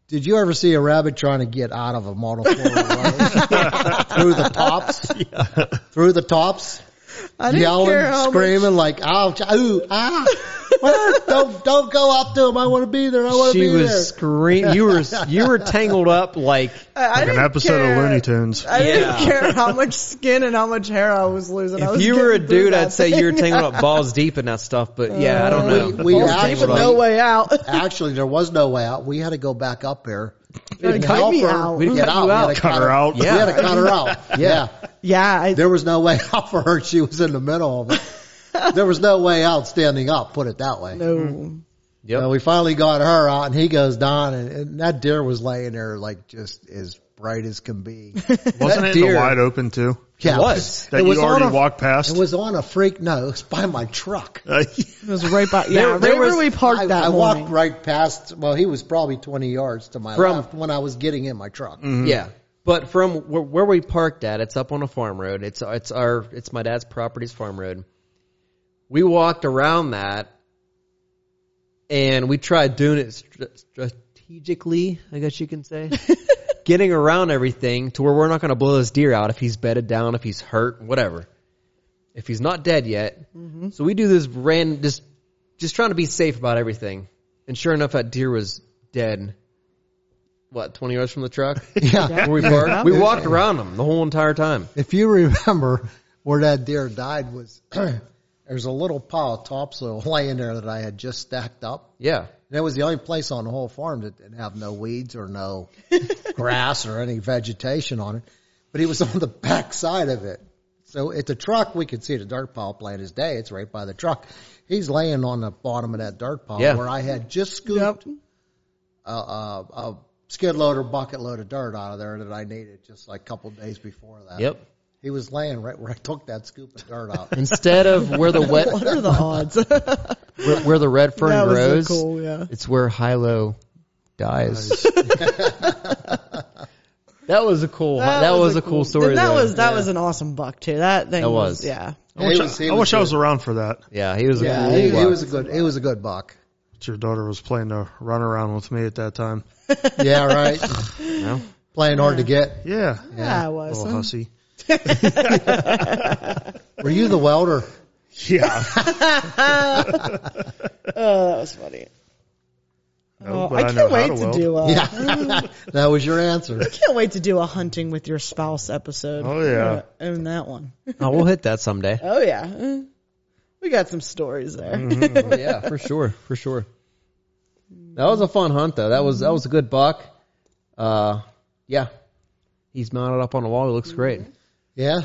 Speaker 3: Did you ever see a rabbit trying to get out of a monofloral rose through the tops? Through the tops,
Speaker 4: I didn't care
Speaker 3: yelling,
Speaker 4: how much-
Speaker 3: screaming like, "Ouch! Ooh! Ah! What? don't don't go up to him! I want to be there! I want to
Speaker 1: She
Speaker 3: be
Speaker 1: was
Speaker 3: there!"
Speaker 1: screaming. You were you were tangled up like
Speaker 4: I, I
Speaker 2: Like an
Speaker 4: didn't
Speaker 2: episode
Speaker 4: care.
Speaker 2: of Looney Tunes.
Speaker 4: I didn't care how much skin and how much hair I was losing. I
Speaker 1: if
Speaker 4: was
Speaker 1: you were a
Speaker 4: getting through
Speaker 1: dude,
Speaker 4: that
Speaker 1: I'd say you were
Speaker 4: thing.
Speaker 1: tangled up balls deep in that stuff. But yeah, I don't know.
Speaker 3: Uh, we
Speaker 1: Balls
Speaker 3: actually-
Speaker 1: deep in
Speaker 4: no way out.
Speaker 3: Actually, there was no way out. We had to go back up there.
Speaker 4: Gotta
Speaker 3: Didn't
Speaker 4: cut
Speaker 3: help
Speaker 4: me
Speaker 3: her.
Speaker 4: out.
Speaker 3: We didn't get
Speaker 1: Cut you
Speaker 3: out. We had
Speaker 1: out.
Speaker 3: to
Speaker 2: Cut her out.
Speaker 3: We had to cut her out. Yeah.
Speaker 4: Yeah, I,
Speaker 3: There was no way out for her. She was in the middle of it. There was no way out standing up, put it that way.
Speaker 4: no.
Speaker 1: Yep.
Speaker 3: So we finally got her out and he goes down and, and that deer was laying there like just as bright as can be.
Speaker 2: Wasn't
Speaker 1: That
Speaker 2: it in the
Speaker 1: deer-
Speaker 2: wide open too?
Speaker 3: Yeah,
Speaker 1: was.
Speaker 2: That you
Speaker 3: on
Speaker 2: already
Speaker 3: a,
Speaker 2: walked past?
Speaker 3: It was on a freak nose by my truck.
Speaker 2: Uh,
Speaker 4: It was right by yeah,
Speaker 1: There-
Speaker 4: right
Speaker 1: there was-
Speaker 4: where we parked
Speaker 3: I,
Speaker 4: that
Speaker 3: I
Speaker 4: morning.
Speaker 3: walked right past, well, he was probably 20 yards to my
Speaker 1: From- Mm.
Speaker 3: left when I was getting in my truck.
Speaker 1: Yeah. But from where, where we parked at, it's up on a farm road. It's it's our it's my dad's property's farm road. We walked around that, and we tried doing it str- strategically. I guess you can say getting around everything to where we're not going to blow this deer out if he's bedded down, if he's hurt, whatever. If he's not dead yet, so we do this random just just trying to be safe about everything. And sure enough, that deer was dead. What twenty yards from the truck?
Speaker 3: Yeah.
Speaker 1: Where we parked. We walked around them the whole entire time.
Speaker 3: If you remember where that deer died was there's a little pile of topsoil laying there that I had just stacked up.
Speaker 1: Yeah.
Speaker 3: And it was the only place on the whole farm that didn't have no weeds or no grass or any vegetation on it. But he was on the back side of it. So at the truck, we could see the dirt pile plain as day. It's right by the truck. He's laying on the bottom of that dirt pile
Speaker 1: Yeah.
Speaker 3: where I had just
Speaker 4: Yep.
Speaker 3: scooped a, a, a skid load or bucket load of dirt out of there that I needed just like a couple days before that.
Speaker 1: Yep.
Speaker 3: He was laying right where I took that scoop of dirt out.
Speaker 1: Instead of where the wet
Speaker 4: What are the odds? that
Speaker 1: where, where the red fern
Speaker 4: was so
Speaker 1: grows,
Speaker 4: cool. Yeah.
Speaker 1: it's where Hilo dies. that was a cool. That, was, a cool, story.
Speaker 4: And that
Speaker 1: though.
Speaker 4: was that was an awesome buck too. That thing
Speaker 1: That
Speaker 4: was.
Speaker 1: was.
Speaker 4: yeah.
Speaker 2: I wish,
Speaker 3: He
Speaker 2: I,
Speaker 3: was- he
Speaker 2: I, wish I was
Speaker 3: good.
Speaker 2: around for that.
Speaker 1: yeah, he was.
Speaker 3: Yeah,
Speaker 1: a cool
Speaker 3: he, he
Speaker 1: buck.
Speaker 3: was a good. He was a good buck.
Speaker 2: Your daughter was playing the runaround with me at that time.
Speaker 3: Yeah, right.
Speaker 1: No?
Speaker 3: Playing hard to get.
Speaker 2: Yeah.
Speaker 4: Yeah, I was.
Speaker 2: Little hussy.
Speaker 3: Were you the welder?
Speaker 2: Yeah.
Speaker 4: Oh, that was funny.
Speaker 2: No,
Speaker 4: Oh,
Speaker 2: but
Speaker 4: I
Speaker 2: know
Speaker 4: can't
Speaker 2: how
Speaker 4: wait to,
Speaker 2: weld.
Speaker 4: do. Uh,
Speaker 3: Yeah, that was your answer.
Speaker 4: I can't wait to do a hunting with your spouse episode.
Speaker 2: Oh, yeah.
Speaker 4: I own that one.
Speaker 1: Oh, we'll hit that someday.
Speaker 4: Oh yeah. We got some stories there.
Speaker 1: yeah, for sure, for sure. That was a fun hunt though. That was that was a good buck. Uh, yeah, he's mounted up on a wall. He looks great.
Speaker 3: Yeah,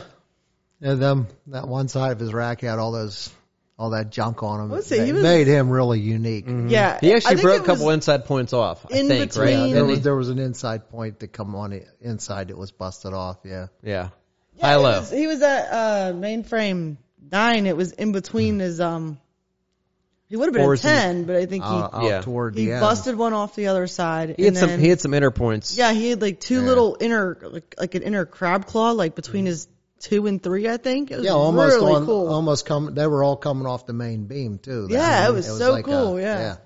Speaker 3: And them that one side of his rack had all those all that junk on him.
Speaker 4: What's
Speaker 3: It
Speaker 4: it? He was-
Speaker 3: made him really unique.
Speaker 4: Yeah.
Speaker 1: He
Speaker 4: I
Speaker 1: actually
Speaker 4: think
Speaker 1: broke
Speaker 4: it
Speaker 1: a couple
Speaker 4: was-
Speaker 1: inside points off. I
Speaker 4: in
Speaker 1: think,
Speaker 4: between-
Speaker 1: right?
Speaker 3: Yeah, there
Speaker 1: Didn't
Speaker 3: was
Speaker 1: he?
Speaker 3: there was an inside point that come on it, inside that was busted off. Yeah,
Speaker 1: yeah.
Speaker 4: yeah,
Speaker 1: High
Speaker 4: he
Speaker 1: low.
Speaker 4: was- He was at uh, mainframe nine. It was in
Speaker 1: Hmm.
Speaker 4: between his um. He would have been
Speaker 1: Or
Speaker 4: at
Speaker 1: is he-
Speaker 4: ten, but I think he
Speaker 3: out, out
Speaker 1: Uh, Yeah.
Speaker 3: toward
Speaker 4: he
Speaker 3: the end.
Speaker 4: busted one off the other side.
Speaker 1: He had
Speaker 4: and
Speaker 1: some
Speaker 4: then-
Speaker 1: he had some inner points.
Speaker 4: Yeah, he had like two
Speaker 3: Yeah.
Speaker 4: little inner like, like an inner crab claw like
Speaker 1: Hmm.
Speaker 4: between his two and three, I think. It was
Speaker 3: yeah, almost
Speaker 4: really
Speaker 3: on,
Speaker 1: um,
Speaker 4: cool.
Speaker 3: almost come. They were all coming off the main beam too.
Speaker 4: Yeah, it was so
Speaker 3: like a-
Speaker 4: cool, yeah.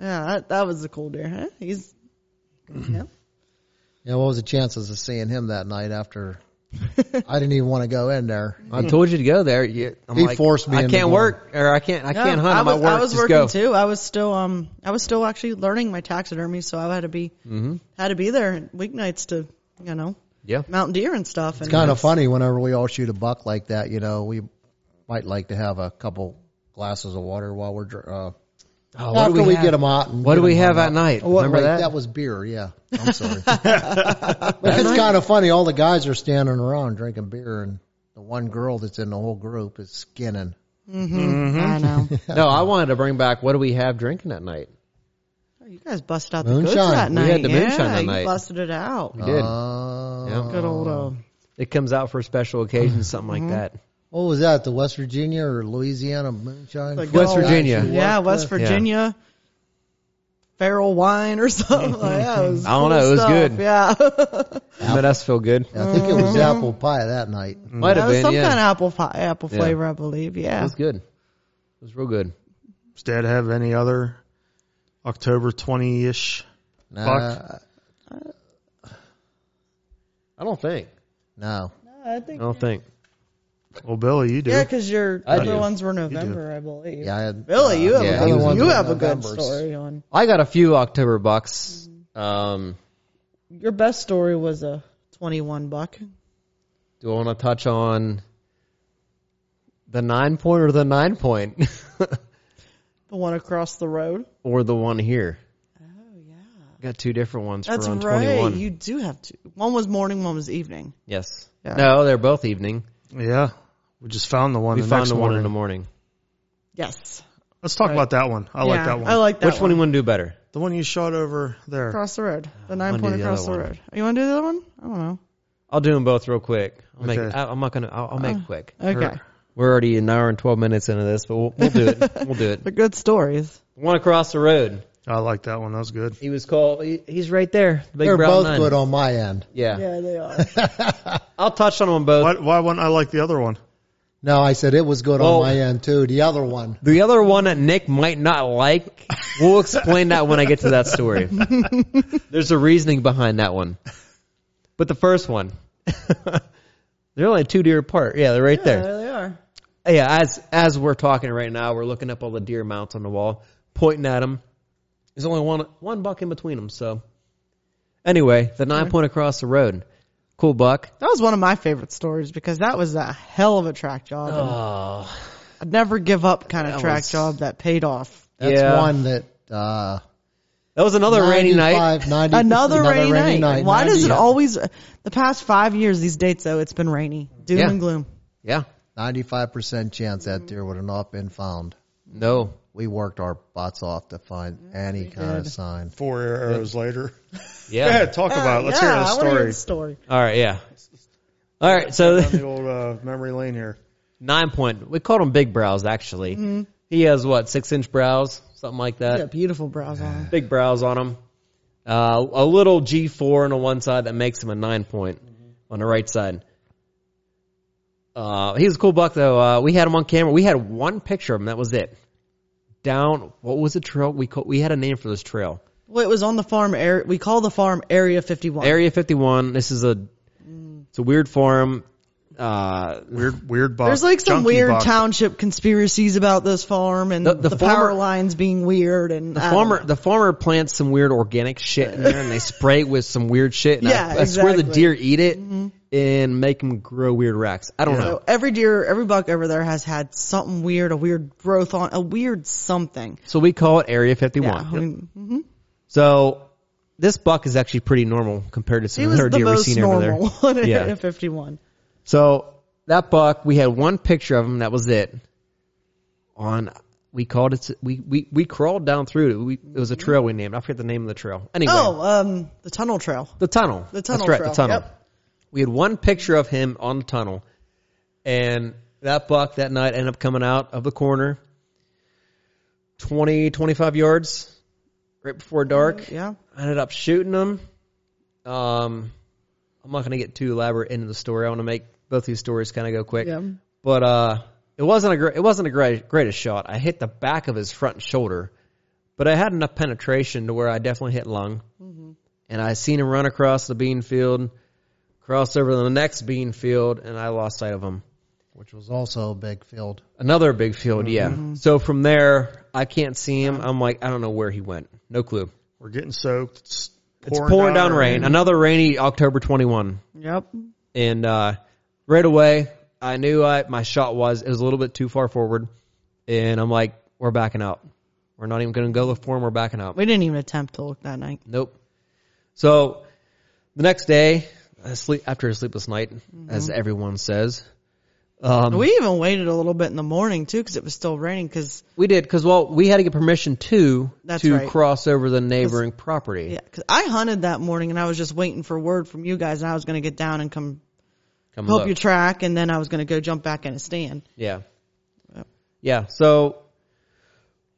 Speaker 4: yeah, that, that was a cool deer. Huh? He's
Speaker 1: Hmm.
Speaker 4: yeah.
Speaker 3: Yeah, what was the chances of seeing him that night after? I didn't even want to go in there.
Speaker 1: I told you to go there. You, I'm
Speaker 3: He
Speaker 1: like,
Speaker 3: forced me
Speaker 1: I
Speaker 3: into
Speaker 1: can't
Speaker 3: going.
Speaker 1: work, or I can't. I
Speaker 4: Yeah,
Speaker 1: can't hunt.
Speaker 4: I
Speaker 1: I'm at
Speaker 4: was,
Speaker 1: work.
Speaker 4: I was
Speaker 1: Just
Speaker 4: working
Speaker 1: go.
Speaker 4: too. I was still um I was still actually learning my taxidermy, so I had to be
Speaker 1: Mm-hmm.
Speaker 4: had to be there weeknights to you know
Speaker 1: Yeah.
Speaker 4: mountain deer and stuff.
Speaker 3: It's kind of funny whenever we all shoot a buck like that. You know, we might like to have a couple glasses of water while we're dr- uh,
Speaker 1: Oh,
Speaker 3: after we,
Speaker 1: have?
Speaker 3: get them out. And
Speaker 1: What
Speaker 3: get
Speaker 1: do we
Speaker 3: 'em
Speaker 1: have
Speaker 3: hung
Speaker 1: at
Speaker 3: up.
Speaker 1: night?
Speaker 3: Oh, what-
Speaker 1: Remember
Speaker 3: right,
Speaker 1: that?
Speaker 3: That was beer. Yeah, I'm sorry. but it's kind of funny. All the guys are standing around drinking beer, and the one girl that's in the whole group is skinning.
Speaker 4: I
Speaker 1: Mm-hmm.
Speaker 4: know.
Speaker 1: No, I wanted to bring back. What do we have drinking at night?
Speaker 4: You guys busted out the goods
Speaker 3: Moonshine.
Speaker 4: that
Speaker 3: We
Speaker 4: night.
Speaker 1: had the moonshine
Speaker 4: yeah,
Speaker 1: that
Speaker 4: you
Speaker 1: night.
Speaker 4: busted it out.
Speaker 1: We did.
Speaker 3: Uh,
Speaker 1: Yeah. Mm-hmm.
Speaker 4: Good old uh,
Speaker 1: It comes out for special occasions, something like that.
Speaker 3: What was that? The West Virginia or Louisiana moonshine?
Speaker 4: Like
Speaker 1: West
Speaker 4: Oh,
Speaker 1: Virginia.
Speaker 3: Guys you
Speaker 4: Yeah,
Speaker 3: worked
Speaker 4: West
Speaker 3: with?
Speaker 4: Virginia. Feral wine or something. Like, yeah, it was
Speaker 1: I don't
Speaker 4: cool
Speaker 1: know, it was
Speaker 4: stuff.
Speaker 1: good.
Speaker 4: Yeah.
Speaker 1: Made us feel good.
Speaker 3: I think it was
Speaker 4: Mm-hmm.
Speaker 3: apple pie that night.
Speaker 1: Might
Speaker 4: That
Speaker 1: have
Speaker 4: was
Speaker 1: been.
Speaker 4: some
Speaker 1: yeah.
Speaker 4: kind of apple pie, apple
Speaker 1: Yeah.
Speaker 4: flavor, I believe.
Speaker 1: It
Speaker 4: Yeah.
Speaker 1: was good. It was real good.
Speaker 2: Does Dad have any other October 20 ish?
Speaker 3: Nah,
Speaker 1: I don't think.
Speaker 3: no.
Speaker 4: I
Speaker 1: I
Speaker 4: think.
Speaker 1: don't think.
Speaker 2: Well, Billy, you do.
Speaker 4: Yeah, because your
Speaker 1: I
Speaker 4: other
Speaker 1: do.
Speaker 4: ones were November, I believe.
Speaker 3: Yeah, I had,
Speaker 4: Billy, you have
Speaker 1: Yeah,
Speaker 4: a
Speaker 1: he
Speaker 4: good,
Speaker 1: was
Speaker 4: you
Speaker 3: one of
Speaker 4: have a good
Speaker 3: November's.
Speaker 4: story on.
Speaker 1: I got a few October bucks.
Speaker 4: Mm-hmm.
Speaker 1: Um,
Speaker 4: Your best story was a 21 buck.
Speaker 1: do I want to touch on the nine point or the nine point
Speaker 4: The one across the road.
Speaker 1: or the one here?
Speaker 4: Oh, yeah.
Speaker 1: Got two different ones
Speaker 4: That's
Speaker 1: for on
Speaker 4: right.
Speaker 1: 21.
Speaker 4: You do have two. One was morning, one was evening.
Speaker 1: yes.
Speaker 4: Yeah.
Speaker 1: No, they're both evening.
Speaker 2: Yeah. We just found the one.
Speaker 1: We
Speaker 2: the
Speaker 1: found
Speaker 2: next
Speaker 1: the one in
Speaker 2: morning.
Speaker 1: the morning.
Speaker 4: Yes.
Speaker 2: Let's talk about that one. I like
Speaker 4: Yeah,
Speaker 2: that one.
Speaker 4: I like that
Speaker 1: Which one
Speaker 4: one.
Speaker 1: do you want to do better?
Speaker 2: the one you shot over there.
Speaker 4: across the road. The nine
Speaker 1: wanna
Speaker 4: point
Speaker 1: do the
Speaker 4: across
Speaker 1: other
Speaker 4: the
Speaker 1: one.
Speaker 4: road. You want to do the other one? I don't know.
Speaker 1: I'll do them both real quick. I'll make.
Speaker 2: Okay.
Speaker 1: I, I'm not gonna. I'll, I'll
Speaker 4: Uh.
Speaker 1: make it quick.
Speaker 4: Okay.
Speaker 1: We're already an hour and twelve minutes into this, but we'll, we'll do it. We'll do it.
Speaker 4: They're good stories.
Speaker 1: One across the road.
Speaker 2: I like that one. That was good.
Speaker 1: He was called. He, he's right there. The big
Speaker 3: they're
Speaker 1: brown
Speaker 3: both
Speaker 1: nine.
Speaker 3: good on my end.
Speaker 1: Yeah.
Speaker 4: they are.
Speaker 1: I'll touch on them both.
Speaker 2: Why, why wouldn't I like the other one?
Speaker 3: No, I said it was good
Speaker 1: Well-
Speaker 3: on my end too. The other one,
Speaker 1: The other one that Nick might not like, we'll explain that when I get to that story. There's a reasoning behind that one. But the first one, they're only two deer apart. Yeah, they're right there.
Speaker 4: they are.
Speaker 1: yeah, as as we're talking right now, we're looking up all the deer mounts on the wall, pointing at them. There's only one one buck in between them. So, anyway, the nine point across the road, cool buck.
Speaker 4: That was one of my favorite stories because that was a hell of a track job. and
Speaker 1: Oh,
Speaker 4: I'd never give up kind of
Speaker 1: That
Speaker 4: track
Speaker 1: was-
Speaker 4: job that paid off.
Speaker 3: that's
Speaker 1: Yeah.
Speaker 3: one that uh,
Speaker 1: that was another rainy night.
Speaker 3: 95, 90
Speaker 4: Another, rainy, night. Why does it
Speaker 3: 90
Speaker 4: always, the past five years, these dates, though, it's been rainy. Doom
Speaker 1: Yeah.
Speaker 4: and gloom.
Speaker 1: Yeah,
Speaker 3: Ninety-five percent chance that deer would have not been found.
Speaker 1: no,
Speaker 3: We worked our butts off to find any kind of sign.
Speaker 2: Four arrows later.
Speaker 1: yeah.
Speaker 2: Go ahead, talk about it. Let's
Speaker 4: Yeah, I wanna
Speaker 2: hear
Speaker 4: the
Speaker 2: the story.
Speaker 4: story.
Speaker 1: All right, yeah. All right, so
Speaker 2: Down the old uh, memory lane here.
Speaker 1: nine point. We called him Big Brows actually. He has what six inch brows, something like that.
Speaker 4: Yeah, beautiful brows on.
Speaker 1: Big brows on him. Uh, a little G four on the one side that makes him a nine point on the right side. Uh, he was a cool buck though. Uh, we had him on camera. We had one picture of him. That was it. Down what was the trail? We call, we had a name for this trail.
Speaker 4: Well, it was on the farm area. We call the farm Area 51.
Speaker 1: Area fifty one. This is a it's a weird farm. Uh,
Speaker 2: Weird, weird box.
Speaker 4: There's like some
Speaker 2: junky
Speaker 4: weird
Speaker 2: box.
Speaker 4: township conspiracies about this farm and
Speaker 1: The-
Speaker 4: the,
Speaker 1: the
Speaker 4: power
Speaker 1: farmer-
Speaker 4: lines being weird and
Speaker 1: The
Speaker 4: I
Speaker 1: farmer, the farmer plants some weird organic shit in there, and they spray it with some weird shit. And
Speaker 4: Yeah,
Speaker 1: I, I swear the
Speaker 4: exactly. Mm-hmm.
Speaker 1: deer eat it and make them grow weird racks. I don't
Speaker 4: don't know.
Speaker 1: know.
Speaker 4: So every deer, every buck over there has had something weird, a weird growth on, a weird something.
Speaker 1: So we call it Area 51.
Speaker 4: Yeah, I mean, mhm.
Speaker 1: So this buck is actually pretty normal compared to some
Speaker 4: He was
Speaker 1: other
Speaker 4: the
Speaker 1: deer we've
Speaker 4: most
Speaker 1: seen over there.
Speaker 4: normal one at
Speaker 1: Yeah.
Speaker 4: 51.
Speaker 1: So that buck, we had one picture of him. That was it. On we called it. We we we crawled down through. it. We, it was a trail we named. I forget the name of the trail. Anyway,
Speaker 4: Mm-hmm. Oh, um, the tunnel trail.
Speaker 1: the tunnel.
Speaker 4: The tunnel
Speaker 1: That's right.
Speaker 4: trail,
Speaker 1: The tunnel.
Speaker 4: yep.
Speaker 1: We had one picture of him on the tunnel, and that buck that night ended up coming out of the corner, 20, 25 yards, right before dark.
Speaker 4: Yeah.
Speaker 1: I ended up shooting him. Um, I'm not going to get too elaborate into the story. I want to make both these stories kind of go quick.
Speaker 4: Yeah.
Speaker 1: But uh, it wasn't a gr- it wasn't a great greatest shot. I hit the back of his front shoulder, but I had enough penetration to where I definitely hit lung. And I seen him run across the bean field, cross over to the next bean field, and I lost sight of him.
Speaker 3: which was also a big field.
Speaker 1: Another big field, yeah. So from there, I can't see him. I'm like, I don't know where he went. No clue.
Speaker 2: We're getting soaked. It's
Speaker 1: It's pouring down, rain. Another rainy October 21.
Speaker 4: Yep.
Speaker 1: and uh, right away I knew I my shot was it was a little bit too far forward, and I'm like, we're backing out. We're not even going to go look for him. We're backing out.
Speaker 4: We didn't even attempt to look that night.
Speaker 1: Nope. So the next day, I sleep after a sleepless night, as
Speaker 4: Mm-hmm.
Speaker 1: everyone says, um, we
Speaker 4: We even waited a little bit in the morning too, because it was still raining. Because
Speaker 1: we did because well we had to get permission to
Speaker 4: That's
Speaker 1: to
Speaker 4: right.
Speaker 1: cross over the neighboring property.
Speaker 4: yeah, 'cause I hunted that morning and I was just waiting for word from you guys, and I was gonna get down and come
Speaker 1: Come
Speaker 4: help
Speaker 1: look.
Speaker 4: you track, and then I was gonna go jump back in a stand.
Speaker 1: Yeah. Yeah. So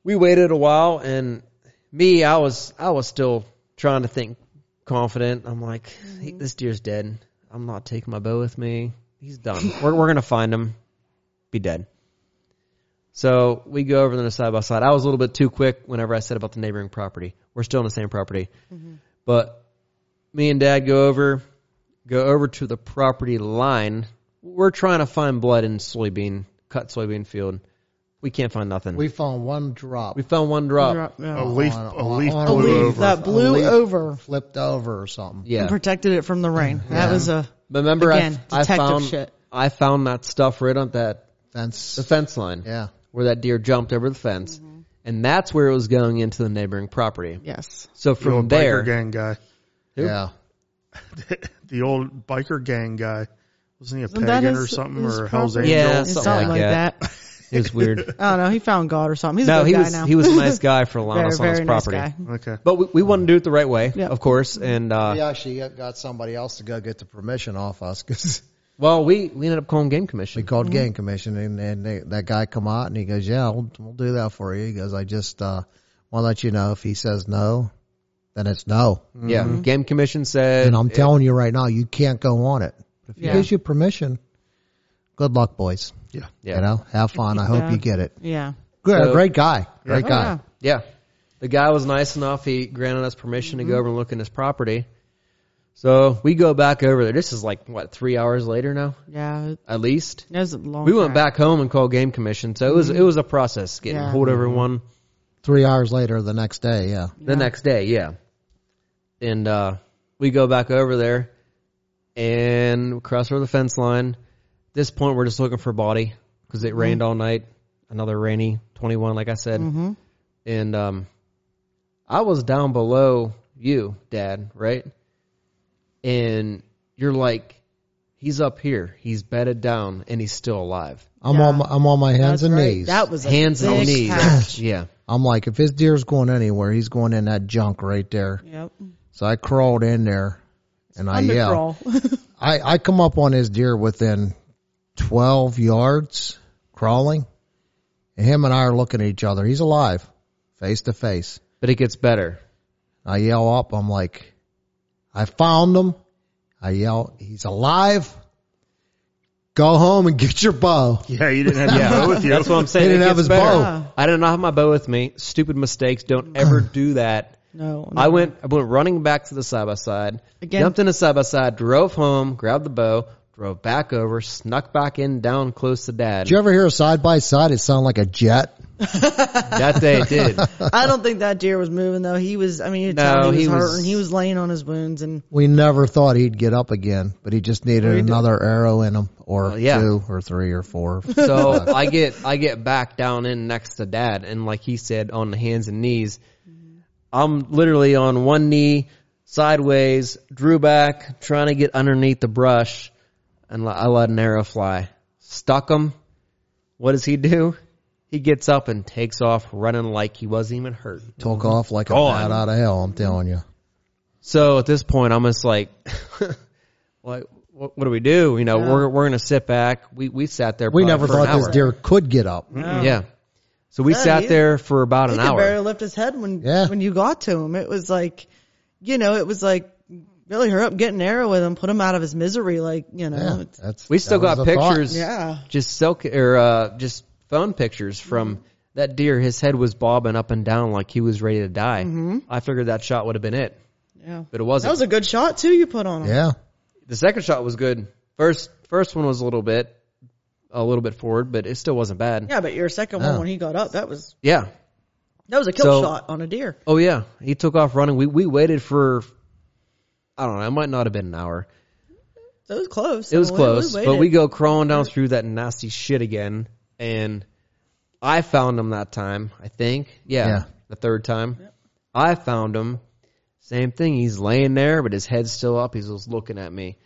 Speaker 1: we waited a while and me, I was, I was still trying to think confident. I'm like, "Hey, this deer's dead. I'm not taking my bow with me. He's done. we're, we're going to find him. Be dead. So we go over them side by side. I was a little bit too quick whenever I said about the neighboring property. We're still on the same property. But me and dad go over, go over to the property line. We're trying to find blood in soybean, cut soybean field. We can't find nothing.
Speaker 3: We found one drop.
Speaker 1: We found one drop.
Speaker 2: A
Speaker 4: Yeah.
Speaker 2: leaf,
Speaker 3: on-
Speaker 2: a
Speaker 3: on-
Speaker 2: leaf
Speaker 3: on-
Speaker 4: A
Speaker 2: blew
Speaker 4: leaf
Speaker 2: over.
Speaker 4: that blew
Speaker 3: leaf
Speaker 4: over
Speaker 3: flipped over or something.
Speaker 1: Yeah.
Speaker 4: and protected it from the rain. That was a
Speaker 1: Remember,
Speaker 4: Again,
Speaker 1: I, I
Speaker 4: detective
Speaker 1: found
Speaker 4: shit.
Speaker 1: I found that stuff right on that
Speaker 3: Fence.
Speaker 1: the fence line
Speaker 3: Yeah.
Speaker 1: where that deer jumped over the fence,
Speaker 4: Mm-hmm.
Speaker 1: and that's where it was going into the neighboring property.
Speaker 4: yes.
Speaker 1: So
Speaker 2: the
Speaker 1: from
Speaker 2: old
Speaker 1: there,
Speaker 2: biker gang guy.
Speaker 1: Who?
Speaker 3: Yeah.
Speaker 2: the old biker gang guy. Wasn't he a
Speaker 4: Isn't that
Speaker 2: pagan
Speaker 4: his-
Speaker 2: or something
Speaker 4: his
Speaker 2: or a Hell's
Speaker 4: property?
Speaker 2: Angel?
Speaker 1: Yeah,
Speaker 4: It's
Speaker 1: something
Speaker 4: something
Speaker 1: like
Speaker 4: like
Speaker 1: that.
Speaker 4: that.
Speaker 1: it was weird.
Speaker 4: I don't know. He found God or something. He's a
Speaker 1: no,
Speaker 4: good
Speaker 1: he
Speaker 4: guy
Speaker 1: was
Speaker 4: now.
Speaker 1: he was a nice guy for allowing
Speaker 4: very,
Speaker 1: us on his
Speaker 4: very nice
Speaker 1: property.
Speaker 4: guy.
Speaker 2: Okay.
Speaker 1: But we, we wanted to do it the right way,
Speaker 4: Yeah.
Speaker 1: of course. And uh,
Speaker 3: We actually got- got somebody else to go get the permission off us because
Speaker 1: well, we, we ended up calling game
Speaker 3: we
Speaker 1: commission.
Speaker 3: called
Speaker 4: Mm-hmm.
Speaker 3: game commission and, and they, that guy come out and he goes, yeah, we'll, we'll do that for you. He goes, I just uh, want to let you know if he says no, then it's no.
Speaker 1: Yeah,
Speaker 4: Mm-hmm.
Speaker 1: game commission said.
Speaker 3: And I'm telling you right now, you can't go on it. If he
Speaker 4: Yeah.
Speaker 3: gives you permission, good luck, boys.
Speaker 2: Yeah.
Speaker 1: yeah,
Speaker 3: You know, have fun. I hope
Speaker 4: Yeah.
Speaker 3: you get it.
Speaker 4: Yeah.
Speaker 3: Good,
Speaker 1: So-
Speaker 3: great guy. Great
Speaker 4: Oh,
Speaker 3: guy.
Speaker 4: yeah.
Speaker 1: Yeah. The guy was nice enough. He granted us permission to go over and look in his property. So we go back over there. This is like, what, three hours later now,
Speaker 4: Yeah. It
Speaker 1: at least?
Speaker 4: it was a long
Speaker 1: We went
Speaker 4: track.
Speaker 1: back home and called game commission. So it was, it was a process getting
Speaker 4: Yeah.
Speaker 1: hold of everyone
Speaker 3: Three hours later, the next day, yeah.
Speaker 1: the next day. Yeah. And, uh, we go back over there and cross over the fence line. At this point, we're just looking for a body because
Speaker 4: Mm-hmm.
Speaker 1: it rained all night. Another rainy 21, like I said.
Speaker 4: Mhm.
Speaker 1: and um, I was down below you, Dad, right? And you're like, he's up here, he's bedded down, and he's still alive,
Speaker 3: I'm
Speaker 4: Yeah.
Speaker 3: on my, I'm on my hands
Speaker 4: That's
Speaker 3: and
Speaker 4: right.
Speaker 3: knees.
Speaker 4: That was a
Speaker 1: hands and
Speaker 4: big
Speaker 1: knees.
Speaker 4: patch.
Speaker 1: Yeah,
Speaker 3: I'm like, if his deer's going anywhere, he's going in that junk right there.
Speaker 4: Yep.
Speaker 3: So I crawled in there and I
Speaker 4: Under
Speaker 3: yelled.
Speaker 4: crawl.
Speaker 3: I, I come up on his deer within 12 yards crawling. And him and I are looking at each other. He's alive, face to face.
Speaker 1: but it gets better.
Speaker 3: I yell up. I'm like, I found him. I yell, he's alive. Go home and get your bow.
Speaker 2: Yeah, you didn't have your bow with you. Ah.
Speaker 1: That's what I'm saying.
Speaker 3: He didn't
Speaker 1: it
Speaker 3: have
Speaker 1: gets
Speaker 3: his
Speaker 1: better.
Speaker 3: bow.
Speaker 1: I did not have my bow with me. Stupid mistakes. Don't ever do that.
Speaker 4: no.
Speaker 1: I went I went running back to the side by side,
Speaker 4: Again.
Speaker 1: jumped in a side by side, drove home, grabbed the bow, drove back over, snuck back in down close to Dad.
Speaker 3: Did you ever hear a side by side? It sounded like a jet.
Speaker 1: That day it did.
Speaker 4: I don't think that deer was moving though. He was. I mean, you could
Speaker 1: No,
Speaker 4: tell he was
Speaker 1: he was-
Speaker 4: hurting. He was laying on his wounds, and
Speaker 3: We never thought he'd get up again, but he just needed another arrow in him, or
Speaker 1: yeah.
Speaker 3: two, or three, or four.
Speaker 1: So I get I get back down in next to dad, and like he said, on the hands and knees. I'm literally on one knee, sideways, drew back, trying to get underneath the brush, and I let an arrow fly. stuck him. What does he do? He gets up and takes off running like he wasn't even hurt.
Speaker 3: Took off like a
Speaker 1: Gone.
Speaker 3: bat out of hell. I'm telling you.
Speaker 1: So at this point, I'm just like, like, what, what do we do? You know, we're we're gonna sit back. We we sat there.
Speaker 3: We
Speaker 1: probably
Speaker 3: never
Speaker 1: for an
Speaker 3: thought this
Speaker 1: hour.
Speaker 3: deer could get up.
Speaker 1: Yeah. So we
Speaker 4: Yeah,
Speaker 1: sat
Speaker 4: he-
Speaker 1: there for about
Speaker 4: He
Speaker 1: an
Speaker 4: could
Speaker 1: hour.
Speaker 4: barely lift his head when
Speaker 3: Yeah.
Speaker 4: when you got to him. It was like, you know, it was like really hurry up, get an arrow with him, put him out of his misery. Like you know,
Speaker 3: Yeah,
Speaker 4: it's-
Speaker 3: that's
Speaker 1: we still
Speaker 3: that
Speaker 1: got
Speaker 3: was a thought.
Speaker 1: pictures.
Speaker 4: yeah.
Speaker 1: Just silk or uh, just phone pictures from
Speaker 4: Mm-hmm.
Speaker 1: that deer. His head was bobbing up and down like he was ready to die. I figured that shot would have been it,
Speaker 4: yeah.
Speaker 1: but it
Speaker 4: Mm-hmm. That
Speaker 1: wasn't.
Speaker 4: was a good shot too. You put on him.
Speaker 3: Yeah.
Speaker 1: the second shot was good. First first one was a little bit a little bit forward, but it still wasn't bad.
Speaker 4: Yeah, but your second
Speaker 3: Yeah.
Speaker 4: one when he got up, that was
Speaker 1: yeah.
Speaker 4: that was a kill
Speaker 1: So-
Speaker 4: shot on a deer.
Speaker 1: Oh yeah, he took off running. We we waited for, I don't know, it might not have been an hour.
Speaker 4: So it was close.
Speaker 1: It was
Speaker 4: So
Speaker 1: close, but
Speaker 4: waited.
Speaker 1: we go crawling down through that nasty shit again, and I found him that time. I think, yeah,
Speaker 3: Yeah.
Speaker 1: the third time, I found him. Same thing. He's laying there, but his head's still up. He's just looking at me,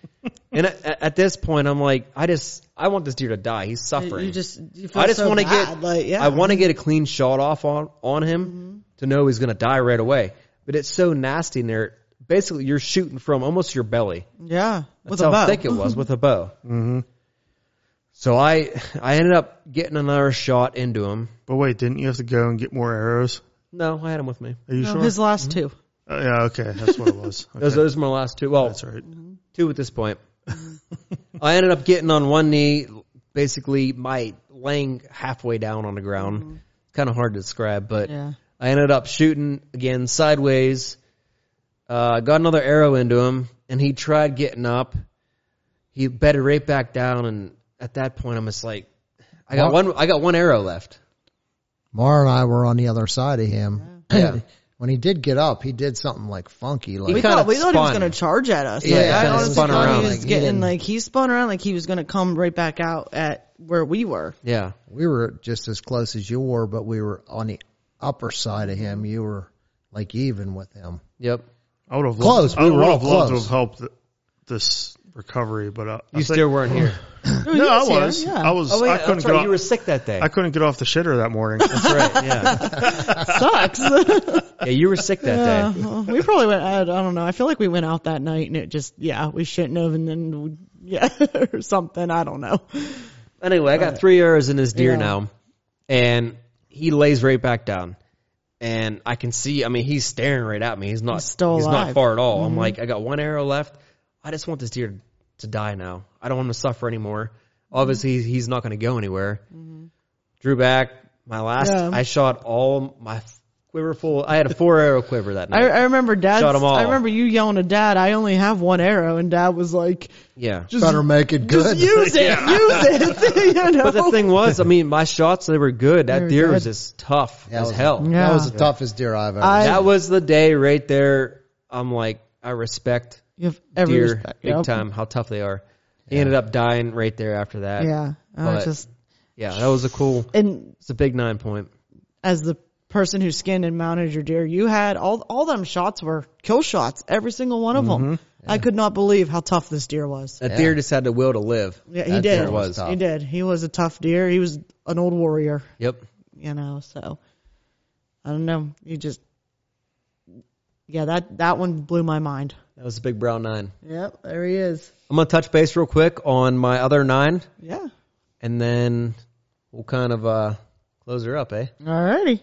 Speaker 1: and at, at- at this point, I'm like, I just, I want this deer to die. He's
Speaker 4: You,
Speaker 1: suffering.
Speaker 4: you just you feel
Speaker 1: I just
Speaker 4: so
Speaker 1: want to
Speaker 4: bad,
Speaker 1: get
Speaker 4: like yeah. Mm-hmm.
Speaker 1: I want to get a clean shot off on on him to know he's going to die right away. But it's so nasty in there. Basically, you're shooting from almost your belly.
Speaker 4: yeah
Speaker 1: That's
Speaker 4: with a
Speaker 1: how
Speaker 4: bow.
Speaker 1: thick it was with a bow. Mm-hmm. So I I ended up getting another shot into him.
Speaker 2: But wait, didn't you have to go and get more arrows?
Speaker 1: No, I had him with me.
Speaker 2: Are you
Speaker 4: No,
Speaker 2: sure?
Speaker 4: His last two.
Speaker 2: Uh, yeah, okay, that's what it was. Okay,
Speaker 1: Those those were my last two. Well,
Speaker 2: that's right.
Speaker 1: two at this point. I ended up getting on one knee, basically my laying halfway down on the ground. Kind of hard to describe, but
Speaker 4: Yeah.
Speaker 1: I ended up shooting again sideways. Uh, got another arrow into him, and he tried getting up. He bedded right back down, and at that point, I'm just like, I got one. I got one arrow left.
Speaker 3: Mar and I were on the other side of him.
Speaker 1: Yeah.
Speaker 3: when he did get up, he did something like funky, like
Speaker 4: We
Speaker 1: kinda
Speaker 4: thought we thought he was
Speaker 1: spun.
Speaker 4: gonna charge at us.
Speaker 1: Yeah,
Speaker 4: like,
Speaker 1: he
Speaker 4: I
Speaker 1: kinda
Speaker 4: honestly
Speaker 1: spun
Speaker 4: thought
Speaker 1: around,
Speaker 4: he was
Speaker 3: like, he
Speaker 4: getting
Speaker 3: didn't-
Speaker 4: like he spun around like he was gonna come right back out at where we were.
Speaker 1: Yeah,
Speaker 3: we were just as close as you were, but we were on the upper side of him. You were like even with him.
Speaker 1: yep.
Speaker 2: I would have
Speaker 3: Close,
Speaker 2: loved, I
Speaker 3: we were
Speaker 2: would
Speaker 3: all
Speaker 2: have loved to
Speaker 3: close.
Speaker 2: have helped th- this recovery, but uh, I
Speaker 1: You
Speaker 2: think-
Speaker 1: still weren't here.
Speaker 2: No, I
Speaker 4: was here,
Speaker 2: was.
Speaker 4: yeah.
Speaker 2: I was.
Speaker 1: Oh wait,
Speaker 2: I
Speaker 1: I'm
Speaker 2: couldn't
Speaker 1: sorry,
Speaker 2: get
Speaker 1: you were
Speaker 2: off,
Speaker 1: sick that day.
Speaker 2: I couldn't get off the shitter that morning.
Speaker 1: That's right. Yeah,
Speaker 4: Sucks.
Speaker 1: yeah, you were sick that
Speaker 4: Yeah,
Speaker 1: day.
Speaker 4: well, we probably went. I, I don't know. I feel like we went out that night and it just yeah we shouldn't have and then we- yeah or something. I don't know.
Speaker 1: Anyway, I got three arrows in his deer
Speaker 4: Yeah.
Speaker 1: now, and he lays right back down. And I can see, I mean, he's staring right at me. He's not, he's,
Speaker 4: He's still
Speaker 1: not
Speaker 4: alive. Mm-hmm.
Speaker 1: far at all. I'm like, I got one arrow left. I just want this deer to die now. I don't want him to suffer anymore. Obviously,
Speaker 4: Mm-hmm.
Speaker 1: he's not going to go anywhere. Drew back my last.
Speaker 4: Yeah.
Speaker 1: I shot all my quiver full. I had a four arrow quiver that
Speaker 4: I,
Speaker 1: night.
Speaker 4: I remember dad.
Speaker 1: Shot 'em all.
Speaker 4: I remember you yelling to dad. I only have one arrow and dad was like,
Speaker 1: yeah.
Speaker 4: just
Speaker 3: Better make it
Speaker 4: just
Speaker 3: good.
Speaker 4: use it, use it. you know.
Speaker 1: But the thing was, I mean, my shots they were good. That
Speaker 4: were
Speaker 1: deer was
Speaker 4: good.
Speaker 1: just tough
Speaker 3: that
Speaker 1: as
Speaker 3: was,
Speaker 1: hell.
Speaker 4: Yeah.
Speaker 3: That was the toughest deer I've ever.
Speaker 4: I-
Speaker 1: that was the day right there. I'm like, I respect
Speaker 4: you have every
Speaker 1: deer
Speaker 4: respect.
Speaker 1: big
Speaker 4: Yep.
Speaker 1: time. How tough they are. He ended up dying right there after that.
Speaker 4: Yeah. I
Speaker 1: But-
Speaker 4: just
Speaker 1: yeah, that was a cool.
Speaker 4: and
Speaker 1: It's a big nine point.
Speaker 4: as the person who skinned and mounted your deer, you had all all them shots were kill shots, every single one of them. I could not believe how tough this deer was.
Speaker 1: Mm-hmm. That deer just had the will to live.
Speaker 4: Yeah, he
Speaker 3: That
Speaker 4: did.
Speaker 3: deer was
Speaker 4: He
Speaker 3: tough.
Speaker 4: did. He was a tough deer. He was an old warrior,
Speaker 1: Yep.
Speaker 4: you know. So I don't know. You just yeah that that one blew my mind.
Speaker 1: That was a big brown nine.
Speaker 4: Yep, there he is.
Speaker 1: I'm gonna touch base real quick on my other nine,
Speaker 4: Yeah.
Speaker 1: and then we'll kind of uh, close her up, eh?
Speaker 4: Alrighty.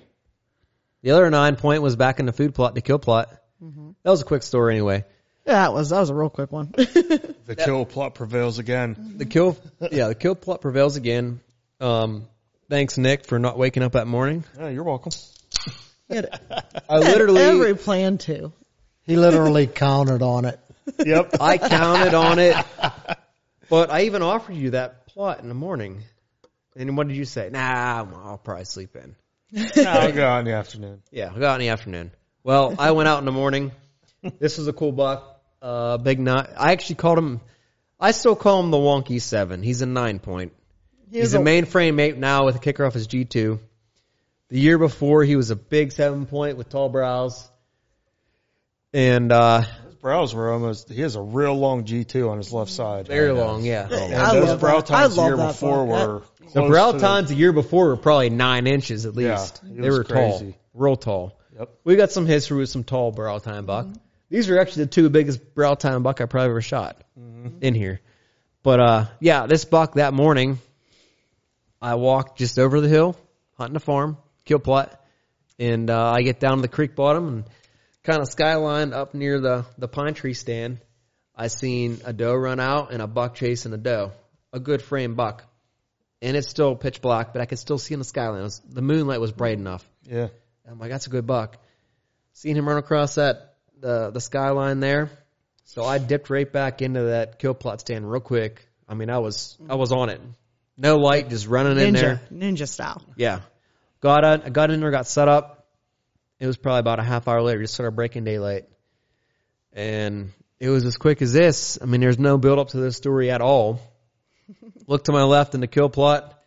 Speaker 1: The other nine point was back in the food plot, the kill plot.
Speaker 4: Mm-hmm.
Speaker 1: That was a quick story anyway.
Speaker 4: That was that was a real quick one.
Speaker 2: the kill plot prevails again.
Speaker 1: the kill yeah the kill plot prevails again um thanks nick for not waking up that morning
Speaker 2: Yeah, you're welcome.
Speaker 1: i literally
Speaker 4: every plan too.
Speaker 3: He literally counted on it.
Speaker 2: Yep.
Speaker 1: i counted on it but i even offered you that plot in the morning and what did you say nah I'm- i'll probably sleep in
Speaker 2: I'll go out in the afternoon.
Speaker 1: yeah i got in the afternoon well i went out in the morning this was a cool buck uh big nine i actually called him i still call him the wonky seven he's a nine point He's a mainframe ape now with a kicker off his G2. The year before, he was a big seven point with tall brows. And uh,
Speaker 2: brows were almost. He has a real long G two on his left side.
Speaker 1: Very
Speaker 2: And, uh,
Speaker 1: long, yeah.
Speaker 2: And
Speaker 4: I
Speaker 2: those
Speaker 4: love
Speaker 2: brow
Speaker 4: that. I
Speaker 2: times the
Speaker 4: love
Speaker 2: year
Speaker 4: that Uh,
Speaker 2: before
Speaker 4: fuck.
Speaker 2: were
Speaker 1: The
Speaker 2: close
Speaker 1: brow
Speaker 2: to
Speaker 1: times the year before were probably nine inches at
Speaker 2: Yeah,
Speaker 1: least.
Speaker 2: it
Speaker 1: they
Speaker 2: was
Speaker 1: were tall,
Speaker 2: crazy.
Speaker 1: real tall.
Speaker 2: Yep. Mm-hmm.
Speaker 1: We got some history with some tall brow time buck. These are actually the two biggest brow time buck I probably ever shot
Speaker 2: Mm-hmm.
Speaker 1: in here. But uh, yeah, this buck that morning, I walked just over the hill hunting a farm, kill plot, and uh, I get down to the creek bottom and kind of skyline up near the the pine tree stand. I seen a doe run out and a buck chasing a doe, a good frame buck, and it's still pitch black, but I could still see in the skyline. It was- the moonlight was bright enough.
Speaker 2: Yeah.
Speaker 1: I'm like, that's a good buck. Seen him run across that the the skyline there. So I dipped right back into that kill plot stand real quick. I mean, I was I was on it. No light, just running in
Speaker 4: Ninja,
Speaker 1: there.
Speaker 4: ninja style.
Speaker 1: Yeah. Got on, I got in there, got set up. It was probably about a half hour later, just started breaking daylight. And it was as quick as this. I mean, there's no build up to this story at all. Look to my left in the kill plot,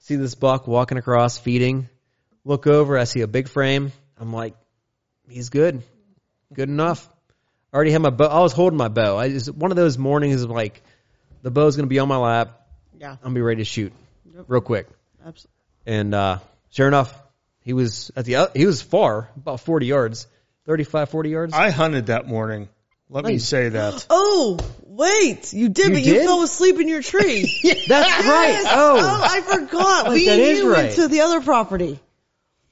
Speaker 1: see this buck walking across, feeding. Look over, I see a big frame. I'm like, he's good. Good enough. I already had my bow. I was holding my bow. I just, one of those mornings of like, the bow's going to be on my lap.
Speaker 4: Yeah,
Speaker 1: I'm going to be ready to shoot real quick
Speaker 4: absolutely.
Speaker 1: and uh, sure enough, he was at the o- he was far, about 40 yards, 35, 40 yards.
Speaker 2: I hunted that morning. Let me
Speaker 1: Nice.
Speaker 2: say that.
Speaker 4: Oh, wait, you did,
Speaker 1: You
Speaker 4: but
Speaker 1: did?
Speaker 4: you fell asleep in your tree.
Speaker 1: That's right.
Speaker 4: Oh,
Speaker 1: Oh,
Speaker 4: I forgot.
Speaker 1: Wait,
Speaker 4: We
Speaker 1: that
Speaker 4: and
Speaker 1: is
Speaker 4: you
Speaker 1: right.
Speaker 4: went to the other property.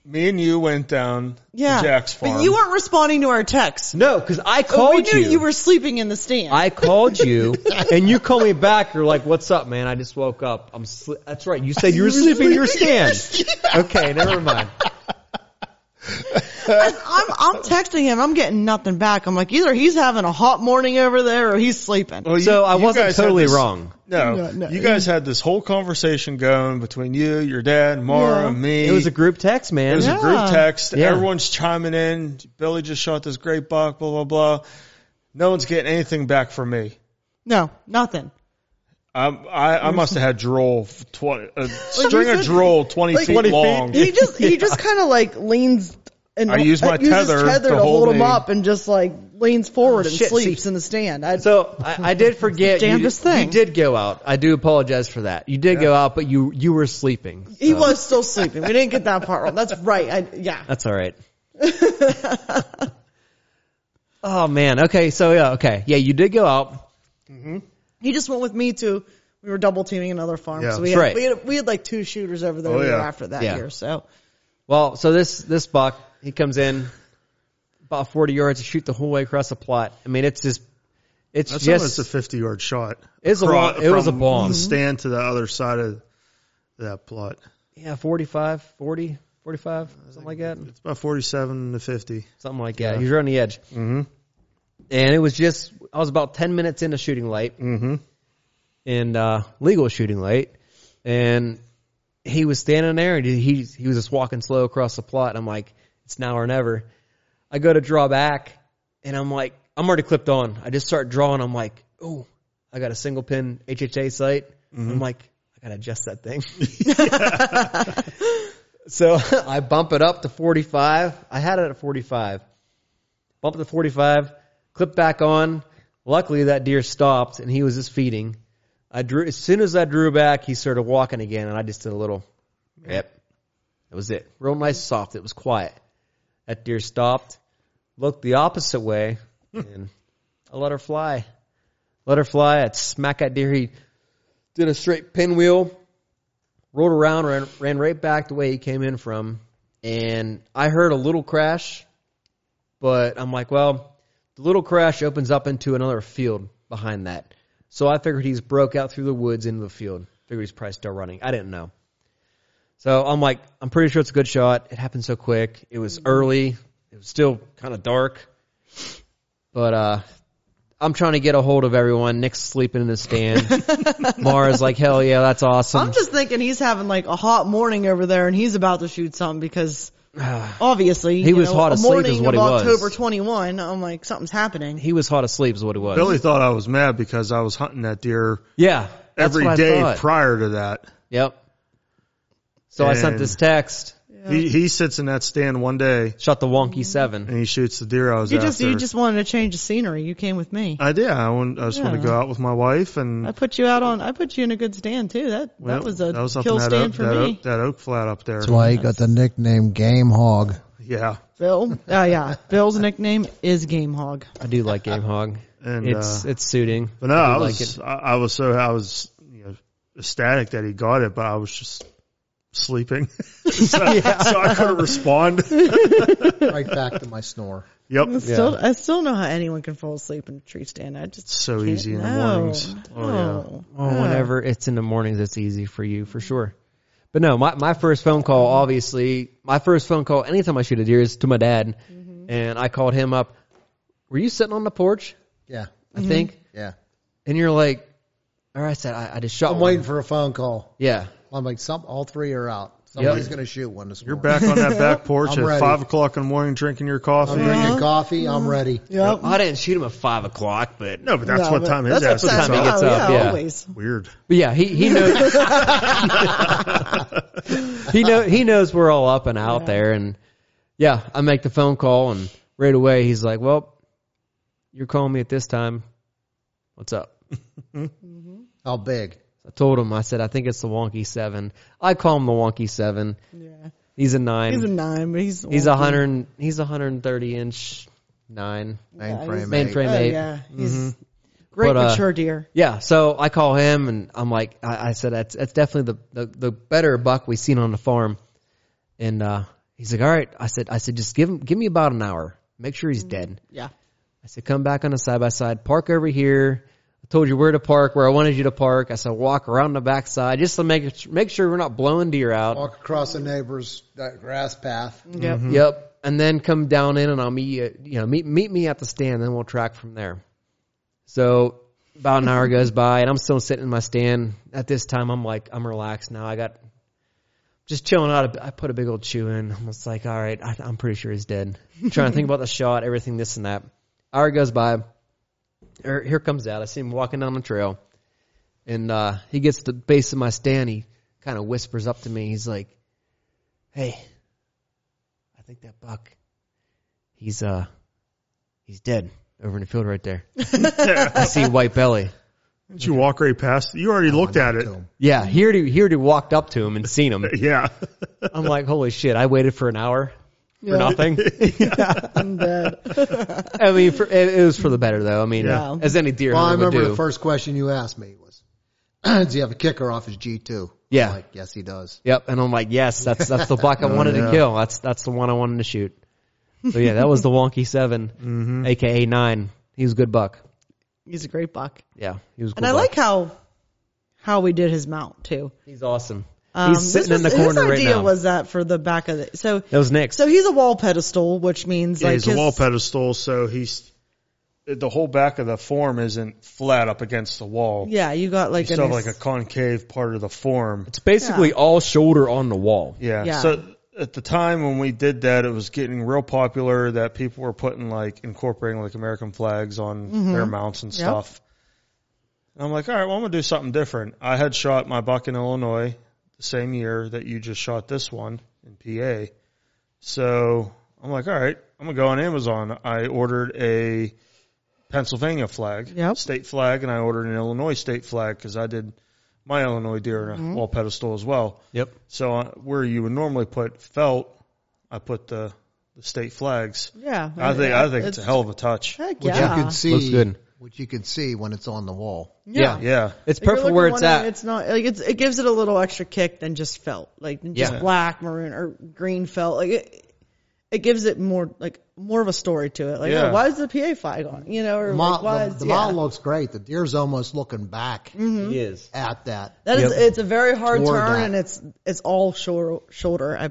Speaker 2: Me and you went down
Speaker 4: Yeah,
Speaker 2: to Jack's farm.
Speaker 4: but you weren't responding to our texts.
Speaker 1: no, because I
Speaker 4: But we
Speaker 1: called
Speaker 4: knew
Speaker 1: Oh, you.
Speaker 4: you. were sleeping in the stand.
Speaker 1: I called you, and you called me back. You're like, "What's up, man? I just woke up. I'm sli-. that's right. You said you were sleeping in your stand. Okay, never mind.
Speaker 4: And I'm, I'm texting him. I'm getting nothing back. I'm like, either he's having a hot morning over there or he's sleeping.
Speaker 2: Well, you-
Speaker 1: So I
Speaker 2: you
Speaker 1: wasn't
Speaker 2: guys had
Speaker 1: totally
Speaker 2: this-
Speaker 1: wrong.
Speaker 2: No,
Speaker 4: No, no.
Speaker 2: you guys had this whole conversation going between you, your dad, Mara,
Speaker 4: Yeah.
Speaker 2: me.
Speaker 1: It was a group text, man.
Speaker 2: It was a group
Speaker 4: Yeah.
Speaker 2: text.
Speaker 1: Yeah.
Speaker 2: Everyone's chiming in. Billy just shot this great buck. Blah blah blah. No one's getting anything back from me.
Speaker 4: No, nothing.
Speaker 2: I'm, I I must have had drool, f- tw- a string
Speaker 4: said-
Speaker 2: of drool twenty
Speaker 4: like-
Speaker 2: feet
Speaker 4: 20 feet.
Speaker 2: long.
Speaker 4: He just he just kind of like leans. And
Speaker 2: I use my
Speaker 4: uses
Speaker 2: tether to
Speaker 4: to hold
Speaker 2: hold
Speaker 4: him
Speaker 2: me.
Speaker 4: up and just like leans forward and
Speaker 1: Oh, Shit,
Speaker 4: sleeps
Speaker 1: see-
Speaker 4: in the stand. I,
Speaker 1: So I, I did forget. you-
Speaker 4: damnedest
Speaker 1: you,
Speaker 4: thing.
Speaker 1: did go out. I do apologize for that. You did go out, but you you were sleeping.
Speaker 4: he
Speaker 1: so
Speaker 4: was still sleeping. We didn't get that part wrong. That's right. I, yeah.
Speaker 1: That's all right. Oh man. Okay. So yeah. Okay. Yeah. You did go out.
Speaker 4: He just went with me to. We were double teaming another farm,
Speaker 2: Yeah.
Speaker 4: so we
Speaker 1: That's
Speaker 4: had,
Speaker 1: right.
Speaker 4: we had we had like two shooters over there
Speaker 2: Oh,
Speaker 4: the year
Speaker 2: yeah.
Speaker 4: after that
Speaker 1: Yeah.
Speaker 4: year. So
Speaker 1: Well, so this this buck he comes in about forty yards to shoot the whole way across the plot. I mean, it's just it's
Speaker 2: That's
Speaker 1: just
Speaker 2: almost a fifty yard shot.
Speaker 1: it's a
Speaker 2: Across-
Speaker 1: long, it was a
Speaker 2: from
Speaker 1: bomb.
Speaker 2: The stand to the other side of that plot.
Speaker 1: Yeah, 45, 40, 45, something like that.
Speaker 2: It's about forty seven to fifty.
Speaker 1: Something like that. He's right on the edge. Mm-hmm. And it was just I was about ten minutes into shooting light.
Speaker 2: Mm-hmm.
Speaker 1: and uh, legal shooting light, and he was standing there, and he he was just walking slow across the plot. And I'm like, it's now or never. I go to draw back, and I'm like, I'm already clipped on. I just start drawing. I'm like, oh, I got a single pin HHA sight. I'm like, I gotta adjust that thing. so I bump it up to 45. I had it at 45. Bump it to 45. Clip back on. Luckily, that deer stopped, and he was just feeding. I drew as soon as I drew back, he started walking again, and I just did a little. Yep, that was it. Real nice, soft. It was quiet. That deer stopped, looked the opposite way, and I let her fly. Let her fly. I'd smack that deer. He did a straight pinwheel, rolled around, ran, ran right back the way he came in from, and I heard a little crash, but I'm like, well, the little crash opens up into another field behind that. So I figured he's broke out through the woods into the field. Figured he's probably still running. I didn't know. So I'm like, I'm pretty sure it's a good shot. It happened so quick. It was early. It was still kind of dark. But uh I'm trying to get a hold of everyone. Nick's sleeping in his stand. Mara's like, hell yeah, that's awesome.
Speaker 4: I'm just thinking he's having like a hot morning over there, and he's about to shoot something because obviously
Speaker 1: He
Speaker 4: you
Speaker 1: was
Speaker 4: know,
Speaker 1: hot
Speaker 4: a
Speaker 1: asleep is
Speaker 4: morning
Speaker 1: what
Speaker 4: of
Speaker 1: he was.
Speaker 4: October 21. I'm like something's happening.
Speaker 1: he was hot asleep, is what it was.
Speaker 2: Billy thought I was mad because I was hunting that deer
Speaker 1: Yeah. That's
Speaker 2: every
Speaker 1: what I
Speaker 2: day
Speaker 1: thought.
Speaker 2: prior to that.
Speaker 1: Yep. So I sent
Speaker 2: And-
Speaker 1: this text.
Speaker 4: Yeah.
Speaker 2: He he sits in that stand one day
Speaker 1: Shot the wonky seven.
Speaker 2: and he shoots the deer I was
Speaker 4: You
Speaker 2: after.
Speaker 4: just you just wanted to change the scenery. You came with me.
Speaker 1: Uh,
Speaker 2: I did. I, want, I just want
Speaker 4: Yeah.
Speaker 2: to go out with my wife and
Speaker 4: I put you out on. I put you in a good stand too. That that was a
Speaker 2: that was up
Speaker 4: kill
Speaker 2: in that
Speaker 4: stand
Speaker 2: oak,
Speaker 4: for
Speaker 2: that
Speaker 4: me,
Speaker 2: Oak, that oak flat up there.
Speaker 3: That's why he got the nickname Game Hog.
Speaker 2: Yeah,
Speaker 4: Bill. Oh yeah, Bill's nickname is Game Hog.
Speaker 1: I do like Game Hog.
Speaker 2: and
Speaker 1: It's
Speaker 2: uh,
Speaker 1: it's suiting.
Speaker 2: but no,
Speaker 1: I do
Speaker 2: I
Speaker 1: like
Speaker 2: was I, I was so I was you know, ecstatic that he got it, but I was just sleeping, so, so I couldn't respond.
Speaker 3: Right back to my snore.
Speaker 2: yep,
Speaker 4: I still I still know how anyone can fall asleep in a tree stand. I just
Speaker 2: so
Speaker 4: can't-
Speaker 2: easy in the
Speaker 4: no,
Speaker 2: mornings. Oh yeah,
Speaker 4: no,
Speaker 1: Well,
Speaker 4: no.
Speaker 1: whenever Ah. it's in the mornings, it's easy for you for sure. But no, my, my first phone call, obviously, my first phone call anytime I shoot a deer is to my dad.
Speaker 2: Mm-hmm.
Speaker 1: And I called him up. Were you sitting on the porch?
Speaker 3: Yeah,
Speaker 1: I
Speaker 2: Mm-hmm.
Speaker 1: think.
Speaker 3: yeah.
Speaker 1: And you're like, or I said, I, I just shot
Speaker 3: I'm
Speaker 1: one.
Speaker 3: waiting for a phone call.
Speaker 1: Yeah.
Speaker 3: I'm like, some all three are out. Somebody's gonna shoot one this
Speaker 2: you're
Speaker 3: morning.
Speaker 2: back on that back porch
Speaker 3: I'm
Speaker 2: at
Speaker 3: ready.
Speaker 2: five o'clock in the morning, drinking your coffee.
Speaker 3: I'm drinking coffee. I'm ready.
Speaker 4: Yep.
Speaker 1: I didn't shoot him at five o'clock, but
Speaker 2: No, but that's
Speaker 4: No,
Speaker 2: what
Speaker 4: but
Speaker 2: time his
Speaker 4: that's
Speaker 2: ass
Speaker 4: what
Speaker 2: is
Speaker 1: time he
Speaker 4: oh,
Speaker 2: up.
Speaker 1: gets up, yeah.
Speaker 4: always.
Speaker 2: Weird.
Speaker 1: But yeah, he he knows. he know he knows we're all up and out there, and yeah, I make the phone call, and right away he's like, "Well, you're calling me at this time. What's up?"
Speaker 3: How big?
Speaker 1: I told him. I said, "I think it's the wonky seven. I call him the wonky seven.
Speaker 4: Yeah.
Speaker 1: He's a nine.
Speaker 4: He's a nine, but he's
Speaker 1: He's a hundred. He's a hundred and thirty inch nine
Speaker 3: Mainframe. eight.
Speaker 1: mainframe
Speaker 4: Oh
Speaker 1: eight.
Speaker 4: yeah, he's great
Speaker 1: But, uh,
Speaker 4: mature deer.
Speaker 1: Yeah, so I call him and I'm like, I, I said that's that's definitely the, the the better buck we've seen on the farm, and uh, he's like, all right. I said, I said, just give him give me about an hour, make sure he's dead.
Speaker 4: Yeah.
Speaker 1: I said, come back on the side by side, park over here. I told you where to park, where I wanted you to park. I said, walk around the backside just to make make sure we're not blowing deer out.
Speaker 3: Walk across the neighbor's that grass path.
Speaker 4: Yep.
Speaker 1: Yep. And then come down in and I'll meet you, you know, meet, meet me at the stand, then we'll track from there. So about an hour goes by and I'm still sitting in my stand. At this time, I'm like, I'm relaxed now. I got just chilling out. I put a big old chew in. I'm just like, all right, I, I'm pretty sure he's dead. trying to think about the shot, everything, this and that. Hour goes by. Er, Here comes out. I see him walking down the trail and, uh, he gets to the base of my stand. He kind of whispers up to me. He's like, Hey, I think that buck, he's uh, he's dead over in the field right there. I see a white belly.
Speaker 2: Did you walk right past? You already looked at it.
Speaker 3: to Oh, him.
Speaker 1: Yeah, he already he already walked up to him and seen him.
Speaker 2: Yeah.
Speaker 1: I'm like, holy shit! I waited for an hour for nothing.
Speaker 4: I'm dead.
Speaker 1: I mean, for, it, it was for the better though. I mean,
Speaker 2: Yeah.
Speaker 1: uh, as any deer
Speaker 3: Well, I
Speaker 1: hunter would
Speaker 3: remember
Speaker 1: do.
Speaker 3: the first question you asked me was, "Does he have a kicker off his G two?
Speaker 1: Yeah.
Speaker 3: like yes, he does.
Speaker 1: Yep, and I'm like, yes, that's that's the buck I
Speaker 4: Oh,
Speaker 1: wanted
Speaker 2: yeah.
Speaker 1: to kill. That's that's the one I wanted to shoot. So yeah, that was the wonky 7
Speaker 4: Mm-hmm.
Speaker 1: aka nine. He was a good buck.
Speaker 4: He's a great buck.
Speaker 1: Yeah, he was. A good
Speaker 4: And I
Speaker 1: buck.
Speaker 4: like how how we did his mount too.
Speaker 1: He's awesome.
Speaker 4: Um,
Speaker 1: He's sitting
Speaker 4: this
Speaker 1: in the
Speaker 4: was-
Speaker 1: corner
Speaker 4: His
Speaker 1: right
Speaker 4: idea
Speaker 1: now.
Speaker 4: was that for the back of the so
Speaker 1: that was Nick's.
Speaker 4: so he's a wall pedestal, which means
Speaker 2: Yeah,
Speaker 4: like
Speaker 2: he's
Speaker 4: his,
Speaker 2: a wall pedestal, so he's the whole back of the form isn't flat up against the wall.
Speaker 4: Yeah, you got
Speaker 2: You
Speaker 4: like
Speaker 2: still
Speaker 4: an
Speaker 2: have like a
Speaker 4: ex-
Speaker 2: concave part of the form.
Speaker 1: It's basically
Speaker 4: Yeah.
Speaker 1: all shoulder on the wall.
Speaker 2: Yeah.
Speaker 4: Yeah.
Speaker 2: So at the time when we did that, it was getting real popular that people were putting like incorporating like American flags on their mounts and
Speaker 4: Mm-hmm. Yep.
Speaker 2: stuff. And I'm like, all right, well, I'm gonna do something different. I had shot my buck in Illinois the same year that you just shot this one in PA. So I'm like, all right, I'm gonna go on Amazon. I ordered a Pennsylvania flag,
Speaker 4: Yep.
Speaker 2: state flag, and I ordered an Illinois state flag because I did my Illinois deer
Speaker 4: Mm-hmm.
Speaker 2: in a wall pedestal as well.
Speaker 1: Yep.
Speaker 2: So uh, where you would normally put felt, I put the, the state flags.
Speaker 4: yeah.
Speaker 2: I think I think it's, a hell of a touch.
Speaker 4: heck
Speaker 3: Which
Speaker 4: yeah.
Speaker 3: you can see.
Speaker 1: Looks good.
Speaker 3: Which you can see when it's on the wall.
Speaker 1: Yeah.
Speaker 2: Yeah,
Speaker 1: It's
Speaker 4: Like, you're
Speaker 1: perfect
Speaker 4: looking
Speaker 1: where
Speaker 4: one
Speaker 1: it's
Speaker 4: way,
Speaker 1: at.
Speaker 4: It's not like it's, it gives it a little extra kick than just felt, like than just
Speaker 1: Yeah.
Speaker 4: black, maroon, or green felt. Like it, it gives it more like more of a story to it. Like,
Speaker 2: Yeah.
Speaker 4: oh, why is the PA flag on? You know, or
Speaker 3: The
Speaker 4: like,
Speaker 3: mount,
Speaker 4: why
Speaker 3: the,
Speaker 4: is
Speaker 3: the
Speaker 4: yeah. Mm-hmm.
Speaker 3: mount looks great. The deer's almost looking back
Speaker 1: It is.
Speaker 3: at that.
Speaker 4: That is,
Speaker 1: Yep.
Speaker 4: it's a very hard
Speaker 3: Toward
Speaker 4: turn,
Speaker 3: that.
Speaker 4: and it's it's all shoulder. shoulder. I,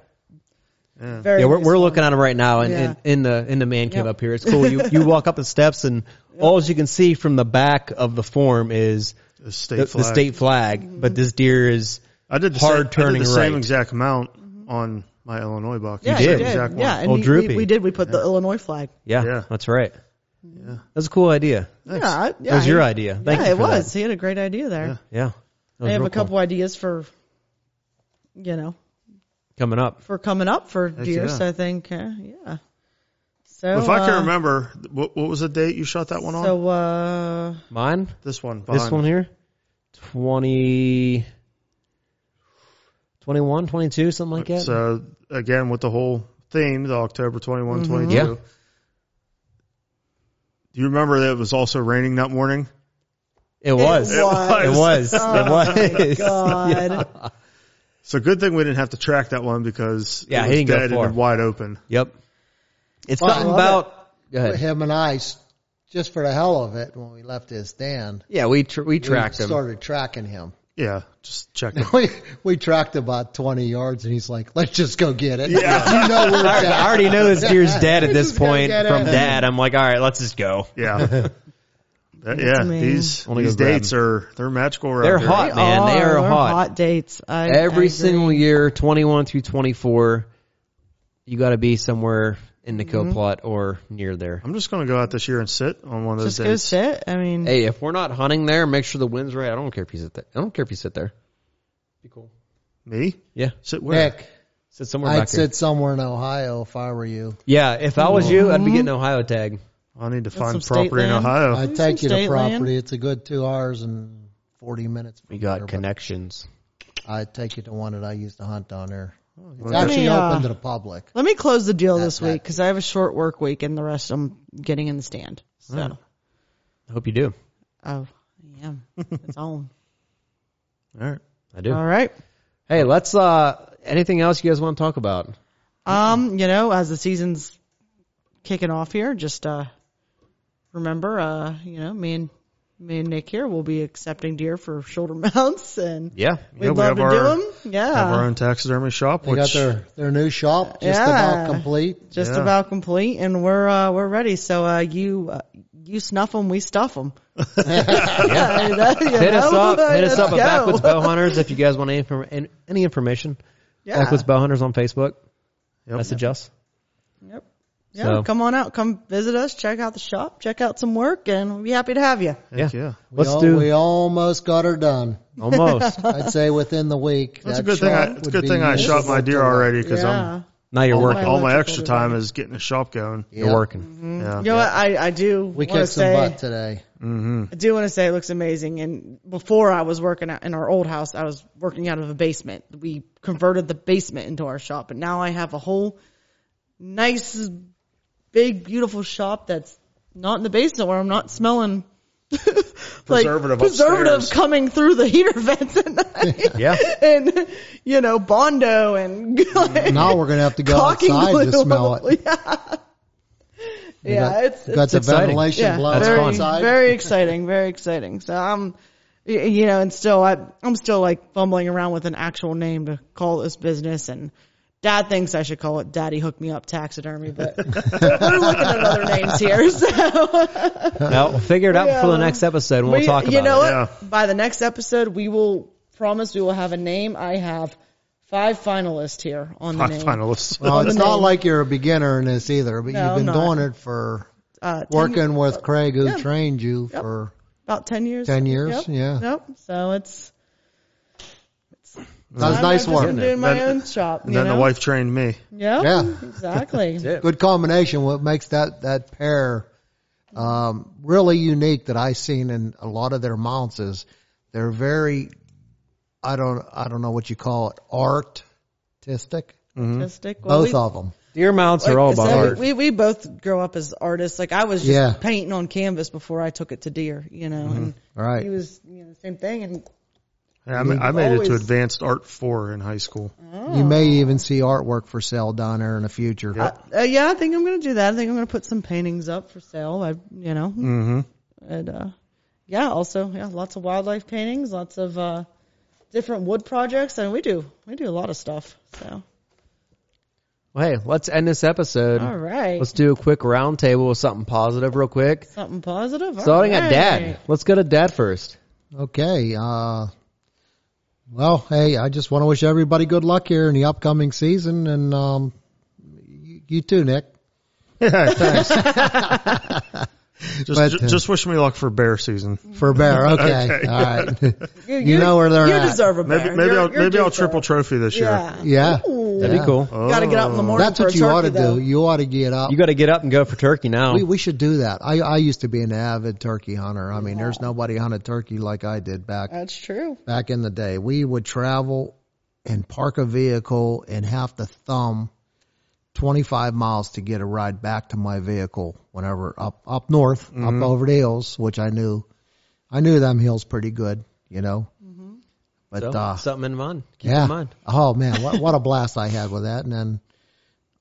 Speaker 2: Yeah.
Speaker 4: very
Speaker 1: Yeah, we're,
Speaker 4: useful.
Speaker 1: we're looking at him right now, and
Speaker 4: Yeah.
Speaker 1: in, in the in the man cave
Speaker 4: Yep.
Speaker 1: up here. It's cool. You you walk up the steps, and all you can see from the back of the form is
Speaker 2: the state
Speaker 1: the, the
Speaker 2: flag.
Speaker 1: state flag. But
Speaker 4: Mm-hmm.
Speaker 1: this deer is
Speaker 2: I did the
Speaker 1: hard
Speaker 2: same, I did
Speaker 1: turning
Speaker 2: the same
Speaker 1: right.
Speaker 2: exact amount on my Illinois buck.
Speaker 4: Mm-hmm. Yeah,
Speaker 1: did.
Speaker 4: you
Speaker 2: Exact one.
Speaker 4: Yeah, and
Speaker 1: Oh,
Speaker 4: we- we,
Speaker 1: droopy.
Speaker 4: we did. We put the Illinois flag.
Speaker 1: yeah,
Speaker 2: Yeah.
Speaker 1: that's right. That's a cool idea.
Speaker 4: Yeah, I- yeah,
Speaker 1: that was your
Speaker 4: he-
Speaker 1: idea. Thank
Speaker 4: yeah,
Speaker 1: you.
Speaker 4: it
Speaker 1: for that.
Speaker 4: was. He had a great idea there.
Speaker 1: Yeah. That was
Speaker 4: I have
Speaker 1: real
Speaker 4: a couple ideas for, you know,
Speaker 1: coming up.
Speaker 4: for coming up for deer.
Speaker 2: yeah.
Speaker 4: So I think, uh, yeah. So
Speaker 2: if I can
Speaker 4: uh,
Speaker 2: remember, what, what was the date you shot that one on?
Speaker 4: so uh,
Speaker 1: Mine,
Speaker 2: this one.
Speaker 1: this
Speaker 2: Vine.
Speaker 1: one here, 20, 21, 22, something like that.
Speaker 2: So again, with the whole theme, the October 21, 22.
Speaker 1: Mm-hmm. Yeah.
Speaker 2: Do you remember that it was also raining that morning?
Speaker 1: it was.
Speaker 4: It was.
Speaker 1: It was. it was.
Speaker 4: God.
Speaker 2: So good thing we didn't have to track that one because
Speaker 1: Yeah, he
Speaker 2: it was
Speaker 1: didn't go
Speaker 2: dead
Speaker 1: far.
Speaker 2: and wide open.
Speaker 1: Yep. It's
Speaker 3: Well, I
Speaker 1: something
Speaker 3: love
Speaker 1: about. Go ahead.
Speaker 3: Him and I, s- just for the hell of it, when we left his stand,
Speaker 1: Yeah, we tr- we tracked
Speaker 3: we
Speaker 1: him.
Speaker 3: started tracking him.
Speaker 2: Yeah, just check it.
Speaker 3: We, we tracked about 20 yards, and he's like, let's just go get it.
Speaker 2: Yeah.
Speaker 3: You know where it's
Speaker 1: I
Speaker 3: at.
Speaker 1: already know this deer's dead at
Speaker 3: Let's
Speaker 1: this
Speaker 3: just go
Speaker 1: point
Speaker 3: get
Speaker 1: from
Speaker 3: it.
Speaker 1: dad. I'm like, all right, let's just go.
Speaker 2: Yeah. That- yeah,
Speaker 4: Man.
Speaker 2: these
Speaker 1: Wanna go
Speaker 2: these
Speaker 1: grab
Speaker 2: dates are they're magical. Right
Speaker 1: They're
Speaker 2: there.
Speaker 1: hot. man, they
Speaker 4: Oh,
Speaker 1: are
Speaker 4: they're
Speaker 1: hot.
Speaker 4: dates. I, I
Speaker 1: Every
Speaker 4: agree.
Speaker 1: single year, 21 through 24, you got to be somewhere in the co-plot or near there.
Speaker 2: I'm just gonna go out this year and sit on one of those
Speaker 4: Just go
Speaker 2: dates.
Speaker 4: sit. I mean,
Speaker 1: Hey, if we're not hunting there, make sure the wind's right. I don't care if you sit there. I don't care if you sit there. Be cool.
Speaker 2: Me?
Speaker 1: Yeah,
Speaker 2: Sit where?
Speaker 3: Nick,
Speaker 1: sit somewhere
Speaker 3: I'd
Speaker 1: back here.
Speaker 3: sit somewhere in Ohio if I were you.
Speaker 1: Yeah, if I was you, I'd be getting Ohio tag.
Speaker 2: I need to
Speaker 4: some
Speaker 2: find
Speaker 4: state
Speaker 2: property in
Speaker 4: land.
Speaker 2: Ohio.
Speaker 3: I'd
Speaker 4: There's
Speaker 3: take
Speaker 4: some
Speaker 3: you to
Speaker 4: state land.
Speaker 3: property. It's a good two hours and 40 minutes. from
Speaker 1: We
Speaker 3: here,
Speaker 1: got
Speaker 3: but
Speaker 1: connections.
Speaker 3: I'd take you to one that I used to hunt down there. It's
Speaker 2: wanna
Speaker 3: actually
Speaker 4: go-
Speaker 3: open to the public.
Speaker 4: let me close the deal
Speaker 3: That-
Speaker 4: this
Speaker 3: that-
Speaker 4: week because I have a short work week and the rest I'm getting in the stand. So,
Speaker 1: I hope you do.
Speaker 4: oh, yeah, it's on.
Speaker 2: All right.
Speaker 1: I do.
Speaker 4: All right.
Speaker 1: Hey, let's. uh Anything else you guys want to talk about?
Speaker 4: Um, you know, as the season's kicking off here, just uh remember uh, you know, me and me and Nick here will be accepting deer for shoulder mounts and
Speaker 1: Yeah,
Speaker 4: we'd
Speaker 2: Yeah, we
Speaker 4: love
Speaker 2: have
Speaker 4: to do
Speaker 2: our-
Speaker 4: 'em.
Speaker 2: Have our
Speaker 4: Yeah.
Speaker 2: own taxidermy shop,
Speaker 3: They
Speaker 2: which
Speaker 3: got their, their new shop just
Speaker 4: Yeah.
Speaker 3: about complete.
Speaker 4: Just
Speaker 2: yeah.
Speaker 4: about complete and we're uh we're ready. So uh you uh, you snuff 'em, we stuff 'em.
Speaker 1: Hit us up. Hit us up at
Speaker 4: Let's go.
Speaker 1: Backwoods Bow Hunters if you guys want any, inform- an- any information.
Speaker 4: Yeah.
Speaker 1: Backwoods Bow Hunters on Facebook.
Speaker 2: Yep.
Speaker 1: Message us.
Speaker 4: Yep. Yeah,
Speaker 1: So-
Speaker 4: come on out, come visit us, check out the shop, check out some work and we'll be happy to have you.
Speaker 2: Heck yeah.
Speaker 3: We
Speaker 1: Let's
Speaker 3: al- We
Speaker 1: do
Speaker 3: almost got her done.
Speaker 1: almost.
Speaker 3: I'd say within the week.
Speaker 2: That's a
Speaker 3: that
Speaker 2: good thing. I,
Speaker 3: shop
Speaker 2: it's a
Speaker 3: would
Speaker 2: good
Speaker 3: be
Speaker 2: thing I shot my
Speaker 3: miserable
Speaker 2: deer
Speaker 3: to look
Speaker 2: already because
Speaker 4: yeah.
Speaker 1: now
Speaker 2: I'm
Speaker 4: Oh
Speaker 1: you're
Speaker 2: all my,
Speaker 1: working.
Speaker 2: all my
Speaker 4: electrical
Speaker 2: extra time is getting the shop going.
Speaker 1: You're
Speaker 3: Yeah.
Speaker 1: working.
Speaker 2: Yeah.
Speaker 4: You know what? I, I do.
Speaker 3: We
Speaker 4: wanna
Speaker 3: kicked some
Speaker 4: say-
Speaker 3: butt today.
Speaker 4: I do want to say it looks amazing. And before I was working out in our old house, I was working out of a basement. We converted the basement into our shop, and now I have a whole nice, big, beautiful shop that's not in the basement where I'm not smelling like
Speaker 2: Preservative
Speaker 4: preservative
Speaker 2: upstairs.
Speaker 4: coming through the heater vents at night.
Speaker 1: Yeah.
Speaker 4: and you know bondo and like,
Speaker 3: Now we're gonna have to go
Speaker 4: caulking
Speaker 3: outside to
Speaker 4: glue.
Speaker 3: smell it.
Speaker 4: Yeah,
Speaker 3: We
Speaker 4: yeah,
Speaker 3: got,
Speaker 4: it's,
Speaker 3: we
Speaker 4: it's
Speaker 3: got the
Speaker 1: exciting.
Speaker 3: ventilation
Speaker 4: yeah,
Speaker 3: blowing
Speaker 4: very,
Speaker 3: outside.
Speaker 4: very exciting, very exciting. So I'm, y- you know, and still I, I'm still like fumbling around with an actual name to call this business and dad thinks I should call it daddy hook me up taxidermy, but we're looking at other names here. So
Speaker 1: Now, we'll figure it out for the next episode and we'll
Speaker 4: we,
Speaker 1: talk about
Speaker 4: you know
Speaker 1: it.
Speaker 4: what?
Speaker 2: Yeah.
Speaker 4: By the next episode, we will promise we will have a name. I have five finalists here on
Speaker 2: My
Speaker 4: the name.
Speaker 2: finalists.
Speaker 3: well, it's
Speaker 4: the
Speaker 3: not
Speaker 4: name.
Speaker 3: like you're a beginner in this either, but
Speaker 4: No,
Speaker 3: you've been
Speaker 4: I'm not.
Speaker 3: doing it for
Speaker 4: Uh, 10
Speaker 3: working with Craig, who
Speaker 4: Yeah.
Speaker 3: trained you
Speaker 4: Yep.
Speaker 3: for.
Speaker 4: about ten years.
Speaker 3: 10 years,
Speaker 4: Yep.
Speaker 3: yeah.
Speaker 4: Yep. So it's.
Speaker 3: That was nice
Speaker 4: I'm
Speaker 3: work.
Speaker 4: just doing my
Speaker 2: Then-
Speaker 4: own shop.
Speaker 2: and
Speaker 4: you
Speaker 2: then
Speaker 4: know?
Speaker 2: the wife trained me.
Speaker 4: Yep,
Speaker 3: Yeah.
Speaker 4: exactly.
Speaker 1: it.
Speaker 3: Good combination. What makes that that pair um, really unique that I've seen in a lot of their mounts is they're very. I don't. I don't know what you call it. Artistic.
Speaker 4: Artistic. Well,
Speaker 3: Both
Speaker 4: we,
Speaker 3: of them.
Speaker 1: Deer mounts are all
Speaker 4: so
Speaker 1: about art.
Speaker 4: We we both grow up as artists. Like I was just
Speaker 3: Yeah.
Speaker 4: painting on canvas before I took it to deer, you know, and
Speaker 3: All
Speaker 4: he
Speaker 3: right.
Speaker 4: was you know the same thing. And
Speaker 2: Yeah, I, ma- I made it to
Speaker 4: always-
Speaker 2: advanced art four in high school.
Speaker 4: Oh.
Speaker 3: You may even see artwork for sale down there in the future.
Speaker 4: uh, yeah, I think I'm gonna do that. I think I'm gonna put some paintings up for sale. I you know,
Speaker 2: Mm-hmm.
Speaker 4: and uh, yeah, also yeah, lots of wildlife paintings, lots of uh, different wood projects, and we do we do a lot of stuff. So
Speaker 1: Well, hey, let's end this episode.
Speaker 4: all right,
Speaker 1: Let's do a quick round table with something positive real quick.
Speaker 4: something positive.
Speaker 1: Starting
Speaker 4: All
Speaker 1: at
Speaker 4: right.
Speaker 1: dad. Let's go to dad first.
Speaker 3: Okay. Uh, well, hey, I just want to wish everybody good luck here in the upcoming season, and um, you, you too, Nick.
Speaker 2: Just,
Speaker 3: But,
Speaker 2: ju-
Speaker 3: uh,
Speaker 2: just wish me luck for bear season.
Speaker 3: For Bear. Okay. All right.
Speaker 4: You,
Speaker 3: know where they're
Speaker 4: you
Speaker 3: at.
Speaker 4: deserve a
Speaker 2: Maybe
Speaker 4: bear.
Speaker 2: maybe
Speaker 4: You're-
Speaker 2: I'll
Speaker 4: you're
Speaker 2: maybe
Speaker 4: due
Speaker 2: I'll
Speaker 4: for-
Speaker 2: triple trophy this year.
Speaker 4: Yeah.
Speaker 3: yeah.
Speaker 4: cool.
Speaker 1: That'd
Speaker 3: Yeah.
Speaker 1: be cool.
Speaker 2: Oh.
Speaker 4: Got to get up in the morning.
Speaker 3: That's
Speaker 4: for a
Speaker 3: what you ought to
Speaker 4: turkey, though.
Speaker 3: do. You ought to get up.
Speaker 1: You got to get up and go for turkey now.
Speaker 3: we we should do that. I I used to be an avid turkey hunter. I mean, there's nobody hunted turkey like I did back
Speaker 4: That's true.
Speaker 3: back in the day. We would travel and park a vehicle and have to thumb 25 miles to get a ride back to my vehicle whenever up up north,
Speaker 1: Mm-hmm.
Speaker 3: up over the hills, which I knew I knew them hills pretty good, you know.
Speaker 4: Mm-hmm.
Speaker 3: But
Speaker 1: So,
Speaker 3: uh
Speaker 1: something in mind. Keep
Speaker 3: yeah.
Speaker 1: in mind.
Speaker 3: Oh man, what what a blast I had with that. And then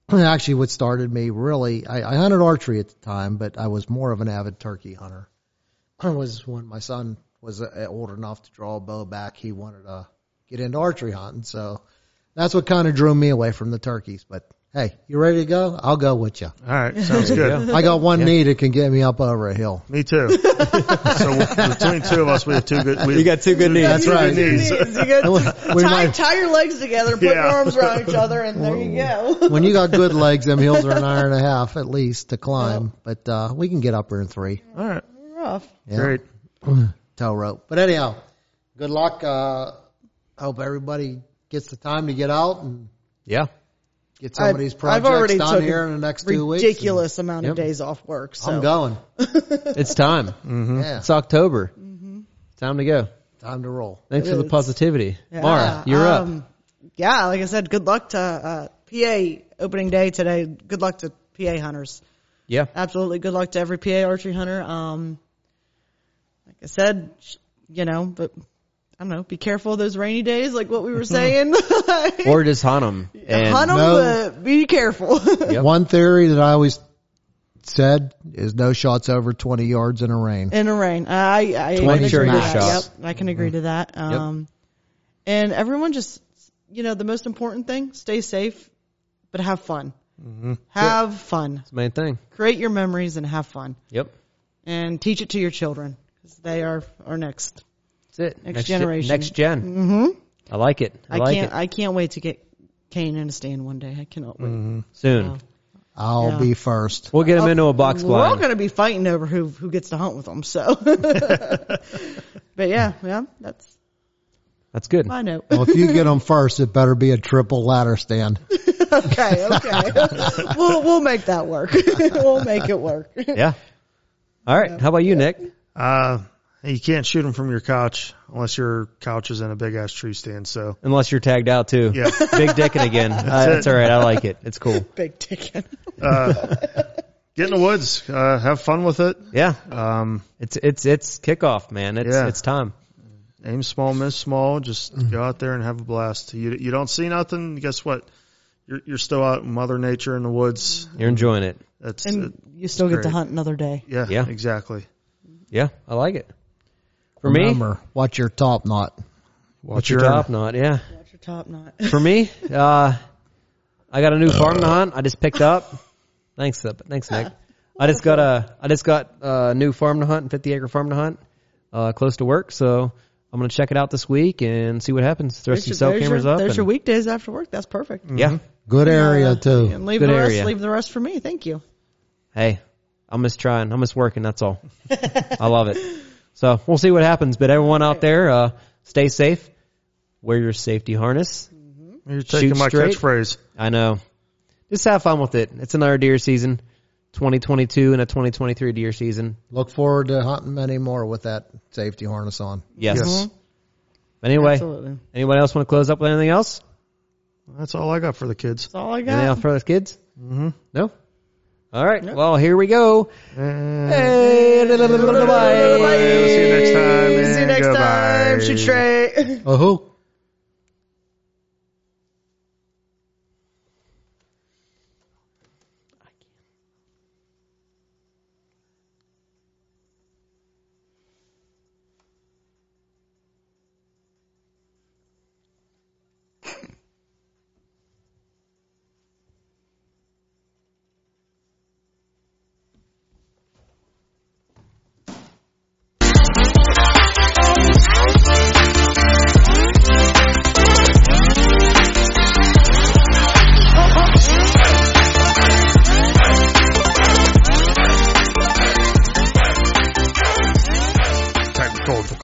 Speaker 3: actually what started me really I, I hunted archery at the time, but I was more of an avid turkey hunter. I was when my son was uh, old enough to draw a bow back, he wanted to get into archery hunting, so that's what kind of drew me away from the turkeys. But hey, you ready to go? I'll go with you.
Speaker 2: All right, sounds good.
Speaker 3: I got one knee that can get me up over a hill.
Speaker 2: Me too. so between two of us, we have two good. We
Speaker 1: You got two good knees.
Speaker 2: That's
Speaker 4: You
Speaker 2: right.
Speaker 4: got your knees. You got-
Speaker 3: We
Speaker 4: tie,
Speaker 3: might-
Speaker 4: tie your legs together, put your
Speaker 2: Yeah.
Speaker 4: arms around each other, and there you go.
Speaker 3: when you got good legs, them hills are an hour and a half at least to climb, but uh, we can get up there in three.
Speaker 2: All right,
Speaker 4: Rough.
Speaker 3: Yeah.
Speaker 2: great.
Speaker 3: tow rope. But anyhow, good luck. Uh, hope everybody gets the time to get out and
Speaker 1: Yeah.
Speaker 3: get some of these projects
Speaker 4: already
Speaker 3: done
Speaker 4: took
Speaker 3: here in the next two weeks.
Speaker 4: ridiculous amount of
Speaker 1: Yep.
Speaker 4: days off work. So
Speaker 3: I'm going.
Speaker 1: It's time.
Speaker 3: Yeah,
Speaker 1: It's October. Time to go.
Speaker 3: time to roll.
Speaker 1: Thanks for the
Speaker 4: It's-
Speaker 1: positivity. Mara,
Speaker 4: Yeah,
Speaker 1: you're up.
Speaker 4: um, Yeah, like I said, good luck to uh, PA opening day today. Good luck to PA hunters.
Speaker 1: Yeah.
Speaker 4: Absolutely, good luck to every PA archery hunter. Um, like I said, sh- you know, but I don't know. Be careful of those rainy days, like what we were saying.
Speaker 1: Or just hunt them. And
Speaker 4: Hunt 'em,
Speaker 3: no-
Speaker 4: but be careful.
Speaker 1: Yep.
Speaker 3: One theory that I always said is no shots over 20 yards in a rain.
Speaker 4: In the rain. I, I,
Speaker 1: 20
Speaker 4: I can agree to
Speaker 1: max.
Speaker 4: that.
Speaker 1: shots.
Speaker 4: Yep, I can agree to that. Um, and everyone just, you know, the most important thing, stay safe, but have fun. Have fun.
Speaker 1: It's the main thing.
Speaker 4: Create your memories and have fun.
Speaker 1: Yep.
Speaker 4: And teach it to your children because they are our next.
Speaker 1: That's it.
Speaker 4: Next
Speaker 1: gen-
Speaker 4: generation.
Speaker 1: next general Mm-hmm. I like it. I,
Speaker 4: I,
Speaker 1: like
Speaker 4: can't,
Speaker 1: it.
Speaker 4: I can't wait to get Kane in a stand one day. I cannot wait.
Speaker 1: Soon.
Speaker 3: I'll
Speaker 4: Yeah.
Speaker 3: be first.
Speaker 1: We'll get them into a box
Speaker 4: We're all
Speaker 1: blind.
Speaker 4: going to be fighting over who, who gets to hunt with them. So, but yeah, yeah, that's
Speaker 1: That's good.
Speaker 4: my note.
Speaker 3: Well, if you get them first, it better be a triple ladder stand.
Speaker 4: okay, okay. we'll we'll make that work. we'll make it work.
Speaker 1: Yeah. All right. How about you, Nick?
Speaker 2: Uh, you can't shoot them from your couch unless your couch is in a big ass tree stand. So
Speaker 1: Unless you're tagged out too.
Speaker 2: yeah.
Speaker 1: Big dickin' again. Uh, That's,
Speaker 2: it.
Speaker 1: all right. I like it. It's cool.
Speaker 4: Big ticket.
Speaker 2: get in the woods, uh, have fun with it.
Speaker 1: Yeah.
Speaker 2: Um,
Speaker 1: It's it's it's kickoff, man. It's
Speaker 2: Yeah.
Speaker 1: it's time.
Speaker 2: aim small, miss small. Just go out there and have a blast. You you don't see nothing. Guess what? You're you're still out in Mother Nature in the woods.
Speaker 1: You're enjoying it.
Speaker 2: That's
Speaker 4: And
Speaker 2: it.
Speaker 4: you still get to
Speaker 2: great.
Speaker 4: hunt another day.
Speaker 2: yeah,
Speaker 1: Yeah.
Speaker 2: exactly.
Speaker 1: Yeah, I like it. For me,
Speaker 3: Remember, watch your top knot.
Speaker 1: what's your top knot? Yeah.
Speaker 4: Watch your top knot.
Speaker 1: For me, uh, I got a new farm to hunt. I just picked up. Thanks, uh, thanks, Nick. I just got a I just got a new farm to hunt, 50 acre farm to hunt, uh, close to work. So I'm gonna check it out this week and see what happens. Throw some cell
Speaker 4: there's
Speaker 1: cameras
Speaker 4: your,
Speaker 1: up.
Speaker 4: there's
Speaker 1: and-
Speaker 4: your weekdays after work. That's perfect.
Speaker 1: Yeah.
Speaker 3: Good area
Speaker 4: Uh,
Speaker 3: too.
Speaker 4: And leave
Speaker 1: Good
Speaker 4: the rest.
Speaker 1: area.
Speaker 4: Leave the rest for me. Thank you.
Speaker 1: hey, I'm just trying. I'm just working. That's all. I love it. So we'll see what happens. But everyone out there, uh, stay safe. Wear your safety harness.
Speaker 2: You're taking my
Speaker 1: straight.
Speaker 2: catchphrase.
Speaker 1: I know. Just have fun with it. It's another deer season, 2022 and a 2023 deer season.
Speaker 3: Look forward to hunting many more with that safety harness on.
Speaker 1: Yes.
Speaker 2: Yes.
Speaker 1: But anyway,
Speaker 4: Absolutely.
Speaker 1: anyone else want to close up with anything else?
Speaker 2: That's all I got for the kids.
Speaker 4: That's all I
Speaker 1: Anything
Speaker 4: got.
Speaker 1: else for those kids? Mm-hmm. No. All right. Well, here we go. Hey,
Speaker 4: Bye.
Speaker 1: bye.
Speaker 2: See you next time.
Speaker 4: See you
Speaker 2: and
Speaker 4: next
Speaker 2: goodbye.
Speaker 4: time. Shoot straight.
Speaker 3: Oh, who?